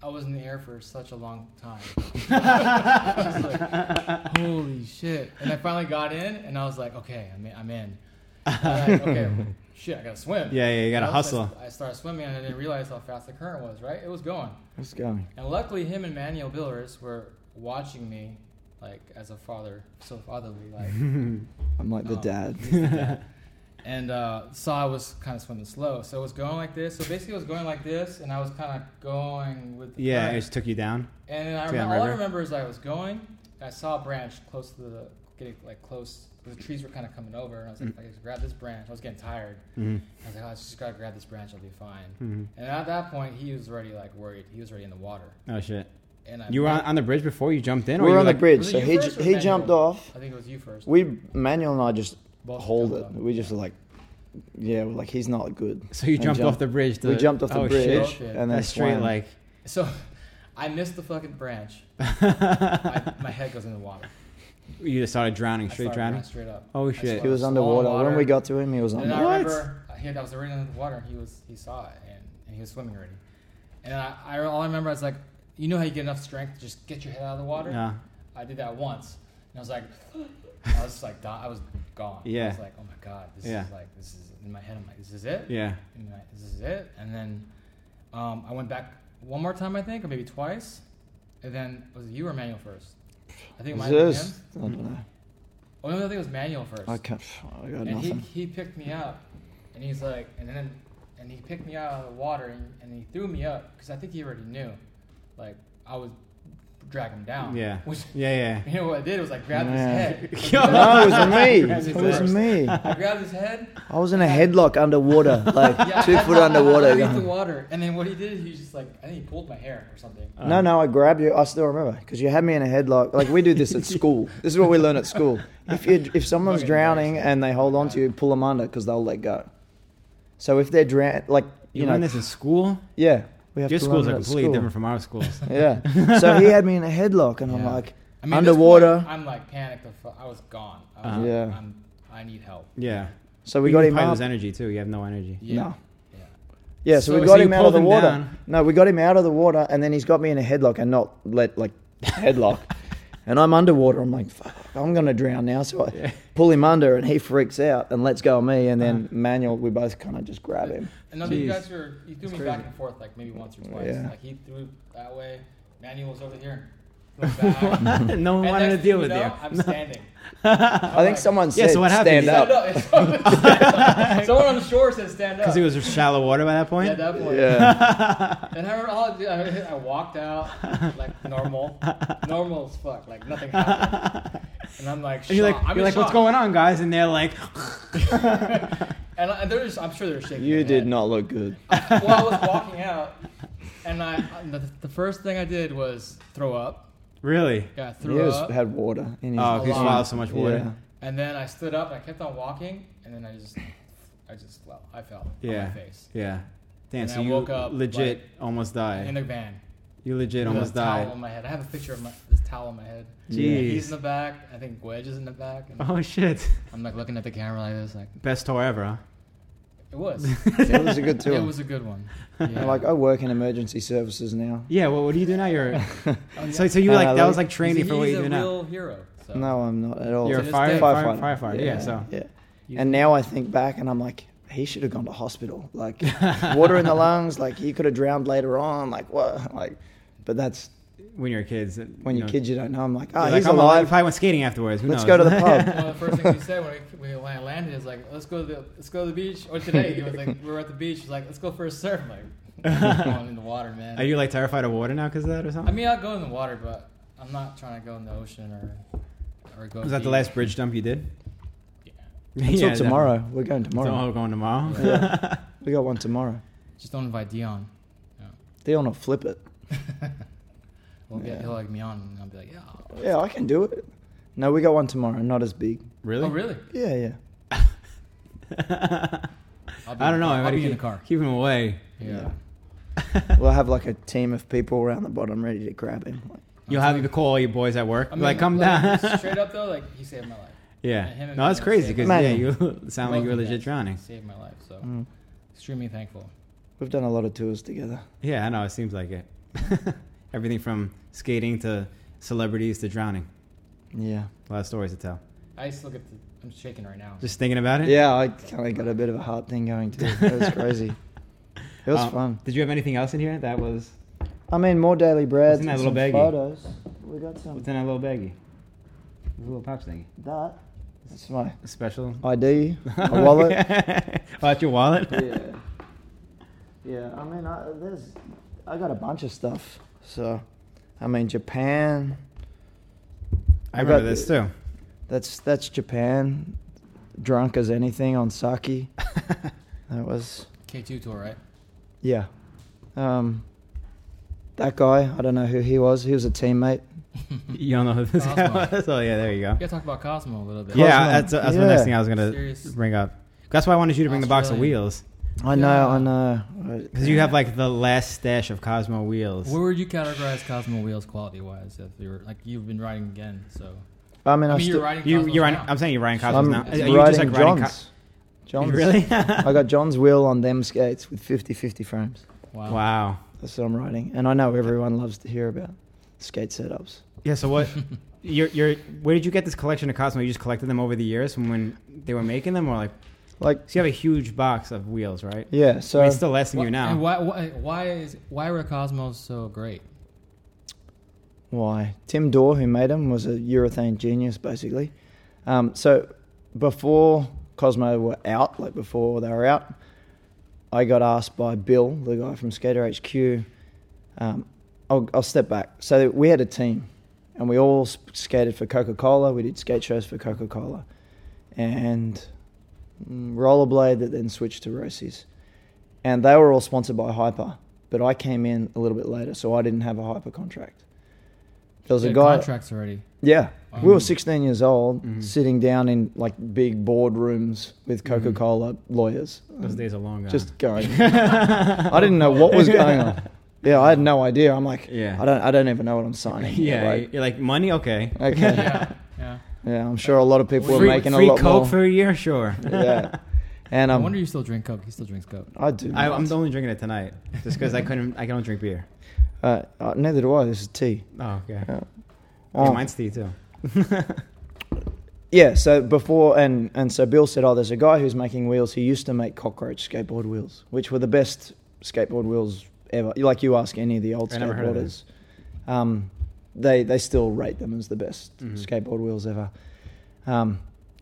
Speaker 2: I was in the air for such a long time. <laughs>
Speaker 1: <laughs>
Speaker 2: I was like, Holy shit! And I finally got in, and I was like, okay, I'm in. I'm in. I was like,
Speaker 1: <laughs>
Speaker 2: okay, shit, I gotta swim.
Speaker 1: yeah, yeah, you gotta
Speaker 2: And I was-
Speaker 1: hustle.
Speaker 2: I started swimming, and I didn't realize how fast the current was. Right, it was going.
Speaker 3: Let's go.
Speaker 2: And luckily, him and Manuel Billers were watching me, like as a father, so fatherly,
Speaker 1: <laughs>
Speaker 2: like.
Speaker 3: I'm like the
Speaker 2: Oh.
Speaker 3: dad.
Speaker 2: and uh, saw I was kind of swimming slow. So it was going like this. So basically, it was going like this, and I was kind of going with the
Speaker 1: Yeah, it
Speaker 2: current.
Speaker 1: just took you down.
Speaker 2: And then I
Speaker 1: Down
Speaker 2: remember, all I
Speaker 1: river.
Speaker 2: remember is I was going. And I saw a branch close to the getting like close. The trees were kind of coming over, and I was
Speaker 1: Mm-hmm.
Speaker 2: like, I just grab this branch. I was getting tired.
Speaker 1: Mhm.
Speaker 2: I was like, oh, I just gotta grab this branch. I'll be fine.
Speaker 1: Mhm.
Speaker 2: And at that point, he was already like worried. He was already in the water.
Speaker 1: Oh shit!
Speaker 2: And I
Speaker 1: You were on, on the bridge before you jumped in,
Speaker 3: we
Speaker 1: or
Speaker 3: <laughs> were
Speaker 1: you
Speaker 3: on the
Speaker 1: like,
Speaker 3: bridge,
Speaker 2: Was it
Speaker 3: so
Speaker 2: you
Speaker 3: he
Speaker 2: first
Speaker 3: j-
Speaker 2: or
Speaker 3: he
Speaker 2: Manuel?
Speaker 3: jumped off.
Speaker 2: I think it was you first.
Speaker 3: We Manuel and I just
Speaker 2: Both
Speaker 3: hold
Speaker 2: jumped
Speaker 3: it.
Speaker 2: up.
Speaker 3: We just like, yeah, we're like he's not good.
Speaker 1: So you
Speaker 3: And
Speaker 1: jumped
Speaker 3: jump-
Speaker 1: off the bridge. To,
Speaker 3: we jumped off the
Speaker 1: oh,
Speaker 3: bridge
Speaker 1: Shit.
Speaker 2: Okay.
Speaker 3: and then
Speaker 1: That's straight
Speaker 3: swam.
Speaker 1: like. <laughs>
Speaker 2: So <laughs> I missed the fucking branch. my, my head goes in the
Speaker 1: <laughs>
Speaker 2: water.
Speaker 1: You just started drowning,
Speaker 2: I
Speaker 1: straight
Speaker 2: started
Speaker 1: drowning.
Speaker 2: running Straight up.
Speaker 1: Oh,
Speaker 2: I
Speaker 1: shit.
Speaker 2: started
Speaker 3: he was
Speaker 2: all
Speaker 3: underwater.
Speaker 2: water.
Speaker 3: When we got to him, he was
Speaker 2: and
Speaker 3: under.
Speaker 2: I
Speaker 1: What?
Speaker 2: remember I had- I was already in the water. He was he saw it and, and he was swimming already. And I, I all I remember I was like, you know how you get enough strength to just get your head out of the water.
Speaker 1: Yeah.
Speaker 2: I did that once, and I was like, I was like, di- I was gone.
Speaker 1: Yeah.
Speaker 2: I was like, oh my god, this
Speaker 1: Yeah.
Speaker 2: is like this is in my head. I'm like, this is it.
Speaker 1: Yeah.
Speaker 2: And I, this is it. And then um, I went back one more time, I think, or maybe twice. And then was it you or Manuel first? I think it might have been him.
Speaker 3: This, I don't know.
Speaker 2: Oh no, I think it was Manuel first.
Speaker 3: I can't. I got
Speaker 2: and he, <laughs>
Speaker 3: nothing.
Speaker 2: he picked me up, and he's like, and then, and he picked me out of the water, and, and he threw me up because I think he already knew, like I was drag him down.
Speaker 1: Yeah.
Speaker 2: <laughs> Which
Speaker 1: Yeah. Yeah.
Speaker 2: you know what I did was I grabbed
Speaker 3: Yeah. <laughs>
Speaker 2: his
Speaker 1: Yo.
Speaker 2: head.
Speaker 3: No,
Speaker 2: I
Speaker 3: it
Speaker 2: grabbed
Speaker 3: was
Speaker 2: his
Speaker 3: me. It was
Speaker 2: head.
Speaker 3: me.
Speaker 2: I grabbed his
Speaker 3: <laughs>
Speaker 2: head.
Speaker 3: I was in a headlock underwater, like
Speaker 2: <laughs> Yeah,
Speaker 3: two
Speaker 2: I-
Speaker 3: foot
Speaker 2: I- I-
Speaker 3: underwater. <laughs>
Speaker 2: underneath the
Speaker 3: going,
Speaker 2: water, and then what he did, he just like I think he pulled my hair or something.
Speaker 3: No, no, I grabbed you. I still remember because you had me in a headlock. Like we do this
Speaker 1: <laughs>
Speaker 3: at school. This is what we learn at school. If you if someone's
Speaker 2: Fucking
Speaker 3: drowning and they hold on to you, pull them under because they'll let go. So if they're drown, like
Speaker 1: You,
Speaker 3: you know,
Speaker 1: learn this in school.
Speaker 3: yeah, we
Speaker 1: Your
Speaker 3: to
Speaker 1: schools
Speaker 3: learn
Speaker 1: are
Speaker 3: it at
Speaker 1: completely
Speaker 3: school.
Speaker 1: different from our
Speaker 3: <laughs>
Speaker 1: schools.
Speaker 3: Yeah. so he had me in a headlock, and I'm
Speaker 2: Yeah.
Speaker 3: like,
Speaker 2: I mean, at this
Speaker 3: Underwater.
Speaker 2: point, I'm like panicked. the fu- I was gone. I was,
Speaker 1: Uh-huh.
Speaker 3: Yeah.
Speaker 2: I'm, I need help.
Speaker 1: yeah,
Speaker 3: so we got
Speaker 1: you
Speaker 3: him
Speaker 1: probably
Speaker 3: out.
Speaker 1: lose energy too. You have no energy.
Speaker 2: Yeah.
Speaker 3: No.
Speaker 2: Yeah.
Speaker 3: Yeah, so,
Speaker 1: So-
Speaker 3: we got
Speaker 1: so you
Speaker 3: him out of
Speaker 1: pulled
Speaker 3: the
Speaker 1: him
Speaker 3: water.
Speaker 1: down.
Speaker 3: No, we got him out of the water, and then he's got me in a headlock and not let like
Speaker 1: <laughs>
Speaker 3: headlock, and I'm underwater. I'm like, fuck, I'm gonna drown now. So I pull him under, and he freaks out and lets go of me, and
Speaker 1: Uh-huh.
Speaker 3: then Manuel, we both kind of just grab
Speaker 1: <laughs>
Speaker 3: him.
Speaker 2: And then you
Speaker 1: Jeez.
Speaker 2: guys were you threw me back and forth like maybe once or twice.
Speaker 3: Yeah.
Speaker 2: Like he threw that way. Manuel was over here. and
Speaker 1: <laughs>
Speaker 2: threw it back.
Speaker 1: <laughs> no one wanted
Speaker 2: And next
Speaker 1: to
Speaker 2: thing
Speaker 1: deal
Speaker 2: you
Speaker 1: with
Speaker 2: know,
Speaker 1: you. <laughs>
Speaker 2: I'm standing.
Speaker 3: I think someone
Speaker 1: Yeah,
Speaker 3: said,
Speaker 1: so what happened?
Speaker 3: stand
Speaker 1: He
Speaker 2: No, no,
Speaker 3: up.
Speaker 2: <laughs> it's- someone
Speaker 1: <laughs>
Speaker 2: on the shore said stand up.
Speaker 1: Because it was shallow water by that point.
Speaker 2: Yeah, that point.
Speaker 1: <laughs>
Speaker 3: Yeah,
Speaker 2: And I, remember all, I I walked out like
Speaker 1: <laughs>
Speaker 2: normal, normal as fuck, like nothing happened. And I'm like,
Speaker 1: and you're
Speaker 2: shocked.
Speaker 1: like,
Speaker 2: I'm
Speaker 1: you're like,
Speaker 2: in
Speaker 1: what's
Speaker 2: shock.
Speaker 1: going on, guys? And they're like,
Speaker 2: And I, they're just, I'm sure they're shaking.
Speaker 3: you
Speaker 2: their
Speaker 3: did
Speaker 2: head.
Speaker 3: not look good.
Speaker 2: Well, I was walking out, and I the, the first thing I did was throw up.
Speaker 1: really?
Speaker 2: Yeah, I threw
Speaker 3: He was,
Speaker 2: up.
Speaker 3: had water in his.
Speaker 1: Oh, 'cause you
Speaker 2: lot.
Speaker 1: swallowed so much water.
Speaker 2: And then I stood up and I kept on walking, and then I just, I just fell. I fell on
Speaker 1: Yeah.
Speaker 2: my face
Speaker 1: Yeah. Damn.
Speaker 2: And
Speaker 1: so
Speaker 2: I
Speaker 1: you
Speaker 2: woke up,
Speaker 1: legit almost died.
Speaker 2: in a van.
Speaker 1: you legit
Speaker 2: with
Speaker 1: almost
Speaker 2: a towel
Speaker 1: died.
Speaker 2: on my head. I have a picture of my, this towel on my head.
Speaker 1: Jeez.
Speaker 2: He's in the back. I think Wedge is in the back. And
Speaker 1: Oh shit.
Speaker 2: I'm like looking at the camera like this, like
Speaker 1: Best tour ever. Huh?
Speaker 2: it was.
Speaker 3: it was a good tour.
Speaker 2: it was a good one. Yeah.
Speaker 3: I'm like,
Speaker 1: oh.
Speaker 3: I work in emergency services now.
Speaker 1: <laughs> Yeah. Well, what do you do now? You're
Speaker 2: <laughs> Oh, yeah.
Speaker 1: so so you were
Speaker 3: Uh,
Speaker 1: like that
Speaker 3: like-
Speaker 1: was like training
Speaker 2: He's
Speaker 1: for what you
Speaker 2: a
Speaker 1: do now.
Speaker 2: real hero. So.
Speaker 3: No, I'm not at all.
Speaker 1: You're a
Speaker 2: this
Speaker 1: fire,
Speaker 2: day-
Speaker 1: fire, firefighter. Yeah. So
Speaker 3: yeah.
Speaker 2: You-
Speaker 3: And now I think back and I'm like, he should have gone to hospital.
Speaker 1: <laughs>
Speaker 3: Like water in the lungs, like he could have drowned later on. Like what? Like, but that's
Speaker 1: when you're kids,
Speaker 3: when you're kids, you don't know. I'm like, oh,
Speaker 1: you're
Speaker 3: he's
Speaker 1: like, I'm <laughs>
Speaker 3: alive.
Speaker 1: Probably went skating afterwards. Who
Speaker 3: Let's
Speaker 1: knows?
Speaker 3: go to the pub.
Speaker 2: One of
Speaker 1: <laughs>
Speaker 2: the first things he said when we, when we la- landed is like, "Let's go to the let's go to the beach." Or today he was like, "We were at the beach." He's like, "Let's go for a surf." I'm like, I'm going
Speaker 1: <laughs>
Speaker 2: in the water, man.
Speaker 1: Are you like terrified of water now because of that or something?
Speaker 2: I mean, I'll go in the water, but I'm not trying to go in the ocean or or go.
Speaker 1: was that the
Speaker 2: deep.
Speaker 1: last bridge dump you did?
Speaker 2: Yeah.
Speaker 1: <laughs>
Speaker 3: Until
Speaker 1: Yeah,
Speaker 3: tomorrow. We're going
Speaker 1: definitely. So,
Speaker 3: tomorrow.
Speaker 1: oh, going tomorrow.
Speaker 3: Yeah. we got one tomorrow.
Speaker 2: Just don't invite Dion.
Speaker 1: <laughs>
Speaker 3: They all not flip it.
Speaker 2: We'll get
Speaker 3: Yeah.
Speaker 2: he'll like me on, and I'll be like, "Yeah."
Speaker 3: Yeah, I can do it. No, we got one tomorrow. Not as big.
Speaker 1: <laughs> Really?
Speaker 2: Oh, really?
Speaker 3: Yeah, yeah.
Speaker 2: Oh,
Speaker 1: <laughs>
Speaker 2: I'll be
Speaker 1: I don't
Speaker 2: in the
Speaker 1: know.
Speaker 2: car.
Speaker 1: I
Speaker 2: I'll
Speaker 1: gotta
Speaker 2: be in the
Speaker 1: keep- <laughs>
Speaker 2: car.
Speaker 1: Keep him away.
Speaker 2: Yeah.
Speaker 3: <laughs> We'll have like a team of people around the bottom ready to grab him. Like,
Speaker 1: You'll have to call all your boys at work.
Speaker 2: I mean,
Speaker 1: like, come
Speaker 2: like,
Speaker 1: down.
Speaker 2: straight up though, like he saved my life.
Speaker 1: <laughs> yeah.
Speaker 2: him and
Speaker 1: No, that's
Speaker 2: Manuel
Speaker 1: crazy
Speaker 2: saved
Speaker 1: because
Speaker 3: us.
Speaker 1: yeah, you <laughs> sound like
Speaker 2: Both
Speaker 1: you were
Speaker 2: of you
Speaker 1: legit
Speaker 2: guys
Speaker 1: drowning.
Speaker 2: Saved my life, so
Speaker 3: mm.
Speaker 2: extremely thankful.
Speaker 3: We've done a lot of tours together.
Speaker 1: Yeah, I know. It seems like it. <laughs> Everything from skating to celebrities to drowning.
Speaker 3: Yeah.
Speaker 1: A lot of stories to tell.
Speaker 2: I still get. The, I'm shaking right now.
Speaker 1: Just thinking about it.
Speaker 3: Yeah, I kind of got a bit of a heart thing going too. It was crazy. It was
Speaker 1: Um,
Speaker 3: fun.
Speaker 1: Did you have anything else in here that was
Speaker 3: I mean, more daily breads
Speaker 1: What's in
Speaker 3: and
Speaker 1: that
Speaker 3: some
Speaker 1: little baggie?
Speaker 3: photos. We got some.
Speaker 1: what's in that little baggie? The little pouch thingy.
Speaker 3: That. That's my
Speaker 1: A special.
Speaker 3: ID, my
Speaker 1: <laughs>
Speaker 3: wallet. yeah.
Speaker 1: oh, that's your wallet.
Speaker 3: yeah. I mean, I, there's. I got a bunch of stuff. So, I mean, Japan.
Speaker 1: I
Speaker 3: I got
Speaker 1: remember this too.
Speaker 3: That's that's Japan. Drunk as anything on sake. <laughs> that was.
Speaker 2: K2 tour,
Speaker 1: <laughs>
Speaker 2: right?
Speaker 3: Yeah. Um. That guy, I don't know who he was. He was a teammate.
Speaker 1: You don't know who this guy
Speaker 2: Cosmo.
Speaker 1: was? Oh yeah, there you go.
Speaker 2: We gotta talk about Cosmo a little bit.
Speaker 1: Yeah,
Speaker 3: Cosmo.
Speaker 1: that's, that's the
Speaker 3: Yeah.
Speaker 1: next thing I was gonna
Speaker 2: Serious.
Speaker 1: bring up. That's why I wanted you to bring the box of
Speaker 2: Australian.
Speaker 1: wheels
Speaker 3: I know,
Speaker 2: Yeah.
Speaker 3: I know.
Speaker 1: because you have like the last stash of Cosmo wheels.
Speaker 2: Where would you categorize Cosmo wheels quality wise? If you were like you've been riding again, so
Speaker 3: I mean,
Speaker 2: I
Speaker 3: I
Speaker 2: mean you're
Speaker 3: still,
Speaker 2: riding.
Speaker 1: You,
Speaker 2: Cosmos
Speaker 1: you're
Speaker 2: now.
Speaker 1: riding, I'm saying you're riding Cosmos
Speaker 3: I'm
Speaker 1: now. Are
Speaker 3: riding
Speaker 1: you just like riding Co-
Speaker 3: John's.
Speaker 1: <laughs>
Speaker 3: John's.
Speaker 1: Really?
Speaker 3: <laughs> I got John's wheel on them skates with 50-50 frames.
Speaker 2: wow.
Speaker 1: wow.
Speaker 3: That's what I'm riding, and I know everyone loves to hear about skate setups.
Speaker 1: Yeah. So
Speaker 2: <laughs>
Speaker 1: what? You're, you're, where did you get this collection of Cosmo? You just collected them over the years from when they were making them, or like,
Speaker 3: Like,
Speaker 1: so you have a huge box of wheels, right?
Speaker 3: yeah.
Speaker 1: I mean,
Speaker 3: So
Speaker 1: it's still less than
Speaker 2: Why-
Speaker 1: you now.
Speaker 2: And why, why why is why were Cosmos so great?
Speaker 3: why Tim Dorr, who made them, was a urethane genius, basically. Um, so before Cosmo were out, like before they were out, I got asked by Bill, the guy from Skater HQ. Um, I'll, I'll step back. So we had a team, and we all s- skated for Coca Cola. We did skate shows for Coca Cola, and mm, Rollerblade that then switched to Rosie's, and they were all sponsored by Hyper. But I came in a little bit later, so I didn't have a Hyper contract. There was
Speaker 2: You
Speaker 3: a
Speaker 2: had
Speaker 3: guy.
Speaker 2: contracts already.
Speaker 3: Yeah.
Speaker 1: Um,
Speaker 3: We
Speaker 2: Wow.
Speaker 3: were 16 years old,
Speaker 1: Mhm.
Speaker 3: sitting down in like big boardrooms with
Speaker 1: Mm-hmm.
Speaker 3: Coca Cola lawyers.
Speaker 1: Those days are long gone.
Speaker 3: Just going.
Speaker 1: <laughs>
Speaker 3: I didn't know what was going on. Yeah, I had no idea. I'm like,
Speaker 1: Yeah.
Speaker 3: I don't, I don't even know what I'm signing.
Speaker 1: <laughs> yeah,
Speaker 3: Like,
Speaker 1: you're like money. Okay.
Speaker 3: okay. Yeah.
Speaker 2: yeah, yeah.
Speaker 3: I'm sure a lot of people
Speaker 1: Free,
Speaker 3: were making
Speaker 1: free
Speaker 3: a lot
Speaker 1: coke
Speaker 3: more.
Speaker 1: for a year, sure.
Speaker 3: <laughs> yeah. And
Speaker 2: I
Speaker 3: um,
Speaker 2: wonder you still drink Coke. He still drinks Coke.
Speaker 3: I do.
Speaker 1: I,
Speaker 3: not.
Speaker 1: I'm only drinking it tonight, just because I couldn't. I don't drink beer.
Speaker 3: uh, uh, neither do I. This is tea.
Speaker 1: Oh, okay.
Speaker 3: Yeah.
Speaker 1: Yeah,
Speaker 3: Um,
Speaker 1: mine's tea
Speaker 3: <laughs>
Speaker 1: too.
Speaker 3: yeah. So before and and so Bill said, oh, there's a guy who's making wheels. He used to make cockroach skateboard wheels, which were the best skateboard wheels ever. Like you ask any of the old
Speaker 1: I never heard of
Speaker 3: skateboarders, um, they they still rate them as the best
Speaker 1: Mhm.
Speaker 3: skateboard wheels ever. Um,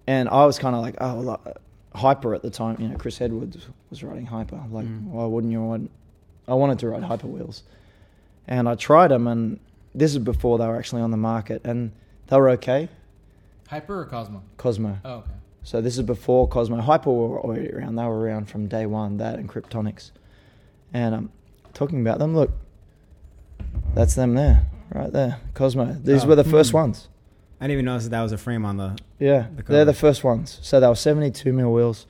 Speaker 3: and I was kind of like, oh, well, uh, Hyper at the time. You know, Chris Edwards was riding Hyper. Like,
Speaker 1: Mm.
Speaker 3: why wouldn't you want? I wanted to ride Hyper wheels, and I tried them. And this is before they were actually on the market, and they were okay.
Speaker 2: Hyper or Cosmo?
Speaker 3: Cosmo.
Speaker 2: Oh, okay.
Speaker 3: So this is before Cosmo Hyper were already around. They were around from day one. That and Kryptonics, and um, talking about them. Look, that's them there, right there. Cosmo. These
Speaker 1: Oh.
Speaker 3: were the first
Speaker 1: Hmm.
Speaker 3: ones.
Speaker 1: I didn't even notice that, that was a frame on the.
Speaker 3: Yeah,
Speaker 1: The
Speaker 3: they're
Speaker 1: Cosmo.
Speaker 3: the first ones. So they were seventy-two mil wheels,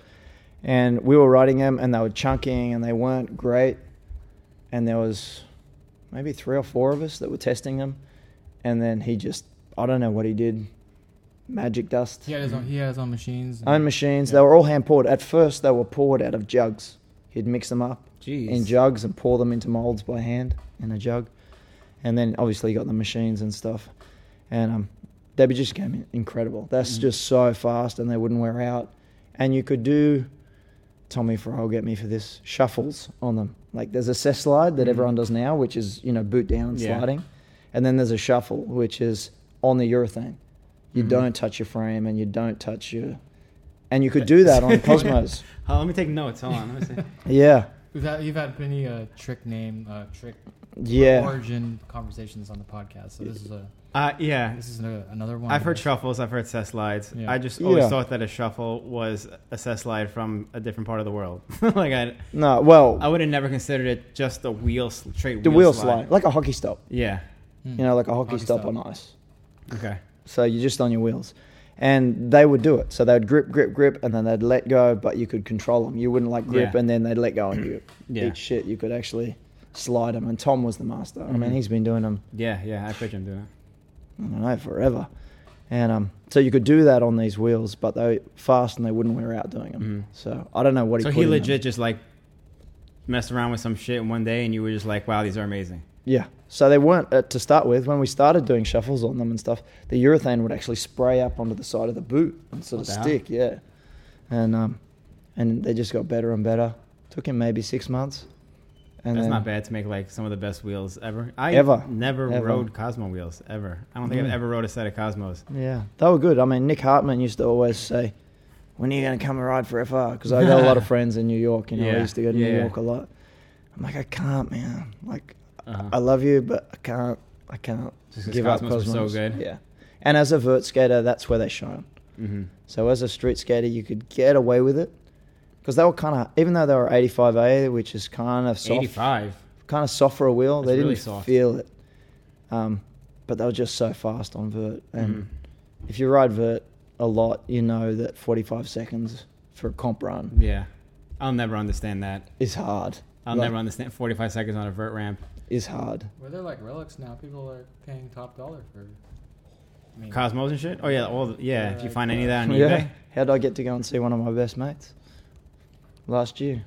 Speaker 3: and we were riding them, and they were chunking, and they weren't great. And there was maybe three or four of us that were testing them, and then he just, I don't know what he did, magic dust.
Speaker 2: He had his own. He had his own machines. and-
Speaker 3: Own machines.
Speaker 2: Yeah.
Speaker 3: They were all hand poured. At first, they were poured out of jugs. He'd mix them up
Speaker 1: Jeez.
Speaker 3: in jugs and pour them into molds by hand in a jug, and then obviously you got the machines and stuff, and um, they just became in- incredible. That's
Speaker 1: Mhm.
Speaker 3: just so fast, and they wouldn't wear out, and you could do. Tommy Farrell get me for this shuffles on them. Like there's a cess slide that
Speaker 1: Mhm.
Speaker 3: everyone does now, which is you know boot down and
Speaker 1: Yeah.
Speaker 3: sliding, and then there's a shuffle which is on the urethane. You
Speaker 1: Mhm.
Speaker 3: don't touch your frame, and you don't touch your, and you could do
Speaker 1: <laughs>
Speaker 3: that on Cosmos.
Speaker 1: Oh, let me take notes. Hold on. Let me see.
Speaker 3: Yeah,
Speaker 2: We've had, you've had many uh, trick name, uh, trick
Speaker 3: yeah.
Speaker 2: origin conversations on the podcast. So this is a
Speaker 1: <laughs> Uh, yeah.
Speaker 2: this is another, another one.
Speaker 1: I've heard shuffles. I've heard set slides.
Speaker 2: Yeah.
Speaker 1: I just always
Speaker 3: Yeah.
Speaker 1: thought that a shuffle was a set slide from a different part of the world. <laughs> like I,
Speaker 3: No, well,
Speaker 1: I would have never considered it just a wheel sl- straight
Speaker 3: the wheel slide. like a hockey stop.
Speaker 1: Yeah.
Speaker 2: Hmm.
Speaker 3: You know, like a hockey,
Speaker 2: Hockey
Speaker 3: stop,
Speaker 2: stop.
Speaker 3: on ice.
Speaker 1: Okay.
Speaker 3: So you're just on your wheels, and they would do it. So they would grip, grip, grip, and then they'd let go, but you could control them. You wouldn't like grip,
Speaker 1: Yeah.
Speaker 3: and then they'd let go, and you
Speaker 1: <clears throat> Yeah.
Speaker 3: eat shit. You could actually slide them. And Tom was the master. I mean,
Speaker 1: Mhm.
Speaker 3: he's been doing them.
Speaker 1: Yeah. Yeah. I picture him doing it.
Speaker 3: I don't know forever. And um, so you could do that on these wheels, but they fast and they wouldn't wear out doing them.
Speaker 1: Mhm.
Speaker 3: So I don't know what he.
Speaker 1: so
Speaker 3: put
Speaker 1: he
Speaker 3: in them.
Speaker 1: legit just like messed around with some shit one day, and you were just like, "Wow, these are amazing."
Speaker 3: Yeah. So they weren't uh, to start with. When we started doing shuffles on them and stuff, the urethane would actually spray up onto the side of the boot and sort of
Speaker 1: Wow.
Speaker 3: stick. Yeah. And um, and they just got better and better. Took him maybe six months. And
Speaker 1: That's
Speaker 3: then-
Speaker 1: not bad to make like some of the best wheels ever. I
Speaker 3: Ever.
Speaker 1: never
Speaker 3: Ever.
Speaker 1: rode Cosmo wheels ever. I don't think
Speaker 3: Mm.
Speaker 1: I've ever rode a set of Cosmos.
Speaker 3: Yeah, they were good. I mean, Nick Hartman used to always say, "When are you going to come and ride for FR?" Because I got
Speaker 1: <laughs>
Speaker 3: a lot of friends in New York. You know, I
Speaker 1: Yeah,
Speaker 3: used to go to New
Speaker 1: yeah.
Speaker 3: York a lot. I'm like, I can't, man. Like,
Speaker 1: Uh-huh.
Speaker 3: I love you, but I can't. I can't
Speaker 1: Just 'cause
Speaker 3: give up.
Speaker 1: Cosmos were so
Speaker 3: Cosmos.
Speaker 1: good.
Speaker 3: Yeah, and as a vert skater, that's where they shine.
Speaker 1: Mm-hmm.
Speaker 3: So as a street skater, you could get away with it because they were kind of, even though they were 85A, which is kind of soft,
Speaker 1: Eighty-five.
Speaker 3: kind of soft for a wheel,
Speaker 1: That's
Speaker 3: they didn't
Speaker 1: really soft.
Speaker 3: feel it. Um, but they were just so fast on vert, and
Speaker 1: Mhm.
Speaker 3: if you ride vert a lot, you know that 45 seconds for a comp run
Speaker 1: Yeah. I'll never understand that.
Speaker 3: is hard.
Speaker 1: I'll
Speaker 3: Like,
Speaker 1: never understand 45 seconds on a vert ramp.
Speaker 3: is hard.
Speaker 2: Where they're like relics now. People are paying top dollar for. I mean,
Speaker 1: Cosmos and shit? Oh, yeah. All the, yeah.
Speaker 2: Yeah,
Speaker 1: Did you
Speaker 2: I-
Speaker 1: find any of that on
Speaker 3: Yeah.
Speaker 1: eBay?
Speaker 3: How would I get to go and see one of my best mates last year?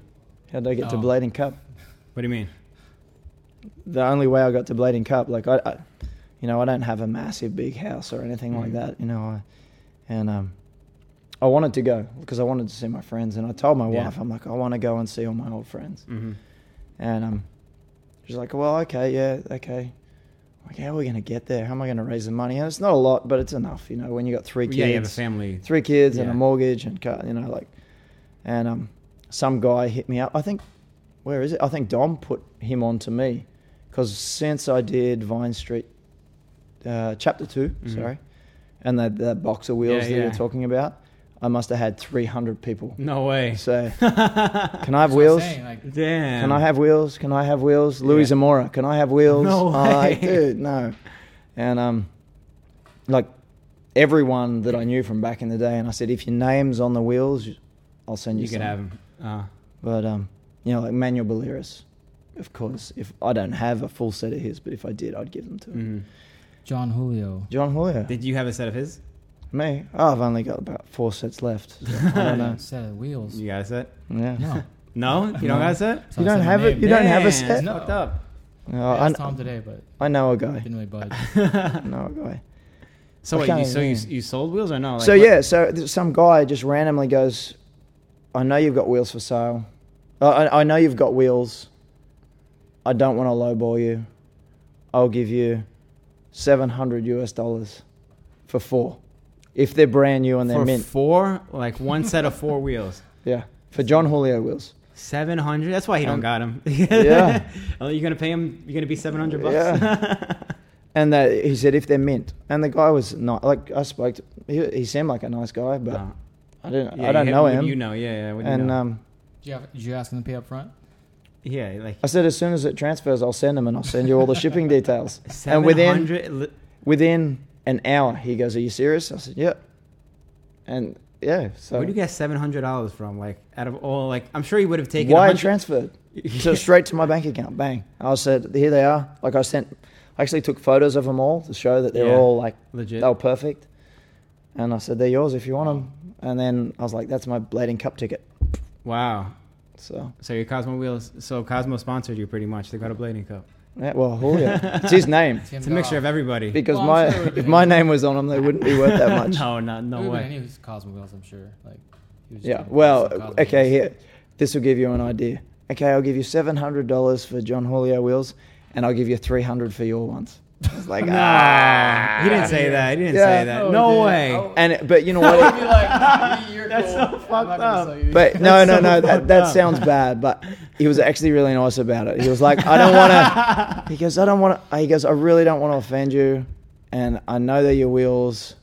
Speaker 3: How would I get to
Speaker 2: Oh.
Speaker 3: Blading Cup?
Speaker 1: What do you mean?
Speaker 3: the only way I got to Blading Cup, like I, I you know, I don't have a massive big house or anything like
Speaker 1: Mhm.
Speaker 3: that, you know, I, and um, I wanted to go because I wanted to see my friends, and I told my
Speaker 1: Yeah.
Speaker 3: wife, I'm like, I want to go and see all my old friends,
Speaker 1: Mm-hmm.
Speaker 3: and um, she's like, well, okay, yeah, okay. I'm Like, how are we gonna get there? How am I gonna raise the money? And it's not a lot, but it's enough, you know. When you got three kids,
Speaker 1: Yeah, you have a family.
Speaker 3: three kids and a
Speaker 1: Yeah.
Speaker 3: mortgage and car, you know, like, and um, some guy hit me up. I think, where is it? I think Dom put him on to me because since I did Vine Street, uh, chapter 2
Speaker 2: Mm-hmm.
Speaker 1: Mhm.
Speaker 3: sorry, and that that box of wheels
Speaker 1: Yeah,
Speaker 3: that
Speaker 1: yeah.
Speaker 3: you're talking about, I must have had three hundred people
Speaker 1: No way. <laughs>
Speaker 3: say,
Speaker 1: Damn.
Speaker 3: "Can I have
Speaker 2: that's what I'm
Speaker 3: wheels?
Speaker 2: saying, like,
Speaker 3: Can I have wheels? Can I have wheels? Louis
Speaker 1: Yeah.
Speaker 3: Zamora, can I have wheels?
Speaker 1: No
Speaker 3: I'm like,
Speaker 1: way.
Speaker 3: dude, no. And um, like everyone that I knew from back in the day, and I said, if your name's on the wheels, I'll send you.
Speaker 1: You can
Speaker 3: some."
Speaker 1: have him. Uh,
Speaker 3: But um, you know, like Manuel Balearis, of course. If I don't have a full set of his, but if I did, I'd give them to him.
Speaker 1: mhm.
Speaker 2: John Julio.
Speaker 3: John Hoyer,
Speaker 1: Mm. Did you have a set of his?
Speaker 3: me. Oh, I've only got about four sets left.
Speaker 1: <laughs>
Speaker 3: so <laughs> I don't know.
Speaker 2: Set of wheels.
Speaker 1: You got a set?
Speaker 3: <laughs> Yeah.
Speaker 2: No.
Speaker 1: No, you don't got a set.
Speaker 2: So
Speaker 3: You
Speaker 2: I
Speaker 3: don't
Speaker 2: said
Speaker 3: have
Speaker 2: her
Speaker 3: it?
Speaker 2: name.
Speaker 3: You don't have
Speaker 1: Man,
Speaker 3: a set?
Speaker 1: It's fucked up.
Speaker 3: No,
Speaker 2: I
Speaker 3: I,
Speaker 2: asked Tom today,
Speaker 3: <laughs>
Speaker 2: but
Speaker 3: I know a
Speaker 2: I
Speaker 3: guy.
Speaker 2: didn't really budge.
Speaker 3: I know a guy.
Speaker 1: <laughs> So
Speaker 3: I
Speaker 1: wait, you,
Speaker 3: can't
Speaker 1: so you,
Speaker 3: even-
Speaker 1: you sold wheels or no? Like,
Speaker 3: so
Speaker 1: what-
Speaker 3: yeah, so th- some guy just randomly goes, "I know you've got wheels for sale. Uh, I, I know you've got wheels. I don't want to lowball you. I'll give you seven hundred US dollars for four, if they're brand new and they're
Speaker 1: for
Speaker 3: mint.
Speaker 1: four, like one set of four wheels,
Speaker 3: yeah, for John Julio wheels.
Speaker 1: seven hundred. That's why he don't
Speaker 3: Um,
Speaker 1: <laughs> got him.
Speaker 3: yeah.
Speaker 1: Oh, you're gonna pay him. You're gonna be seven hundred bucks. <laughs>
Speaker 3: And that he said if they're mint. And the guy was not like I spoke. To, he, he seemed like a nice guy, but
Speaker 1: No.
Speaker 3: I didn't.
Speaker 1: Yeah,
Speaker 3: I don't
Speaker 1: you-
Speaker 3: know
Speaker 1: what do
Speaker 3: him.
Speaker 1: You know, yeah, yeah. what do you
Speaker 3: and
Speaker 1: know?
Speaker 3: um,
Speaker 2: Did you, have, did you ask him to pay up front?
Speaker 1: yeah, like
Speaker 3: I said as soon as it transfers, I'll send him and I'll send you all the
Speaker 1: <laughs>
Speaker 3: shipping details. And
Speaker 1: seven
Speaker 3: within
Speaker 1: hundred. Li-
Speaker 3: within an hour, he goes, "Are you serious?" I said, "Yep." And yeah, so
Speaker 1: where do you get seven hundred dollars from? Like out of all, like I'm sure he would have taken.
Speaker 3: wire
Speaker 1: 100 <laughs>
Speaker 3: transferred so straight to my bank account. Bang! I said, "Here they are." Like I sent, I actually took photos of them all to show that they're
Speaker 1: Yeah.
Speaker 3: all like
Speaker 1: legit.
Speaker 3: they were perfect. And I said, "They're yours if you want them." And then I was like, "That's my Blading Cup ticket."
Speaker 1: Wow.
Speaker 3: So
Speaker 1: So your Cosmo wheels. So Cosmo sponsored you pretty much. They got a blading cup.
Speaker 3: yeah, well, Julio, it's
Speaker 1: <laughs>
Speaker 3: his name
Speaker 1: It's a mixture of everybody.
Speaker 3: because
Speaker 2: Well, I'm
Speaker 3: my
Speaker 2: sure it would've
Speaker 3: if
Speaker 2: been-
Speaker 3: my name was on them, they wouldn't be
Speaker 1: <laughs>
Speaker 3: worth that much.
Speaker 1: no, no, no
Speaker 2: Everybody
Speaker 1: way.
Speaker 2: knew his Cosmo wheels, I'm sure. Like, he was just
Speaker 3: Yeah.
Speaker 2: gonna pay some
Speaker 3: Well,
Speaker 2: Cosmo
Speaker 3: okay.
Speaker 2: <laughs> wheels.
Speaker 3: Here, this will give you an idea. Okay, I'll give you seven hundred dollars for John Julio wheels, and I'll give you three hundred for your ones. It's like ah.
Speaker 1: <laughs> Nah, he didn't say that. He didn't
Speaker 3: Yeah.
Speaker 1: say that.
Speaker 2: Oh,
Speaker 1: No
Speaker 2: dude.
Speaker 1: way.
Speaker 2: Oh.
Speaker 3: ah. And but you know
Speaker 2: <laughs>
Speaker 3: what?
Speaker 2: He'd be like,
Speaker 1: <laughs>
Speaker 2: "You're
Speaker 1: That's
Speaker 2: cool.
Speaker 1: so
Speaker 2: I'm not
Speaker 1: fucked
Speaker 2: gonna
Speaker 1: up.
Speaker 2: sell you
Speaker 3: <laughs> But
Speaker 2: these."
Speaker 3: no, no,
Speaker 1: so
Speaker 3: no.
Speaker 1: fucked
Speaker 3: That that
Speaker 1: up.
Speaker 3: sounds bad. But he was actually really nice about it. He
Speaker 1: <laughs>
Speaker 3: was like, I don't want to. He goes, I don't want to. He goes, I really don't want to offend you, and I know they're your wheels,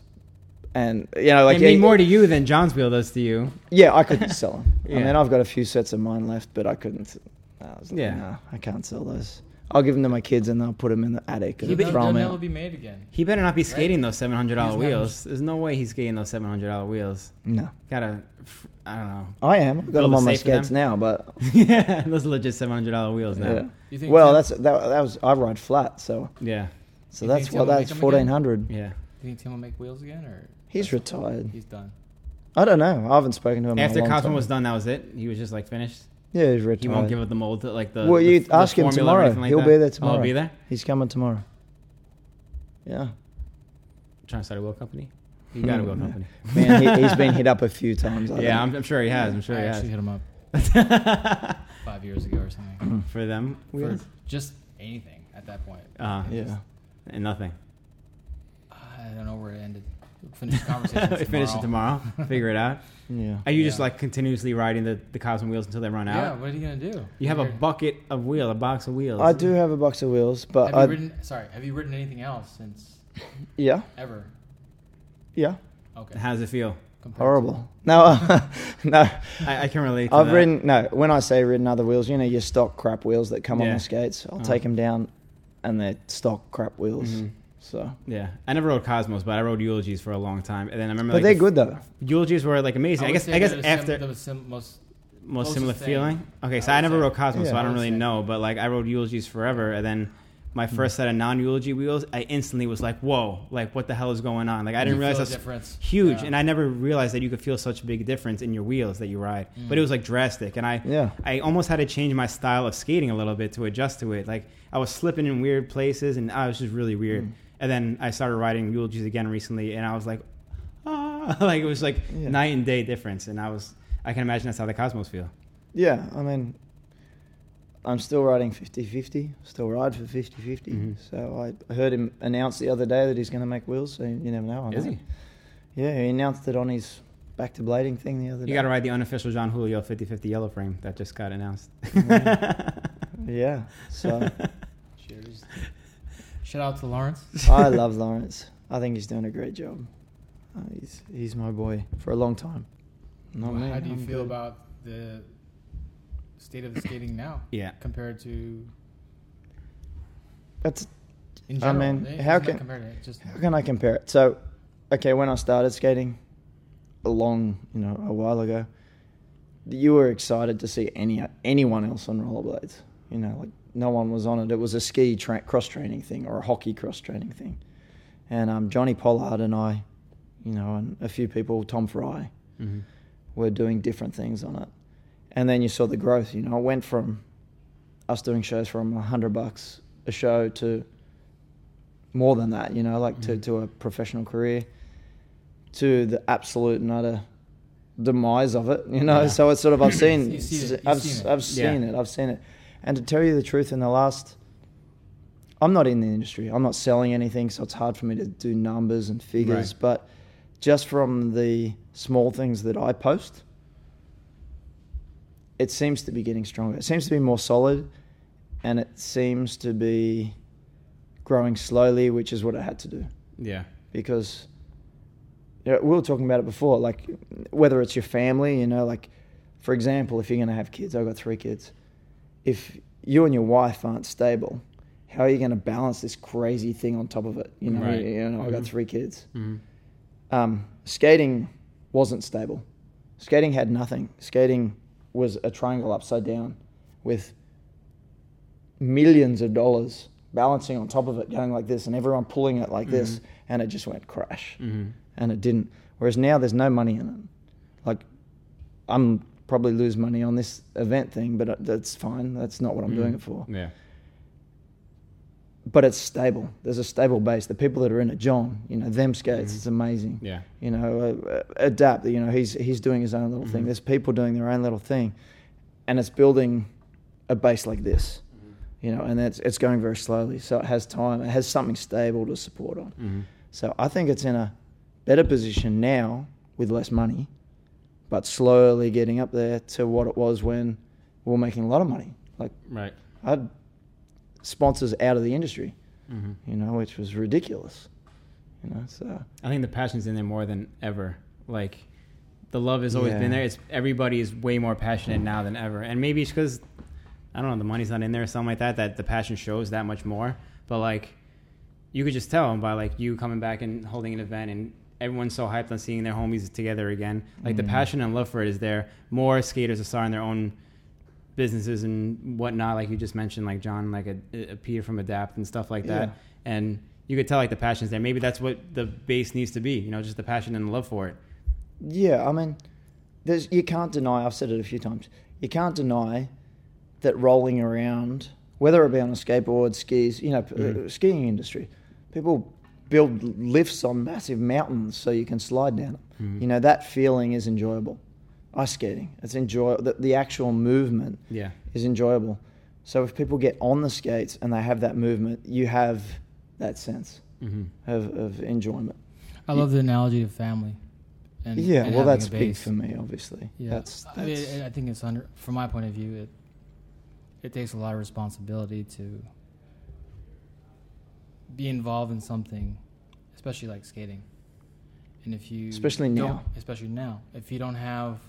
Speaker 3: and you know, like
Speaker 1: they mean
Speaker 3: yeah,
Speaker 1: more to you than John's wheel does to you.
Speaker 3: Yeah, I couldn't sell them.
Speaker 1: Yeah.
Speaker 3: I mean, I've got a few sets of mine left, but I couldn't. I was like,
Speaker 1: Yeah.
Speaker 3: nah, I can't sell those. I'll give them to my kids and they'll put them in the attic and
Speaker 2: He'd be-
Speaker 3: throw
Speaker 2: they'll
Speaker 3: them
Speaker 2: never
Speaker 3: out.
Speaker 2: be made again.
Speaker 1: He better not be skating those seven hundred dollar
Speaker 2: He's not-
Speaker 1: wheels. There's no way he's skating those seven hundred dollar wheels.
Speaker 3: No,
Speaker 1: Gotta, f- I don't know.
Speaker 3: I am. I've got
Speaker 1: Build
Speaker 3: them
Speaker 1: a
Speaker 3: on my
Speaker 1: safe for them.
Speaker 3: skates now, but
Speaker 1: yeah, <laughs> those are legit seven hundred dollar wheels now.
Speaker 3: yeah.
Speaker 1: Yeah.
Speaker 2: You think
Speaker 3: Well,
Speaker 2: Tim-
Speaker 3: that's that, that was I ride flat, so
Speaker 1: yeah,
Speaker 3: so
Speaker 2: You
Speaker 3: that's
Speaker 2: think Tim
Speaker 3: what
Speaker 2: will
Speaker 3: that's
Speaker 2: make 'em again?
Speaker 3: fourteen hundred.
Speaker 2: You think Tim will make wheels again, or
Speaker 3: He's retired.
Speaker 2: he's done?
Speaker 3: I don't know. I haven't spoken to him
Speaker 1: After
Speaker 3: in a long
Speaker 1: Cosmo
Speaker 3: time.
Speaker 1: was done, that was it. He was just like finished.
Speaker 3: yeah, he's
Speaker 1: He won't
Speaker 3: retired.
Speaker 1: give up the mold to like the.
Speaker 3: well,
Speaker 1: the-
Speaker 3: you
Speaker 1: the
Speaker 3: ask him
Speaker 1: formula or
Speaker 3: tomorrow.
Speaker 1: anything like
Speaker 3: He'll
Speaker 1: that?
Speaker 3: be there
Speaker 1: Oh,
Speaker 3: tomorrow.
Speaker 1: I'll be there.
Speaker 3: He's coming tomorrow.
Speaker 1: <laughs>
Speaker 3: Yeah,
Speaker 1: Trying to start a wheel company. You got a wheel
Speaker 3: Mm,
Speaker 1: company.
Speaker 3: <laughs> man, he, he's been hit up a few times. I
Speaker 1: Yeah,
Speaker 3: think.
Speaker 1: I'm, I'm sure he has. I'm sure
Speaker 2: I
Speaker 1: he
Speaker 2: actually
Speaker 1: has.
Speaker 2: hit him up five years ago or
Speaker 1: <clears throat>
Speaker 2: something
Speaker 1: <laughs> For them,
Speaker 2: for
Speaker 1: wheels
Speaker 2: just anything at that point.
Speaker 1: Uh-huh.
Speaker 2: It was-
Speaker 3: yeah.
Speaker 1: and nothing.
Speaker 2: I don't know where it ended. We'll Finish
Speaker 1: <laughs>
Speaker 2: the conversation.
Speaker 1: We Finish it tomorrow.
Speaker 2: <laughs>
Speaker 1: Figure it out.
Speaker 3: Yeah.
Speaker 1: Are you just
Speaker 2: Yeah.
Speaker 1: like continuously riding the the Cosmo wheels until they run
Speaker 2: Yeah,
Speaker 1: out?
Speaker 2: what are you gonna do?
Speaker 1: You have a
Speaker 2: You're-
Speaker 1: bucket of wheel, a box of wheels.
Speaker 3: I do have a box of wheels,
Speaker 2: Have
Speaker 3: but
Speaker 2: you
Speaker 1: uh,
Speaker 3: I,
Speaker 2: ridden? Sorry, have you ridden anything else since
Speaker 3: yeah,
Speaker 2: ever?
Speaker 3: yeah,
Speaker 2: Okay,
Speaker 1: How does it feel?
Speaker 2: compared to-
Speaker 3: horrible. No, <laughs> no,
Speaker 1: I, I can relate. To
Speaker 3: I've
Speaker 1: that.
Speaker 3: ridden. No, when I say ridden other wheels, you know your stock crap wheels that come on
Speaker 1: Yeah.
Speaker 3: the skates. I'll 'em
Speaker 1: Uh-huh.
Speaker 3: take them down, and they're stock crap wheels.
Speaker 1: Mhm.
Speaker 3: So,
Speaker 1: Yeah, I never rode Cosmos, but I rode Eulogies for a long time, and then I remember.
Speaker 3: but
Speaker 1: like,
Speaker 3: they're
Speaker 1: the <laughs>
Speaker 3: good though.
Speaker 1: f- Eulogies were like amazing. I,
Speaker 2: would
Speaker 1: guess.
Speaker 2: say
Speaker 1: I guess
Speaker 2: they're the sim-
Speaker 1: after
Speaker 2: they're the sim- most
Speaker 1: most
Speaker 2: closest
Speaker 1: similar
Speaker 2: thing.
Speaker 1: feeling. Okay,
Speaker 2: I
Speaker 1: so I
Speaker 2: would
Speaker 1: never
Speaker 2: say.
Speaker 1: rode Cosmos,
Speaker 3: Yeah.
Speaker 1: so I don't
Speaker 2: I would
Speaker 1: really
Speaker 2: say.
Speaker 1: know. But like, I rode Eulogies forever, and then my first set of non-eulogy wheels, I instantly was like, "Whoa! Like, what the hell is going on?" Like, I
Speaker 2: You
Speaker 1: didn't realize
Speaker 2: feel the
Speaker 1: that's
Speaker 2: difference.
Speaker 1: huge,
Speaker 2: Yeah.
Speaker 1: and I never realized that you could feel such a big difference in your wheels that you ride.
Speaker 2: Mm.
Speaker 1: But it was like drastic, and I
Speaker 3: Yeah.
Speaker 1: I almost had to change my style of skating a little bit to adjust to it. Like I was slipping in weird places, and I was just really weird.
Speaker 3: Mm.
Speaker 1: And then I started riding eulogies again recently, and I was like, ah, <laughs> like it was like
Speaker 3: Yeah.
Speaker 1: night and day difference. And I was, I can imagine that's how the Cosmos feel.
Speaker 3: Yeah, I mean, I'm still riding 50-50. Still ride for 50-50.
Speaker 1: Mhm.
Speaker 3: So I heard him announce the other day that he's going to make wheels. So you never know. I
Speaker 1: Is
Speaker 3: might.
Speaker 1: he?
Speaker 3: Yeah, he announced it on his back to blading thing the other day.
Speaker 1: You got to ride the unofficial John Julio 50-50 yellow frame that just got
Speaker 3: <laughs>
Speaker 1: announced. <laughs>
Speaker 3: Yeah. So.
Speaker 2: Cheers. Shout out to Lawrence.
Speaker 3: <laughs> I love Lawrence. I think he's doing a great job. Uh, he's he's my boy for a long time. Not
Speaker 2: Well,
Speaker 3: me,
Speaker 2: How do you
Speaker 3: I'm
Speaker 2: feel
Speaker 3: good.
Speaker 2: about the state of the skating now
Speaker 1: yeah.
Speaker 2: compared to
Speaker 3: That's
Speaker 2: In general,
Speaker 3: mean,
Speaker 2: eh,
Speaker 3: how
Speaker 2: it's not
Speaker 3: can-
Speaker 2: compared to it, it's just
Speaker 3: How can I compare it? So, okay, when I started skating, a long, you know, a while ago, you were excited to see any anyone else on rollerblades. You know, like no one was on it. It was a ski tra- cross training thing or a hockey cross training thing. And um, Johnny Pollard and I, you know, and a few people, Tom Fry,
Speaker 1: Mm-hmm.
Speaker 3: were doing different things on it. And then you saw the growth. You know, it went from us doing shows from a hundred bucks a show to more than that. You know, like to,
Speaker 1: Mhm.
Speaker 3: to a professional career, to the absolute and utter demise of it. You know,
Speaker 1: Yeah.
Speaker 3: so it's sort of I've seen,
Speaker 2: You've seen it. You've
Speaker 3: I've
Speaker 2: seen it.
Speaker 3: I've
Speaker 1: Yeah.
Speaker 3: seen it. I've seen it. And to tell you the truth, in the last, I'm not in the industry. I'm not selling anything, so it's hard for me to do numbers and figures.
Speaker 1: Right.
Speaker 3: But just from the small things that I post, it seems to be getting stronger. It seems to be more solid, and it seems to be growing slowly, which is what it had to do
Speaker 1: Yeah.
Speaker 3: because you know, we were talking about it before, like whether it's your family, you know, like for example, if you're going to have kids, I've got three kids. If you and your wife aren't stable, how are you going to balance this crazy thing on top of it? You know,
Speaker 1: Right.
Speaker 3: you, know, I got
Speaker 1: Mhm.
Speaker 3: three kids.
Speaker 1: Mm-hmm.
Speaker 3: Um, skating wasn't stable. Skating had nothing. Skating was a triangle upside down with millions of dollars balancing on top of it, going like this, and everyone pulling it like this, and it just went crash
Speaker 1: Mm-hmm.
Speaker 3: and it didn't. Whereas now there's no money in it. Like I'm probably lose money on this event thing, but uh, that's fine. That's not what I'm doing it for.
Speaker 1: Yeah.
Speaker 3: But it's stable. There's a stable base. The people that are in it, John, you know, them skates. It's amazing.
Speaker 1: Yeah.
Speaker 3: You know, uh, uh, adapt. You know, he's he's doing his own little thing. There's people doing their own little thing, and it's building a base like this. You know, and that's it's going very slowly. So it has time. It has something stable to support on.
Speaker 1: Mm-hmm.
Speaker 3: So I think it's in a better position now with less money, but slowly getting up there to what it was when we were making a lot of money. Like
Speaker 1: Right.
Speaker 3: I had sponsors out of the industry,
Speaker 1: Mm-hmm.
Speaker 3: you know, which was ridiculous. You know, so
Speaker 1: I think the passion's in there more than ever. Like the love has always
Speaker 3: Yeah.
Speaker 1: been there. It's everybody is way more passionate now than ever, and maybe it's because I don't know the money's not in there or something like that. That the passion shows that much more. But like you could just tell by like you coming back and holding an event and. Everyone's so hyped on seeing their homies together again. Like the passion and love for it is there. More skaters are starting their own businesses and whatnot, like you just mentioned, like John, like a, a Peter from Adapt and stuff like
Speaker 3: Yeah.
Speaker 1: that. And you could tell like the passion's there. Maybe that's what the base needs to be, you know, just the passion and the love for it.
Speaker 3: yeah, I mean, there's you can't deny. I've said it a few times. You can't deny that rolling around, whether it be on a skateboard, skis, you know, p- uh skiing industry, people build lifts on massive mountains so you can slide down them. You know, that feeling is enjoyable. Ice skating, it's enjoyable. The, the actual movement
Speaker 1: Yeah.
Speaker 3: is enjoyable. So if people get on the skates and they have that movement, you have that sense
Speaker 1: Mm-hmm.
Speaker 3: of, of enjoyment.
Speaker 2: I love the analogy of family. And, and
Speaker 3: yeah, well,
Speaker 2: having
Speaker 3: that's
Speaker 2: a
Speaker 3: big
Speaker 2: base.
Speaker 3: for me, obviously.
Speaker 2: Yeah,
Speaker 3: That's, that's
Speaker 2: I, mean, I think it's under from my point of view. It it takes a lot of responsibility to be involved in something, especially like skating. And if you
Speaker 3: Especially
Speaker 2: don't-
Speaker 3: now.
Speaker 2: especially now, if you don't have,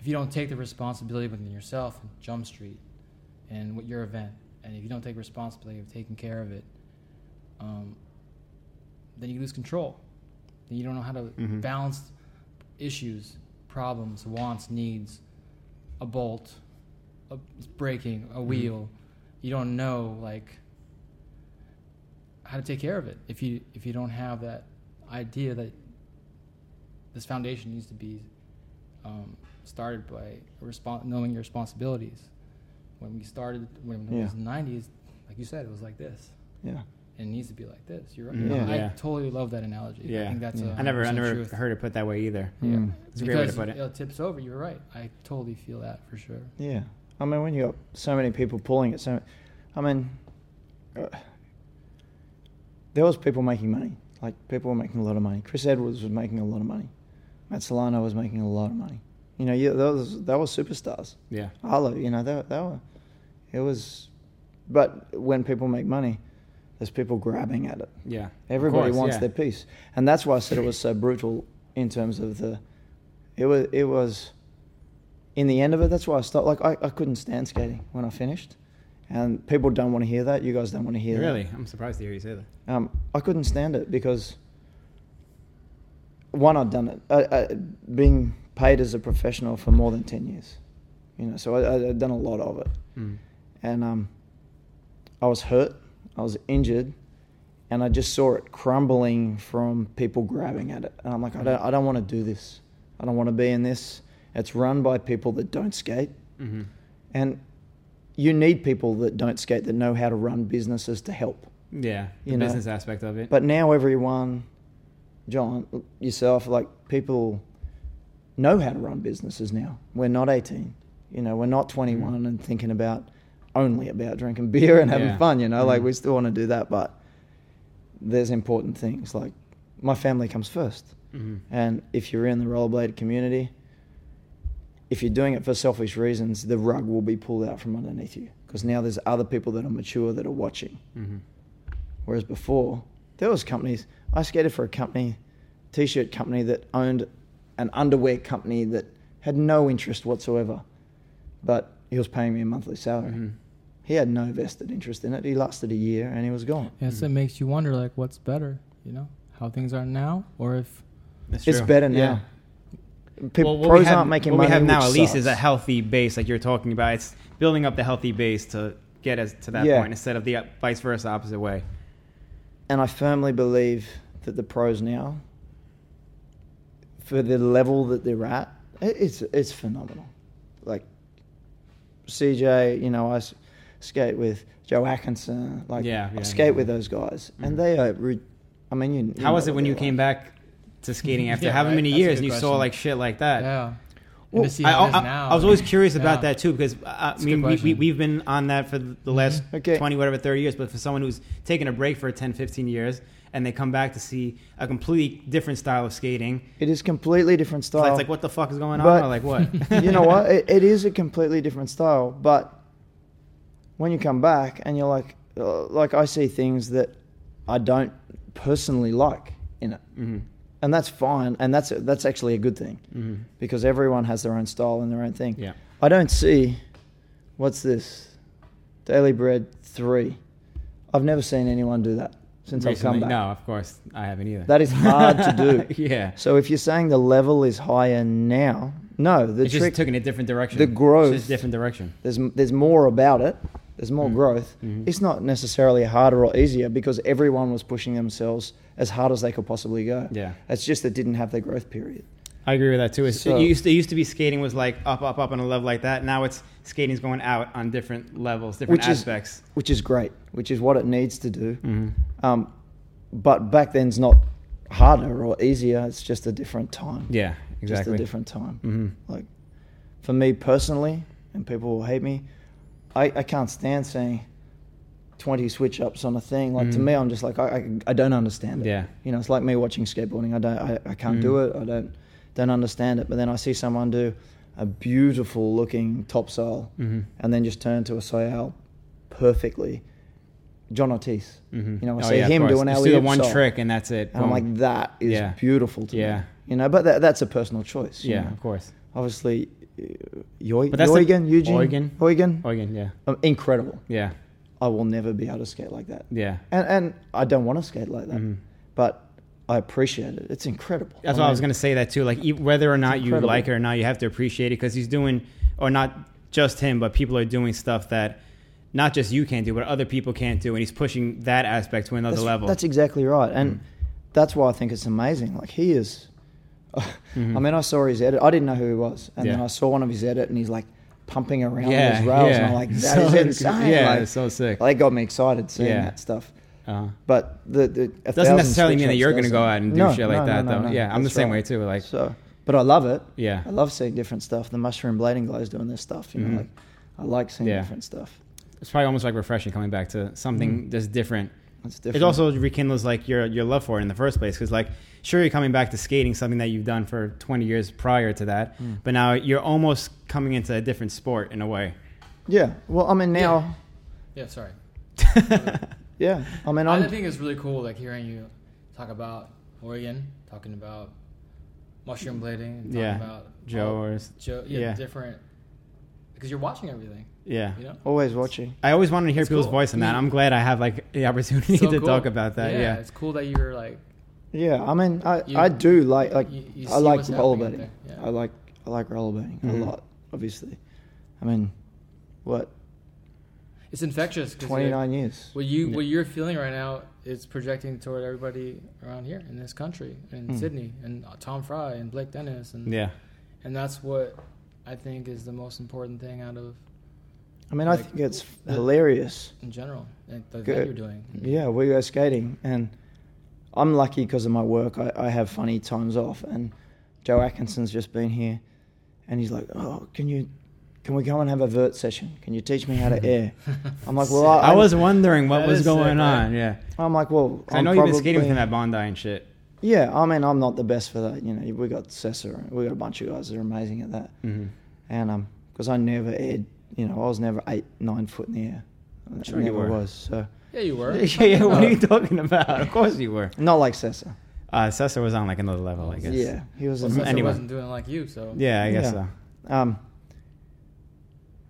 Speaker 2: if you don't take the responsibility within yourself, and Jump Street, and what your event, and if you don't take responsibility of taking care of it, um, then you lose control. Then you don't know how to
Speaker 3: Mm-hmm.
Speaker 1: Mhm.
Speaker 2: balance issues, problems, wants, needs, a bolt, a breaking,
Speaker 3: Mm-hmm.
Speaker 2: a wheel. You don't know like how to take care of it if you if you don't have that idea that this foundation needs to be um, started by respon knowing your responsibilities. When we started, when it was
Speaker 3: Yeah.
Speaker 2: the '90s, like you said, it was like this
Speaker 3: yeah.
Speaker 2: it needs to be like this. You're right.
Speaker 1: Mhm.
Speaker 3: Yeah.
Speaker 2: I
Speaker 1: Yeah.
Speaker 2: totally love that analogy. I
Speaker 1: Yeah.
Speaker 2: think that's
Speaker 3: Mm-hmm. Yeah.
Speaker 2: a
Speaker 1: I never, I
Speaker 2: 100%
Speaker 1: never
Speaker 2: truth.
Speaker 1: heard it put that way either.
Speaker 2: Yeah.
Speaker 3: Mm.
Speaker 1: It's a great way to
Speaker 2: Because
Speaker 1: put it.
Speaker 2: It tips over. You're right. I totally feel that for sure.
Speaker 3: Yeah, I mean, when you got so many people pulling it, so I mean, uh, there was people making money. Like people were making a lot of money. Chris Edwards was making a lot of money. Matt Solano was making a lot of money. You know, yeah, those that were superstars.
Speaker 1: Yeah.
Speaker 3: Arlo, you know, they, they were. It was, but when people make money, there's people grabbing at it.
Speaker 1: Yeah.
Speaker 3: Everybody
Speaker 1: Of course,
Speaker 3: wants
Speaker 1: yeah.
Speaker 3: their piece, and that's why I said it was so brutal in terms of the. It was. It was. In the end of it, that's why I stopped. Like I, I couldn't stand skating when I finished, And people don't want to hear that. You guys don't want to hear that.
Speaker 1: Really, I'm surprised to hear you say that.
Speaker 3: Um, I couldn't stand it because one, I'd done it, I, I, being paid as a professional for more than ten years, you know. So I, I'd done a lot of it,
Speaker 1: Mm.
Speaker 3: and um, I was hurt, I was injured, and I just saw it crumbling from people grabbing at it. And I'm like, I don't, I don't want to do this. I don't want to be in this. It's run by people that don't skate,
Speaker 1: Mm-hmm.
Speaker 3: and you need people that don't skate that know how to run businesses to help.
Speaker 1: Yeah, the
Speaker 3: You know,
Speaker 1: business aspect of it.
Speaker 3: But now everyone, John, yourself, like people know how to run businesses now. We're not 18. You know, we're not 21 and thinking about only about drinking beer and having
Speaker 1: Yeah.
Speaker 3: fun, you know, like
Speaker 1: Mhm.
Speaker 3: we still want to do that, but there's important things like my family comes first.
Speaker 1: hmm
Speaker 3: And if you're in the rollerblade community, if you're doing it for selfish reasons, the rug will be pulled out from underneath you because now there's other people that are mature that are watching.
Speaker 1: hmm
Speaker 3: Whereas before, there was companies. I skated for a company, t-shirt company that owned an underwear company that had no interest whatsoever, but he was paying me a monthly salary.
Speaker 1: Mhm.
Speaker 3: He had no vested interest in it. He lasted a year and he was gone.
Speaker 2: Yes,
Speaker 1: Mm-hmm.
Speaker 2: it makes you wonder like what's better, you know, how things are now, or if
Speaker 1: That's
Speaker 3: It's
Speaker 1: true.
Speaker 3: better
Speaker 1: Yeah.
Speaker 3: now. People,
Speaker 1: Well, what we
Speaker 3: pros
Speaker 1: have-
Speaker 3: aren't making
Speaker 1: what
Speaker 3: money.
Speaker 1: we have now,
Speaker 3: which
Speaker 1: at least,
Speaker 3: sucks.
Speaker 1: is a healthy base, like you're talking about. It's building up the healthy base to get us to that
Speaker 3: Yeah.
Speaker 1: point instead of the uh, vice versa opposite way.
Speaker 3: and I firmly believe that the pros now, for the level that they're at, it- it's it's phenomenal. Like CJ, you know, I s- skate with Joe Atkinson. Like,
Speaker 1: Yeah, yeah,
Speaker 3: I skate
Speaker 1: yeah.
Speaker 3: with those guys,
Speaker 1: Mhm.
Speaker 3: and they are. Re- I mean, you. you
Speaker 1: How
Speaker 3: know
Speaker 1: was it
Speaker 3: what
Speaker 1: when
Speaker 3: they're
Speaker 1: you came
Speaker 3: like.
Speaker 1: back to skating after
Speaker 2: Yeah,
Speaker 1: how
Speaker 2: right?
Speaker 1: many
Speaker 2: That's a
Speaker 1: years
Speaker 2: good
Speaker 1: and you saw
Speaker 2: question.
Speaker 1: like shit like that?
Speaker 2: yeah,
Speaker 1: Well,
Speaker 2: and to see
Speaker 1: I,
Speaker 2: how it is
Speaker 1: I-
Speaker 2: now.
Speaker 1: I was always curious about
Speaker 2: Yeah.
Speaker 1: that too because uh, I
Speaker 2: a
Speaker 1: mean
Speaker 2: good
Speaker 1: we, we,
Speaker 2: question.
Speaker 1: we've been on that for the last
Speaker 3: Mm-hmm. Okay.
Speaker 1: 20 whatever 30 years but for someone who's taken a break for 10 15 years and they come back to see a completely different style of skating
Speaker 3: It is completely different
Speaker 1: it's
Speaker 3: style.
Speaker 1: like, it's like, what the fuck is going on
Speaker 3: But-
Speaker 1: or like what
Speaker 3: <laughs> you know what? It, it is a completely different style, but when you come back and you're like, uh, like I see things that I don't personally like in it,
Speaker 1: <laughs> mm-hmm.
Speaker 3: and that's fine, and that's that's actually a good thing
Speaker 1: Mm-hmm.
Speaker 3: because everyone has their own style and their own thing.
Speaker 1: yeah
Speaker 3: I don't see what's this Daily Bread three. I've never seen anyone do that since
Speaker 1: Recently-
Speaker 3: I've come back.
Speaker 1: no of course I haven't either
Speaker 3: That is hard to do.
Speaker 1: <laughs> yeah
Speaker 3: So if you're saying the level is higher now, no, the
Speaker 1: it just
Speaker 3: trick
Speaker 1: took in a different direction
Speaker 3: the
Speaker 1: It's
Speaker 3: growth-
Speaker 1: just different direction
Speaker 3: there's there's more about it. There's more
Speaker 1: Mm.
Speaker 3: growth.
Speaker 1: Mhm.
Speaker 3: It's not necessarily harder or easier because everyone was pushing themselves as hard as they could possibly go.
Speaker 1: yeah
Speaker 3: It's just they didn't have their growth period.
Speaker 1: I agree with that too. It's,
Speaker 3: So-
Speaker 1: it, used to, it used to be skating was like up, up, up on a level like that. Now it's skating's going out on different levels, different
Speaker 3: Which is-
Speaker 1: aspects.
Speaker 3: which is great, which is what it needs to do.
Speaker 1: Mhm.
Speaker 3: Um, but back then's not harder or easier. It's just a different time.
Speaker 1: Yeah,
Speaker 3: Just a
Speaker 1: exactly.
Speaker 3: different time.
Speaker 1: hmm
Speaker 3: Like for me personally, and people will hate me, I, I can't stand seeing twenty switch ups on a thing. Like to
Speaker 1: Mhm.
Speaker 3: me, I'm just like I, I, I don't understand it.
Speaker 1: Yeah.
Speaker 3: You know, it's like me watching skateboarding. I don't I, I can't do
Speaker 1: Mhm.
Speaker 3: it. I don't don't understand it. But then I see someone do a beautiful looking topsail
Speaker 1: hmm
Speaker 3: and then just turn to a Sayal perfectly. John Ortiz.
Speaker 1: hmm
Speaker 3: You know, I see him doing
Speaker 1: Just do
Speaker 3: alley-oop
Speaker 1: the one
Speaker 3: song.
Speaker 1: trick and that's it.
Speaker 3: And I'm
Speaker 1: Boom.
Speaker 3: like, that is
Speaker 1: Yeah.
Speaker 3: beautiful to
Speaker 1: Yeah.
Speaker 3: me. You know, but that, that's a personal choice. you
Speaker 1: yeah,
Speaker 3: know.
Speaker 1: of course.
Speaker 3: Obviously, uh, Yo-
Speaker 1: But that's the-
Speaker 3: Eugen, Eugene,
Speaker 1: Eugen.
Speaker 3: Eugen,
Speaker 1: Oregon, yeah,
Speaker 3: um, incredible.
Speaker 1: yeah,
Speaker 3: I will never be able to skate like that.
Speaker 1: yeah.
Speaker 3: And, and I don't want to skate like that,
Speaker 1: Mhm.
Speaker 3: but I appreciate it. It's incredible.
Speaker 1: That's why I was going to say that too. Like e- whether or not you
Speaker 3: incredible.
Speaker 1: like it or not, you have to appreciate it because he's doing, or not just him, but people are doing stuff that not just you can't do, but other people can't do, and he's pushing that aspect to another
Speaker 3: that's,
Speaker 1: level. Mm-hmm.
Speaker 3: That's exactly right, and that's why I think it's amazing. Like he is. <laughs> I mean, I saw his edit. I didn't know who he was, and then
Speaker 1: Mm-hmm. Yeah.
Speaker 3: I saw one of his edit, and he's like pumping around
Speaker 1: yeah,
Speaker 3: those rails,
Speaker 1: yeah.
Speaker 3: and I'm
Speaker 1: <laughs>
Speaker 3: like, that is insane.
Speaker 1: Yeah,
Speaker 3: like,
Speaker 1: it's so sick.
Speaker 3: they got me excited seeing
Speaker 1: Yeah.
Speaker 3: that stuff.
Speaker 1: uh
Speaker 3: But the, the a
Speaker 1: doesn't
Speaker 3: thousand
Speaker 1: necessarily mean that
Speaker 3: switch-ups
Speaker 1: you're going to go
Speaker 3: doesn't-
Speaker 1: out and do
Speaker 3: No,
Speaker 1: shit like
Speaker 3: no,
Speaker 1: that,
Speaker 3: no,
Speaker 1: though.
Speaker 3: no, no.
Speaker 1: yeah, I'm the
Speaker 3: That's
Speaker 1: same
Speaker 3: right.
Speaker 1: way too. Like,
Speaker 3: so, but I love it.
Speaker 1: yeah,
Speaker 3: I love seeing different stuff. The mushroom blading guys doing their stuff. You know,
Speaker 1: Mhm.
Speaker 3: like I like seeing
Speaker 1: Yeah.
Speaker 3: different stuff.
Speaker 1: it's probably almost like refreshing coming back to something that's different.
Speaker 3: It's Mm. different.
Speaker 1: It also rekindles like your your love for it in the first place because like sure you're coming back to skating something that you've done for 20 years prior to that,
Speaker 3: Mm.
Speaker 1: but now you're almost coming into a different sport in a way.
Speaker 3: yeah. Well, I mean now.
Speaker 2: yeah, sorry.
Speaker 3: Yeah, I mean,
Speaker 2: I
Speaker 3: I'm,
Speaker 2: think it's really cool, like hearing you talk about Oregon, talking about mushroom blading, and talking
Speaker 1: Yeah,
Speaker 2: about
Speaker 1: Joe
Speaker 2: all-
Speaker 1: or s-
Speaker 2: Joe, yeah,
Speaker 1: yeah.
Speaker 2: different because you're watching everything.
Speaker 1: <laughs> Yeah. Oh,
Speaker 2: You know,
Speaker 3: Always watching.
Speaker 1: I always wanted to hear
Speaker 2: It's
Speaker 1: people's
Speaker 2: cool.
Speaker 1: voice in that.
Speaker 2: Yeah.
Speaker 1: I'm glad I have like the opportunity <laughs>
Speaker 2: So
Speaker 1: to
Speaker 2: cool.
Speaker 1: talk about that. Yeah.
Speaker 2: it's cool that you're like
Speaker 3: Yeah, I mean, I,
Speaker 2: You-
Speaker 3: I do like like
Speaker 2: you- you see
Speaker 3: I like
Speaker 2: what's happening out
Speaker 3: rollerblading.
Speaker 2: there, yeah.
Speaker 3: I like I like rollerblading
Speaker 1: Mhm.
Speaker 3: a lot. Obviously, I mean, what
Speaker 2: it's infectious. 'cause
Speaker 3: twenty
Speaker 2: it-
Speaker 3: nine years?
Speaker 2: What you
Speaker 1: Yeah.
Speaker 2: what you're feeling right now is projecting toward everybody around here in this country, in
Speaker 3: Mm.
Speaker 2: Sydney, and Tom Fry and Blake Dennis, and
Speaker 1: Hmm. Yeah.
Speaker 2: and that's what I think is the most important thing out of
Speaker 3: I mean, I
Speaker 2: like-
Speaker 3: think it's hilarious.
Speaker 2: in general and the that
Speaker 3: Good.
Speaker 2: you're doing. <laughs>
Speaker 3: Yeah, we go skating, and I'm lucky because of my work. I, I have funny times off, and Joe Atkinson's just been here, and he's like, "Oh, can you, can we go and have a vert session? Can you teach me how
Speaker 1: <laughs>
Speaker 3: to air?" I'm like, "Well, I,
Speaker 1: I was wondering what
Speaker 2: That
Speaker 1: was
Speaker 2: is sick,
Speaker 1: going
Speaker 2: right?
Speaker 1: on. Yeah. 'Cause
Speaker 3: I'm like, "Well,
Speaker 1: I
Speaker 3: I'm
Speaker 1: know you've been skating
Speaker 3: probably-
Speaker 1: with him at Bondi and shit.
Speaker 3: Yeah, I mean, I'm not the best for that. You know, we got Cesar, we got a bunch of guys that are amazing at that, <laughs>
Speaker 1: Mm-hmm. <laughs>
Speaker 3: and um, because I never aired, you know, I was never eight, nine foot in the air. I
Speaker 1: Sure you
Speaker 3: never
Speaker 1: were.
Speaker 3: was. So
Speaker 2: yeah, you
Speaker 1: <laughs>
Speaker 2: were.
Speaker 1: yeah, yeah, what
Speaker 2: <laughs>
Speaker 3: Oh.
Speaker 1: are you talking about? Of course you were.
Speaker 3: not like Cesar.
Speaker 1: Uh, Cesar was on like another level, I guess.
Speaker 3: Yeah, he was.
Speaker 2: Well,
Speaker 1: Mm,
Speaker 2: since I
Speaker 1: anyway.
Speaker 2: wasn't doing like you, so
Speaker 1: Yeah, I guess
Speaker 3: Yeah.
Speaker 1: so.
Speaker 3: Um,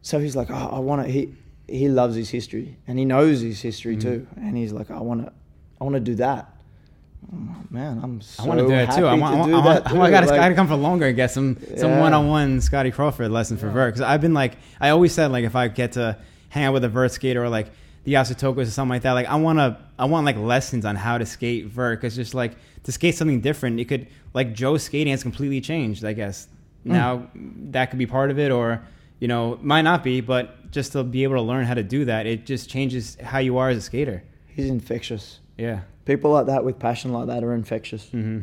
Speaker 3: so he's like, oh, I want to. He he loves his history, and he knows his history
Speaker 1: Mhm.
Speaker 3: too. And he's like, I want to, I want to do that. I'm like, Man, I'm so
Speaker 1: I want to do that
Speaker 3: happy
Speaker 1: too. I want,
Speaker 3: to
Speaker 1: I want,
Speaker 3: do
Speaker 1: I want, oh
Speaker 3: that.
Speaker 1: I want- I
Speaker 3: too.
Speaker 1: gotta,
Speaker 3: Like,
Speaker 1: gotta come for longer and get some some
Speaker 3: Yeah.
Speaker 1: one on one Scotty Crawford lesson for
Speaker 2: Yeah.
Speaker 1: vert. Because I've been like, I always said like if I get to hang out with a vert skater or like the Yasutokas or something like that, like I wanna I want like lessons on how to skate vert. Because just like to skate something different, it could like Joe's skating has completely changed. I guess
Speaker 3: Hmm.
Speaker 1: now that could be part of it, or you know might not be, but just to be able to learn how to do that, it just changes how you are as a skater.
Speaker 3: He's infectious.
Speaker 1: Yeah.
Speaker 3: People like that with passion like that are infectious,
Speaker 1: hmm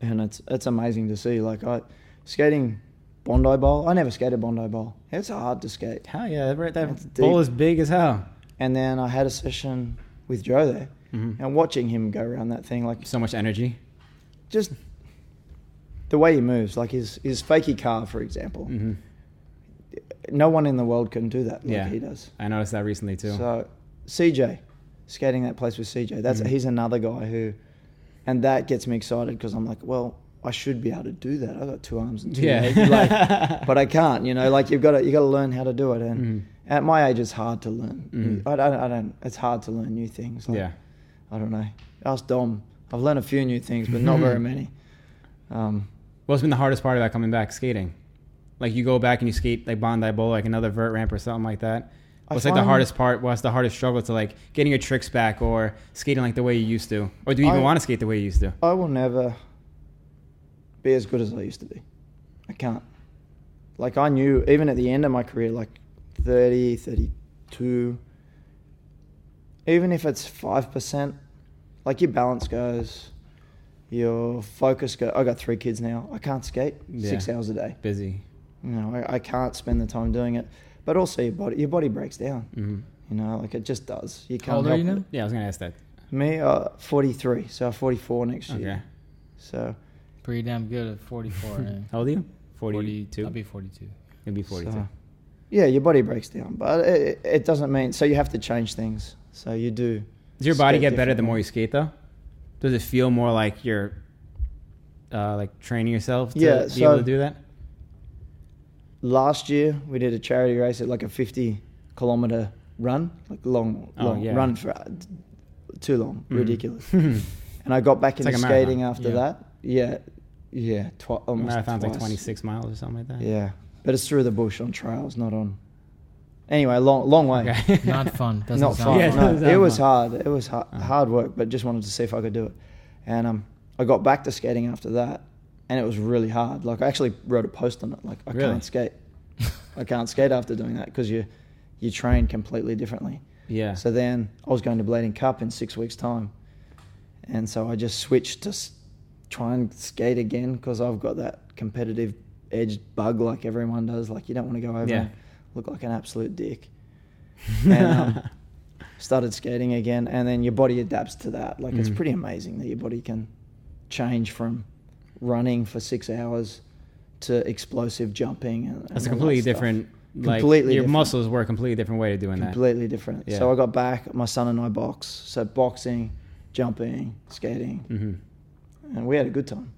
Speaker 3: and it's it's amazing to see. Like I skating Bondi Bowl. I never skated Bondi Bowl. It's hard to skate.
Speaker 1: Hell yeah! That,
Speaker 3: That's
Speaker 1: that bowl
Speaker 3: deep.
Speaker 1: is big as hell.
Speaker 3: And then I had a session with Joe there,
Speaker 1: Mhm.
Speaker 3: and watching him go around that thing like
Speaker 1: So much energy.
Speaker 3: just the way he moves, like his his fakie car, for example.
Speaker 1: hmm
Speaker 3: No one in the world can do that like
Speaker 1: Yeah.
Speaker 3: he does.
Speaker 1: I noticed that recently too. <laughs>
Speaker 3: So CJ, skating that place with CJ, that's
Speaker 1: Mhm.
Speaker 3: he's another guy who, and that gets me excited because I'm like, well, I should be able to do that. I got two arms and two
Speaker 1: Yeah.
Speaker 3: legs,
Speaker 1: <laughs>
Speaker 3: like, but I can't. You know, like you've got to you got to learn how to do it. And
Speaker 1: Mhm.
Speaker 3: at my age, it's hard to learn.
Speaker 1: Mhm.
Speaker 3: I don't. I don't. It's hard to learn new things. Like,
Speaker 1: yeah.
Speaker 3: I don't know. Ask Dom. I've learned a few new things, but
Speaker 1: <laughs>
Speaker 3: not very many. Um,
Speaker 1: What's been the hardest part about coming back skating? Like you go back and you skate like Bondi Bowl, like another vert ramp or something like that.
Speaker 3: I
Speaker 1: What's like the
Speaker 3: find-
Speaker 1: hardest part? What's the hardest struggle to like getting your tricks back or skating like the way you used to? Or do you even
Speaker 3: I-
Speaker 1: want to skate the way you used to?
Speaker 3: I will never be as good as I used to be. I can't. Like, I knew, even at the end of my career, like 30, 32, even if it's 5%, like your balance goes, your focus goes. I got three kids now. I can't skate six
Speaker 1: Yeah.
Speaker 3: hours a day.
Speaker 1: Busy.
Speaker 3: You know, I, I can't spend the time doing it. But also, your body, your body breaks down.
Speaker 1: hmm
Speaker 3: You know, like it just does. You can't.
Speaker 2: How old are
Speaker 3: help
Speaker 2: you
Speaker 3: it.
Speaker 2: now?
Speaker 1: Yeah, I was gonna ask that.
Speaker 3: Me, uh, 43. So I'm 44 next
Speaker 1: Okay.
Speaker 3: year. So
Speaker 2: Pretty damn good at 44.
Speaker 1: <laughs>
Speaker 2: eh?
Speaker 1: How old are you?
Speaker 2: 42.
Speaker 1: 42.
Speaker 2: I'll be 42.
Speaker 1: It'll be 42.
Speaker 3: So, yeah, your body breaks down, but it, it doesn't mean so you have to change things. So you do.
Speaker 1: Does your body
Speaker 3: skate
Speaker 1: get better the
Speaker 3: differently.
Speaker 1: more you skate though? Does it feel more like you're uh, like training yourself to
Speaker 3: Yeah,
Speaker 1: be
Speaker 3: so-
Speaker 1: able to do
Speaker 3: <laughs>
Speaker 1: that?
Speaker 3: Last year we did a charity race at like a fifty kilometer run, like long,
Speaker 1: Oh,
Speaker 3: long
Speaker 1: yeah.
Speaker 3: run for too long,
Speaker 1: Mhm.
Speaker 3: ridiculous. And I got back
Speaker 1: It's
Speaker 3: into
Speaker 1: like a marathon.
Speaker 3: skating after
Speaker 2: Yeah.
Speaker 3: that. Yeah, yeah, twi- almost
Speaker 1: Marathon's like
Speaker 3: twice.
Speaker 1: 26 miles or something like that.
Speaker 3: Yeah, but it's through the bush on trails, not on. Anyway, long, long way. <laughs>
Speaker 1: Okay. <laughs>
Speaker 2: Not fun. Doesn't
Speaker 3: not
Speaker 2: sound
Speaker 3: fun.
Speaker 1: Yeah,
Speaker 2: fun.
Speaker 1: it
Speaker 3: no,
Speaker 1: doesn't sound
Speaker 3: it was
Speaker 1: fun.
Speaker 3: hard. It was hard,
Speaker 1: Uh-huh.
Speaker 3: hard work, but just wanted to see if I could do it. And um, I got back to skating after that, and it was really hard. Like I actually wrote a post on it. Like I
Speaker 1: Really?
Speaker 3: can't skate. I can't skate after doing that because you you train completely differently.
Speaker 1: yeah. <laughs>
Speaker 3: So then I was going to Blading Cup in six weeks' time, and so I just switched to s- try and skate again because I've got that competitive edge bug like everyone does. Like you don't want to go over
Speaker 1: Yeah.
Speaker 3: and look like an absolute dick. And, um, started skating again, and then your body adapts to that. Like it's
Speaker 1: Mhm.
Speaker 3: pretty amazing that your body can change from running for six hours to explosive jumping. And, and all
Speaker 1: That's a
Speaker 3: that
Speaker 1: completely
Speaker 3: stuff.
Speaker 1: different. Like,
Speaker 3: Completely
Speaker 1: your
Speaker 3: different.
Speaker 1: muscles were a completely different way of doing that.
Speaker 3: completely different.
Speaker 1: Yeah.
Speaker 3: So I got back. My son and I box. So boxing, jumping, skating,
Speaker 1: hmm
Speaker 3: and we had a good time.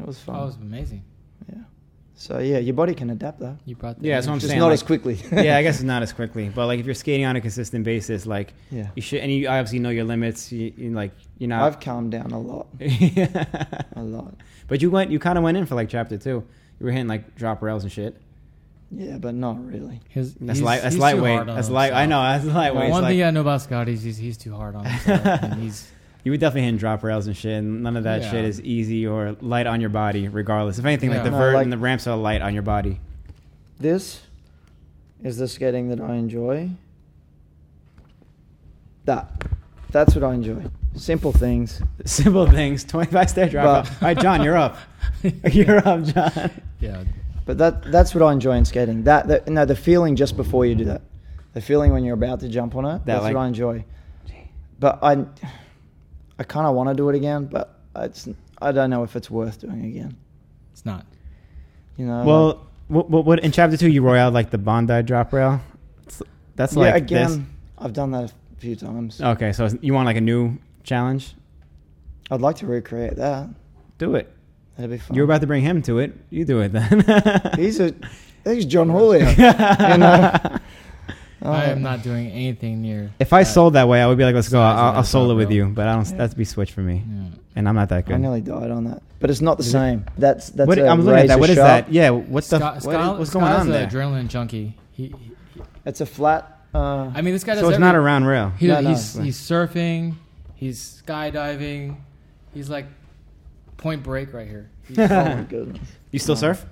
Speaker 3: It was fun.
Speaker 2: <laughs> Oh, it was amazing.
Speaker 3: yeah, So yeah, your body can adapt though.
Speaker 2: You brought
Speaker 1: Yeah, that's what I'm
Speaker 3: Just
Speaker 1: saying,
Speaker 3: not
Speaker 1: like-
Speaker 3: as quickly.
Speaker 1: yeah, I guess it's not as quickly, but like if you're skating on a consistent basis, like
Speaker 3: <laughs> yeah.
Speaker 1: you should, and you obviously know your limits. You, you like you're
Speaker 3: I've
Speaker 1: not.
Speaker 3: calmed down a lot, a lot.
Speaker 1: <laughs> but you went, you kind of went in for like chapter two. You were hitting like drop rails and shit.
Speaker 3: Yeah, but not really.
Speaker 2: His,
Speaker 1: That's
Speaker 2: he's-
Speaker 1: light. That's
Speaker 2: he's too
Speaker 1: lightweight.
Speaker 2: hard on
Speaker 1: That's light. I
Speaker 2: himself.
Speaker 1: know. That's lightweight.
Speaker 2: But one
Speaker 1: It's
Speaker 2: thing
Speaker 1: like-
Speaker 2: I know about Scott is he's, he's too hard on
Speaker 1: <laughs>
Speaker 2: himself. and he's
Speaker 1: you were definitely hitting drop rails and shit, and none of that
Speaker 2: Yeah.
Speaker 1: shit is easy or light on your body. Regardless, if anything, like
Speaker 2: Yeah.
Speaker 1: the
Speaker 3: No,
Speaker 1: vert
Speaker 3: like-
Speaker 1: and the ramps are light on your body. <laughs>
Speaker 3: This is the skating that I enjoy. That, that's what I enjoy. Simple things.
Speaker 1: Simple things. Twenty five stair drop.
Speaker 3: But-
Speaker 1: All right, John, you're
Speaker 2: <laughs>
Speaker 3: <laughs>
Speaker 1: up. you're up, John.
Speaker 2: yeah.
Speaker 3: But that that's what I enjoy in skating. That, that no, the feeling just before you do that, the feeling when you're about to jump on it. that's
Speaker 1: like-
Speaker 3: what I enjoy. But I, I kind of want to do it again, but it's I don't know if it's worth doing again.
Speaker 2: It's not.
Speaker 3: You know. like-
Speaker 1: Well, what, what, what in chapter two you royaled like the Bondi drop rail? It's- That's like
Speaker 3: yeah, again,
Speaker 1: this. Oh.
Speaker 3: I've done that a few times.
Speaker 1: Okay, so you want like a new challenge?
Speaker 3: I'd like to recreate that.
Speaker 1: Do it.
Speaker 3: That'd be fun.
Speaker 1: You're about to bring him to it. You do it then. <laughs>
Speaker 3: He's a he's John Julio. Oh,
Speaker 2: I am not doing anything near.
Speaker 1: If I
Speaker 2: that.
Speaker 1: sold that way, I would be like, let's go.
Speaker 2: Size of
Speaker 1: I'll,
Speaker 2: that
Speaker 1: I'll solo
Speaker 2: drop
Speaker 1: with
Speaker 2: rail.
Speaker 1: you, but I don't.
Speaker 3: Yeah.
Speaker 1: That's be switch for me,
Speaker 2: Yeah.
Speaker 1: and I'm not that
Speaker 3: I
Speaker 1: good.
Speaker 3: nearly died on that, but it's not the same. That's that's
Speaker 1: What,
Speaker 3: a
Speaker 1: I'm looking at that. What is
Speaker 3: razor sharp-
Speaker 1: that? Yeah. What the?
Speaker 2: Scott,
Speaker 1: what-
Speaker 2: Scott-
Speaker 1: what's going
Speaker 2: Scott's
Speaker 1: on
Speaker 2: an
Speaker 1: there?
Speaker 2: Adrenaline junkie. He, he-
Speaker 3: It's a flat. Uh,
Speaker 2: I mean, this guy does.
Speaker 1: So it's
Speaker 2: every-
Speaker 1: not a round rail.
Speaker 2: He,
Speaker 3: No, no.
Speaker 2: he's he's surfing. He's skydiving. He's like Point Break
Speaker 1: <laughs>
Speaker 2: right here. He's-
Speaker 3: <laughs> oh
Speaker 2: <laughs>
Speaker 3: my goodness.
Speaker 1: You
Speaker 2: Oh.
Speaker 1: still surf?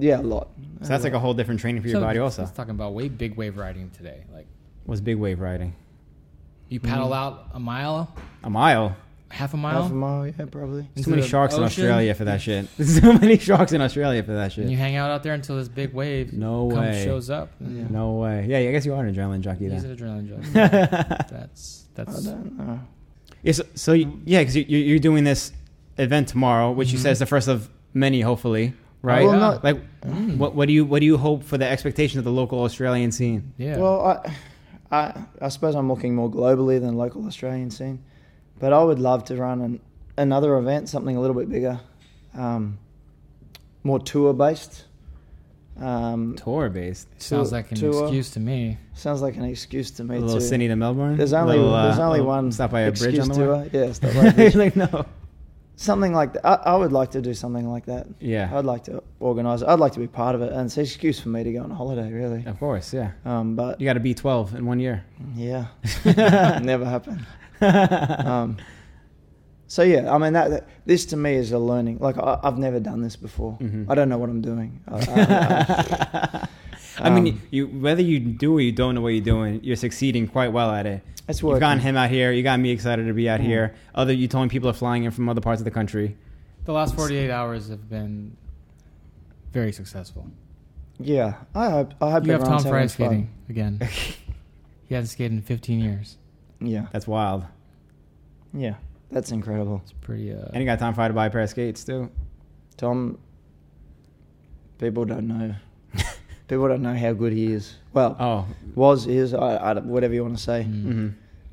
Speaker 3: Yeah, a lot.
Speaker 1: So that's like a whole different training for your
Speaker 2: So
Speaker 1: body. Also,
Speaker 2: He's talking about way big wave riding today. Like
Speaker 1: was big wave riding
Speaker 2: you
Speaker 1: Mm-hmm.
Speaker 2: paddle out a mile,
Speaker 1: a mile.
Speaker 2: half a mile,
Speaker 3: half a mile. Yeah, probably.
Speaker 1: There's
Speaker 2: into
Speaker 1: too many
Speaker 2: the
Speaker 1: sharks in
Speaker 2: ocean,
Speaker 1: Australia for
Speaker 2: <laughs>
Speaker 1: that shit. <laughs> There's too many sharks in Australia for that
Speaker 2: And you
Speaker 1: shit.
Speaker 2: hang out out there until this big wave
Speaker 1: No
Speaker 2: comes,
Speaker 1: way.
Speaker 2: shows up.
Speaker 3: Yeah.
Speaker 1: No way. Yeah, I guess you are an adrenaline junkie
Speaker 2: He's
Speaker 1: then.
Speaker 2: an
Speaker 1: <laughs>
Speaker 2: adrenaline junkie. that's
Speaker 3: I
Speaker 2: that's
Speaker 3: don't know.
Speaker 1: Yeah, so, so you, yeah, because you, you- you're doing this event tomorrow, which you
Speaker 2: Mhm.
Speaker 1: said is the first of many, hopefully, right?
Speaker 3: Mm-hmm.
Speaker 1: Uh,
Speaker 3: Well,
Speaker 2: Yeah.
Speaker 3: not-
Speaker 1: Like,
Speaker 2: Mm.
Speaker 1: what what do you what do you hope for the expectation of the local Australian scene?
Speaker 2: yeah.
Speaker 3: Well, I, I, I suppose I'm looking more globally than local Australian scene, but I would love to run an, another event, something a little bit bigger, um, more tour based. Um,
Speaker 1: Tour based,
Speaker 2: sounds
Speaker 3: to-
Speaker 2: like an
Speaker 3: to, uh,
Speaker 2: excuse to me.
Speaker 3: sounds like an excuse to me
Speaker 1: a little
Speaker 3: to.
Speaker 1: Sydney to Melbourne.
Speaker 3: There's only
Speaker 1: Little, uh,
Speaker 3: there's only
Speaker 1: little
Speaker 3: one
Speaker 1: stop by a bridge on
Speaker 3: excuse
Speaker 1: the <laughs>
Speaker 3: to,
Speaker 1: way.
Speaker 3: uh, yeah, stop by a bridge.
Speaker 1: like no,
Speaker 3: something like that. I, I would like to do something like that.
Speaker 1: yeah,
Speaker 3: I'd like to organise. it. I'd like to be part of it, and it's an excuse for me to go on holiday, really.
Speaker 1: of course, yeah.
Speaker 3: Um, but
Speaker 1: You got to be 12 in one year. <laughs>
Speaker 3: yeah, <laughs> never happened. Um, so yeah, I mean that, that- this to me is a learning. Like I, I've never done this before.
Speaker 1: Mhm.
Speaker 3: I don't know what I'm doing. I, I-
Speaker 1: <laughs>
Speaker 3: I-
Speaker 1: I mean,
Speaker 3: Um,
Speaker 1: you whether you do or you don't know what you're doing, you're succeeding quite well at it.
Speaker 3: it's
Speaker 1: You've
Speaker 3: working.
Speaker 1: gotten him out here. You got me excited to be out
Speaker 3: Mm.
Speaker 1: here. Other, you told me people are flying in from other parts of the
Speaker 3: <laughs>
Speaker 1: country.
Speaker 2: The last 48 hours have been very successful.
Speaker 3: Yeah, I hope. I hope
Speaker 2: You have Tom
Speaker 3: everyone's
Speaker 2: Fry
Speaker 3: having
Speaker 2: skating
Speaker 3: fun.
Speaker 2: again.
Speaker 3: <laughs>
Speaker 2: he hasn't skated in 15 years.
Speaker 3: Yeah,
Speaker 1: That's wild.
Speaker 3: yeah, that's incredible.
Speaker 2: It's pretty. Uh,
Speaker 1: And you got Tom Fry to buy a pair of skates too.
Speaker 3: Tom. People don't know. <laughs> people don't know how good he is. Well,
Speaker 1: Oh,
Speaker 3: was is I, I, whatever you want to say.
Speaker 2: Mm.
Speaker 1: mm-hmm.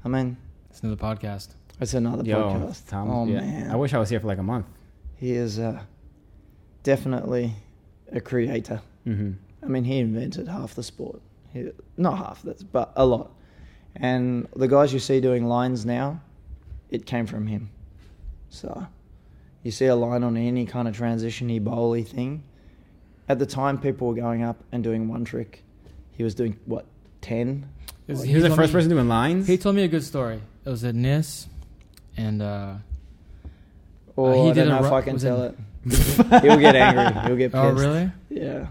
Speaker 3: I mean,
Speaker 2: It's another podcast.
Speaker 3: it's another
Speaker 1: yo,
Speaker 3: podcast.
Speaker 1: Tom.
Speaker 3: oh
Speaker 1: yeah.
Speaker 3: man,
Speaker 1: I wish I was here for like a month.
Speaker 3: he is uh, definitely a creator.
Speaker 1: Mm-hmm.
Speaker 3: I mean, he invented half the sport. He, not half, that's but a lot. And the guys you see doing lines now, it came from him. So you see a line on any kind of transitiony bowly thing. At the time, people were going up and doing one trick. He was doing what ten?
Speaker 2: Is-
Speaker 1: he was the
Speaker 2: told
Speaker 1: first
Speaker 2: me-
Speaker 1: person doing lines. <laughs>
Speaker 2: He told me a good story. It was at NIS, and uh,
Speaker 3: Or
Speaker 2: he
Speaker 3: I
Speaker 2: did
Speaker 3: don't
Speaker 2: a
Speaker 3: know if
Speaker 2: ru-
Speaker 3: I can
Speaker 2: was it- <laughs>
Speaker 3: tell it. He'll get angry. He'll get pissed.
Speaker 2: oh really?
Speaker 3: Yeah.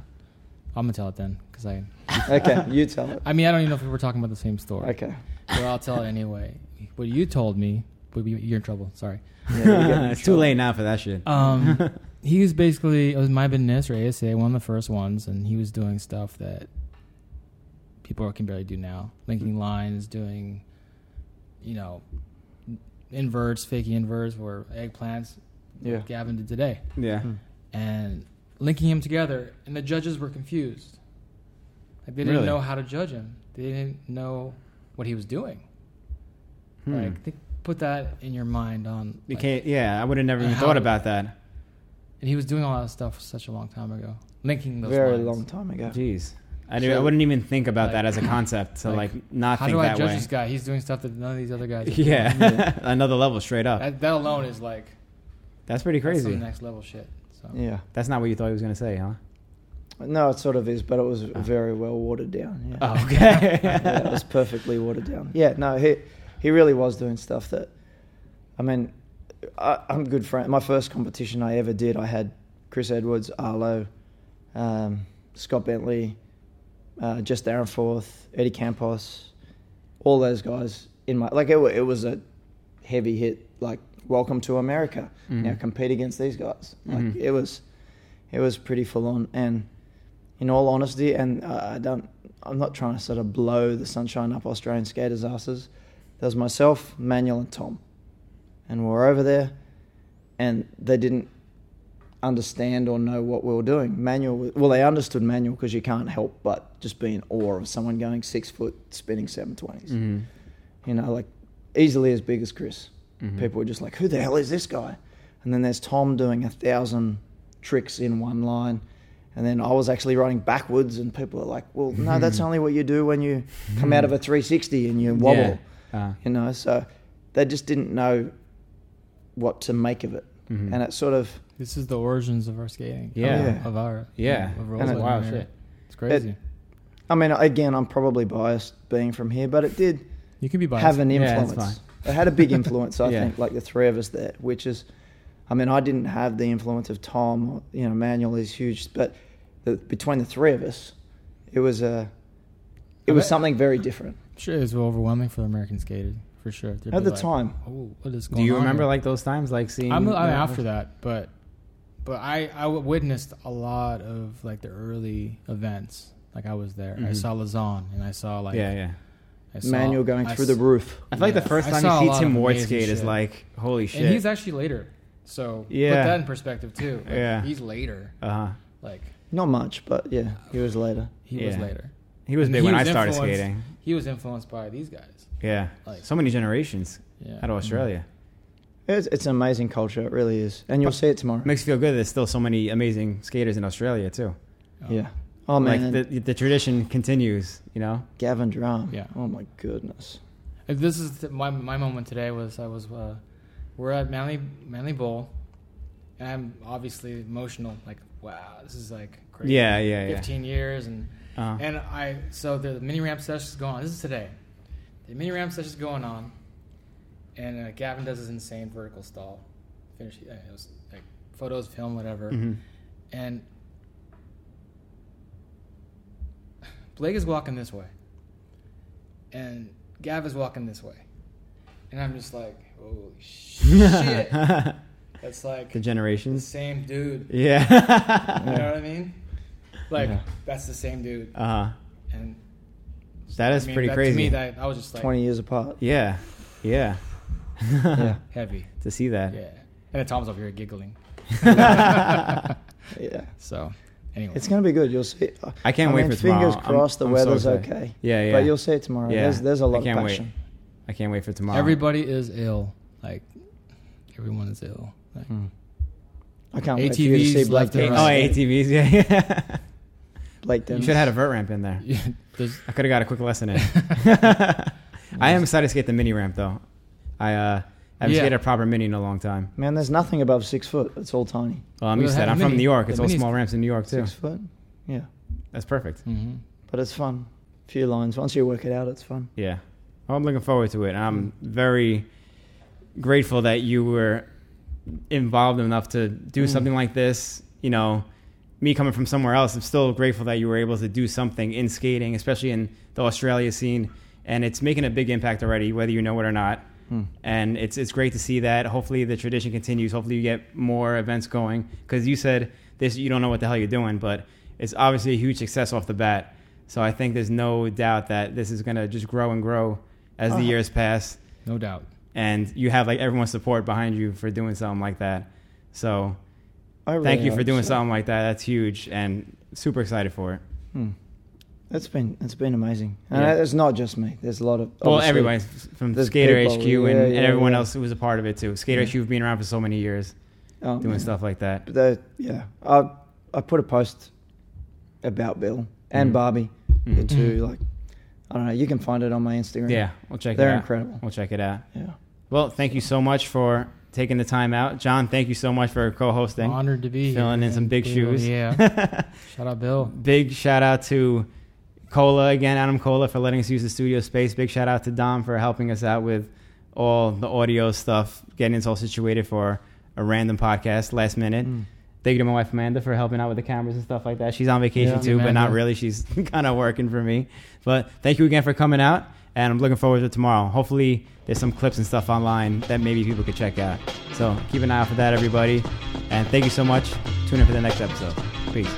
Speaker 2: I'm gonna tell it then, because I,
Speaker 3: Okay, you tell it.
Speaker 2: <laughs> I mean, I don't even know if we were talking about the same story.
Speaker 3: Okay.
Speaker 2: But I'll tell it anyway. What you told me, but you- you're in trouble. Sorry.
Speaker 3: Yeah,
Speaker 2: <laughs>
Speaker 3: you're getting in
Speaker 1: it's too
Speaker 3: trouble.
Speaker 1: late now for that shit.
Speaker 2: Um, <laughs> he was basically it was my business or ASA, one of the first ones, and he was doing stuff that people can barely do now, linking lines, doing, you know, inverts, faking inverts, or eggplants.
Speaker 3: Yeah.
Speaker 2: Gavin did today,
Speaker 1: <laughs> yeah.
Speaker 2: hmm. and linking him together, and the judges were confused. Like they didn't
Speaker 1: Really?
Speaker 2: know how to judge him. They didn't know what he was doing.
Speaker 1: Hmm.
Speaker 2: Like, think, put that in your mind on
Speaker 1: you
Speaker 2: like,
Speaker 1: can't. Yeah, I would have never even
Speaker 2: How-
Speaker 1: thought about that.
Speaker 2: And he was doing all that stuff such a long time ago, linking those
Speaker 3: Very
Speaker 2: lines.
Speaker 3: long time ago.
Speaker 1: Jeez. I,
Speaker 3: So-
Speaker 1: didn't- I wouldn't even think about that as
Speaker 2: Like-
Speaker 1: a concept to like,
Speaker 2: like,
Speaker 1: not
Speaker 2: How
Speaker 1: think
Speaker 2: do I
Speaker 1: that
Speaker 2: judge
Speaker 1: way.
Speaker 2: this guy? He's doing stuff that none of these other guys. Are
Speaker 1: <laughs>
Speaker 2: doing.
Speaker 1: Yeah,
Speaker 3: Yeah.
Speaker 1: another level straight up.
Speaker 2: that, that alone is like
Speaker 1: That's pretty
Speaker 2: that's
Speaker 1: crazy.
Speaker 2: some
Speaker 1: That's,
Speaker 2: next level shit. So
Speaker 3: Yeah.
Speaker 1: not what you thought he was gonna say, huh?
Speaker 3: No, it sort of is, but it was very well watered down. Yeah.
Speaker 1: Oh,
Speaker 2: <laughs>
Speaker 1: okay. <laughs>
Speaker 3: <laughs> yeah, it was perfectly watered down. Yeah, no, he he really was doing stuff that, I mean, I, I'm good friend. My first competition I ever did, I had Chris Edwards, Arlo, um, Scott Bentley, uh, Jess Darrenforth, Eddie Campos, all those guys in my like it, wa- it was a heavy hit. Like Welcome to America.
Speaker 1: Mhm.
Speaker 3: Now compete against these guys. Like
Speaker 1: Mhm.
Speaker 3: it was, it was pretty full on and in all honesty, and uh, I don't, I'm not trying to sort of blow the sunshine up Australian skaters' asses. There was myself, Manuel, and Tom, and we were over there, and they didn't understand or know what we were doing. Manuel, was- well, they understood Manuel because you can't help but just be in awe of someone going six foot, spinning seven
Speaker 1: Mhm.
Speaker 3: You know, like easily as big as Chris.
Speaker 1: Mhm.
Speaker 3: People were just like, "Who the hell is this guy?" And then there's Tom doing a thousand tricks in one line, and then I was actually running backwards, and people are like, "Well, no, that's only what you do when you come out of a 360 and you wobble."
Speaker 1: Yeah. Uh,
Speaker 3: You know, so they just didn't know what to make of it,
Speaker 1: Mhm.
Speaker 2: Mm-hmm.
Speaker 3: and it sort of
Speaker 2: this is the origins of our skating.
Speaker 1: Yeah.
Speaker 2: of, of our
Speaker 1: Yeah.
Speaker 2: of
Speaker 1: And
Speaker 2: rolling
Speaker 1: it- wow,
Speaker 2: there.
Speaker 1: shit.
Speaker 2: It's crazy.
Speaker 3: I mean, again, I'm probably biased being from here, but it did
Speaker 2: you can be biased.
Speaker 3: have an
Speaker 1: Yeah, that's
Speaker 3: influence. it had a big influence, I
Speaker 2: <laughs>
Speaker 1: Yeah.
Speaker 3: think, like the three of us there, which is, I mean, I didn't have the influence of Tom, or, you know, Manuel is huge, but the, between the three of us, it was a, it
Speaker 2: I
Speaker 3: was
Speaker 2: bet-
Speaker 3: something very different
Speaker 2: I'm sure it was overwhelming for American skaters for sure. They'd
Speaker 3: at
Speaker 2: be
Speaker 3: the
Speaker 2: like,
Speaker 3: time.
Speaker 2: Oh, what is
Speaker 1: do
Speaker 2: going
Speaker 1: you
Speaker 2: on
Speaker 1: remember
Speaker 2: here?"
Speaker 1: like those times, like seeing?
Speaker 2: I'm, I'm after that, but but I I w- witnessed a lot of like the early events. Like I was there. I
Speaker 1: Mhm.
Speaker 2: saw Lazon and I saw like
Speaker 1: yeah, yeah.
Speaker 2: I saw,
Speaker 3: Manuel going
Speaker 2: I
Speaker 3: through
Speaker 2: s-
Speaker 3: the roof.
Speaker 1: I feel like
Speaker 2: Yeah.
Speaker 1: the first
Speaker 2: I
Speaker 1: time
Speaker 2: saw a
Speaker 1: you
Speaker 2: lot
Speaker 1: see
Speaker 2: of
Speaker 1: Tim Ward
Speaker 2: amazing
Speaker 1: skate is
Speaker 2: shit.
Speaker 1: like, holy shit.
Speaker 2: And he's actually later. So put
Speaker 1: Yeah.
Speaker 2: that in perspective too. Like,
Speaker 1: Yeah.
Speaker 2: He's later.
Speaker 1: uh huh.
Speaker 2: Like
Speaker 3: Not much, but yeah, he was later.
Speaker 2: he was
Speaker 1: Yeah.
Speaker 2: later.
Speaker 1: He was
Speaker 2: And
Speaker 1: big
Speaker 2: he
Speaker 1: when
Speaker 2: was
Speaker 1: I started
Speaker 2: influenced-
Speaker 1: skating.
Speaker 2: He was influenced by these guys.
Speaker 1: Yeah.
Speaker 2: Like-
Speaker 1: so many generations
Speaker 2: Yeah. Mm-hmm.
Speaker 1: out of Australia.
Speaker 3: It's, it's an amazing culture, it really is, and you'll
Speaker 1: But-
Speaker 3: see it tomorrow.
Speaker 1: Makes you feel good. There's still so many amazing skaters in Australia too.
Speaker 2: Oh.
Speaker 3: yeah. Oh man,
Speaker 1: Like the, the tradition continues. You know.
Speaker 3: Gavin Drum.
Speaker 2: Yeah.
Speaker 3: Oh my goodness.
Speaker 2: Uh, This is th- my my moment today was I was uh, we're at Manly Manly Bowl, and I'm obviously emotional. Like wow, this is like crazy.
Speaker 1: Yeah, yeah, yeah.
Speaker 2: Fifteen years and
Speaker 1: Uh-huh.
Speaker 2: and I so the mini ramp session is going on. This is today. The mini ramp session is going on, and uh, Gavin does his insane vertical stall. Finish uh, it was like photos, film, whatever,
Speaker 1: Mhm.
Speaker 2: and Blake is walking this way, and Gav is walking this way, and I'm just like, holy
Speaker 1: <laughs>
Speaker 2: shit! That's like
Speaker 1: the
Speaker 2: the
Speaker 1: generations.
Speaker 2: same dude. You
Speaker 1: Yeah. <laughs>
Speaker 2: know what I mean? Like
Speaker 1: Yeah.
Speaker 2: that's the same dude,
Speaker 1: uh huh.
Speaker 2: and
Speaker 1: That is
Speaker 2: I mean,
Speaker 1: pretty
Speaker 2: that-
Speaker 1: crazy.
Speaker 2: To me, that I was just like
Speaker 3: Twenty years apart.
Speaker 1: yeah. Yeah.
Speaker 3: Yeah.
Speaker 2: heavy.
Speaker 1: <laughs> To see
Speaker 2: Yeah,
Speaker 1: that.
Speaker 2: and then Tom's over here
Speaker 1: <laughs>
Speaker 2: giggling.
Speaker 3: Yeah.
Speaker 2: so, anyway,
Speaker 3: It's going to be good. You'll see.
Speaker 1: I can't wait for tomorrow.
Speaker 3: Fingers
Speaker 1: I'm-
Speaker 3: crossed the
Speaker 1: I'm so
Speaker 3: weather's
Speaker 1: excited.
Speaker 3: okay.
Speaker 1: Yeah, yeah.
Speaker 3: But you'll see it tomorrow.
Speaker 1: Yeah.
Speaker 3: There's, there's a lot
Speaker 1: I can't
Speaker 3: of
Speaker 1: wait.
Speaker 3: passion.
Speaker 1: I can't wait for tomorrow.
Speaker 2: everybody is ill. Like everyone is ill. Like,
Speaker 3: I can't wait for you to see
Speaker 2: ATVs
Speaker 3: Blake
Speaker 2: left and
Speaker 1: Oh,
Speaker 3: Denver.
Speaker 2: right.
Speaker 1: ATVs. Yeah. <laughs> yeah.
Speaker 3: Blake
Speaker 1: you
Speaker 3: Denver.
Speaker 1: should have had a vert ramp in there.
Speaker 2: yeah, there's-
Speaker 1: I could have got a quick lesson
Speaker 2: <laughs>
Speaker 1: in. I am excited to skate the mini ramp though. I uh, haven't
Speaker 2: Yeah.
Speaker 1: skated a proper mini in a long time.
Speaker 3: Man, there's nothing above six foot. It's all tiny.
Speaker 1: Well, I'm
Speaker 2: Well,
Speaker 1: used to
Speaker 2: they
Speaker 1: that.
Speaker 2: have
Speaker 1: I'm
Speaker 2: the
Speaker 1: from
Speaker 2: mini-
Speaker 1: New York. It's
Speaker 2: the
Speaker 1: all
Speaker 2: minis-
Speaker 1: small ramps in New York too.
Speaker 3: Six foot. Yeah.
Speaker 1: That's perfect.
Speaker 2: mhm.
Speaker 3: But it's fun. Few lines. Once you work it out, it's fun.
Speaker 1: Yeah. Well, I'm looking forward to it. And I'm very grateful that you were involved enough to do
Speaker 3: Mm.
Speaker 1: something like this. You know, me coming from somewhere else, I'm still grateful that you were able to do something in skating, especially in the Australia scene. And it's making a big impact already, whether you know it or not.
Speaker 3: Mm.
Speaker 1: And it's, it's great to see that. Hopefully, the tradition continues. Hopefully, you get more events going. Because you said this, you don't know what the hell you're doing, but it's obviously a huge success off the bat. So I think there's no doubt that this is going to just grow and grow as
Speaker 3: Uh-huh.
Speaker 1: the years pass
Speaker 2: no doubt.
Speaker 1: and you have like everyone's support behind you for doing something like that. So
Speaker 3: I really
Speaker 1: thank you for
Speaker 3: hope
Speaker 1: doing
Speaker 3: so.
Speaker 1: something like that. That's huge and super excited for it.
Speaker 3: Hmm. It's been it's been amazing, and
Speaker 1: Yeah.
Speaker 3: it's not just me. There's a lot of
Speaker 1: Well,
Speaker 3: obviously-
Speaker 1: everybody from
Speaker 3: there's
Speaker 1: Skater
Speaker 3: people,
Speaker 1: HQ and,
Speaker 3: yeah,
Speaker 1: and
Speaker 3: yeah,
Speaker 1: everyone
Speaker 3: yeah.
Speaker 1: else who was a part of it too. Skater
Speaker 3: Yeah.
Speaker 1: HQ has been around for so many years.
Speaker 3: Um,
Speaker 1: doing stuff like that.
Speaker 3: But they, yeah, I I put a post about Bill and
Speaker 1: Mhm.
Speaker 3: Barbie, the
Speaker 1: Mhm.
Speaker 3: two. Like, I don't know. You can find it on my Instagram.
Speaker 1: Yeah, we'll check it
Speaker 3: they're
Speaker 1: out.
Speaker 3: incredible.
Speaker 1: We'll check it out.
Speaker 3: Yeah.
Speaker 1: Well, thank you so much for taking the time out. John, thank you so much for co-hosting.
Speaker 2: Honored to be
Speaker 1: Filling
Speaker 2: here,
Speaker 1: in some
Speaker 2: man.
Speaker 1: big
Speaker 2: Bill,
Speaker 1: shoes. <laughs>
Speaker 2: Yeah. Shout out, Bill.
Speaker 1: Big shout out to Cola again, Adam Cola for letting us use the studio space. Big shout out to Dom for helping us out with all the audio stuff, getting us all situated for a random podcast last minute.
Speaker 2: Mm.
Speaker 1: Thank you to my wife Amanda for helping out with the cameras and stuff like that. She's on vacation
Speaker 2: Yeah.
Speaker 1: too, but not
Speaker 2: Amanda.
Speaker 1: really. She's <laughs> kind of working for me. But thank you again for coming out, and I'm looking forward to tomorrow. Hopefully, there's some clips and stuff online that maybe people could check out. So keep an eye out for that, everybody. And thank you so much. Tune in for the next episode. Peace.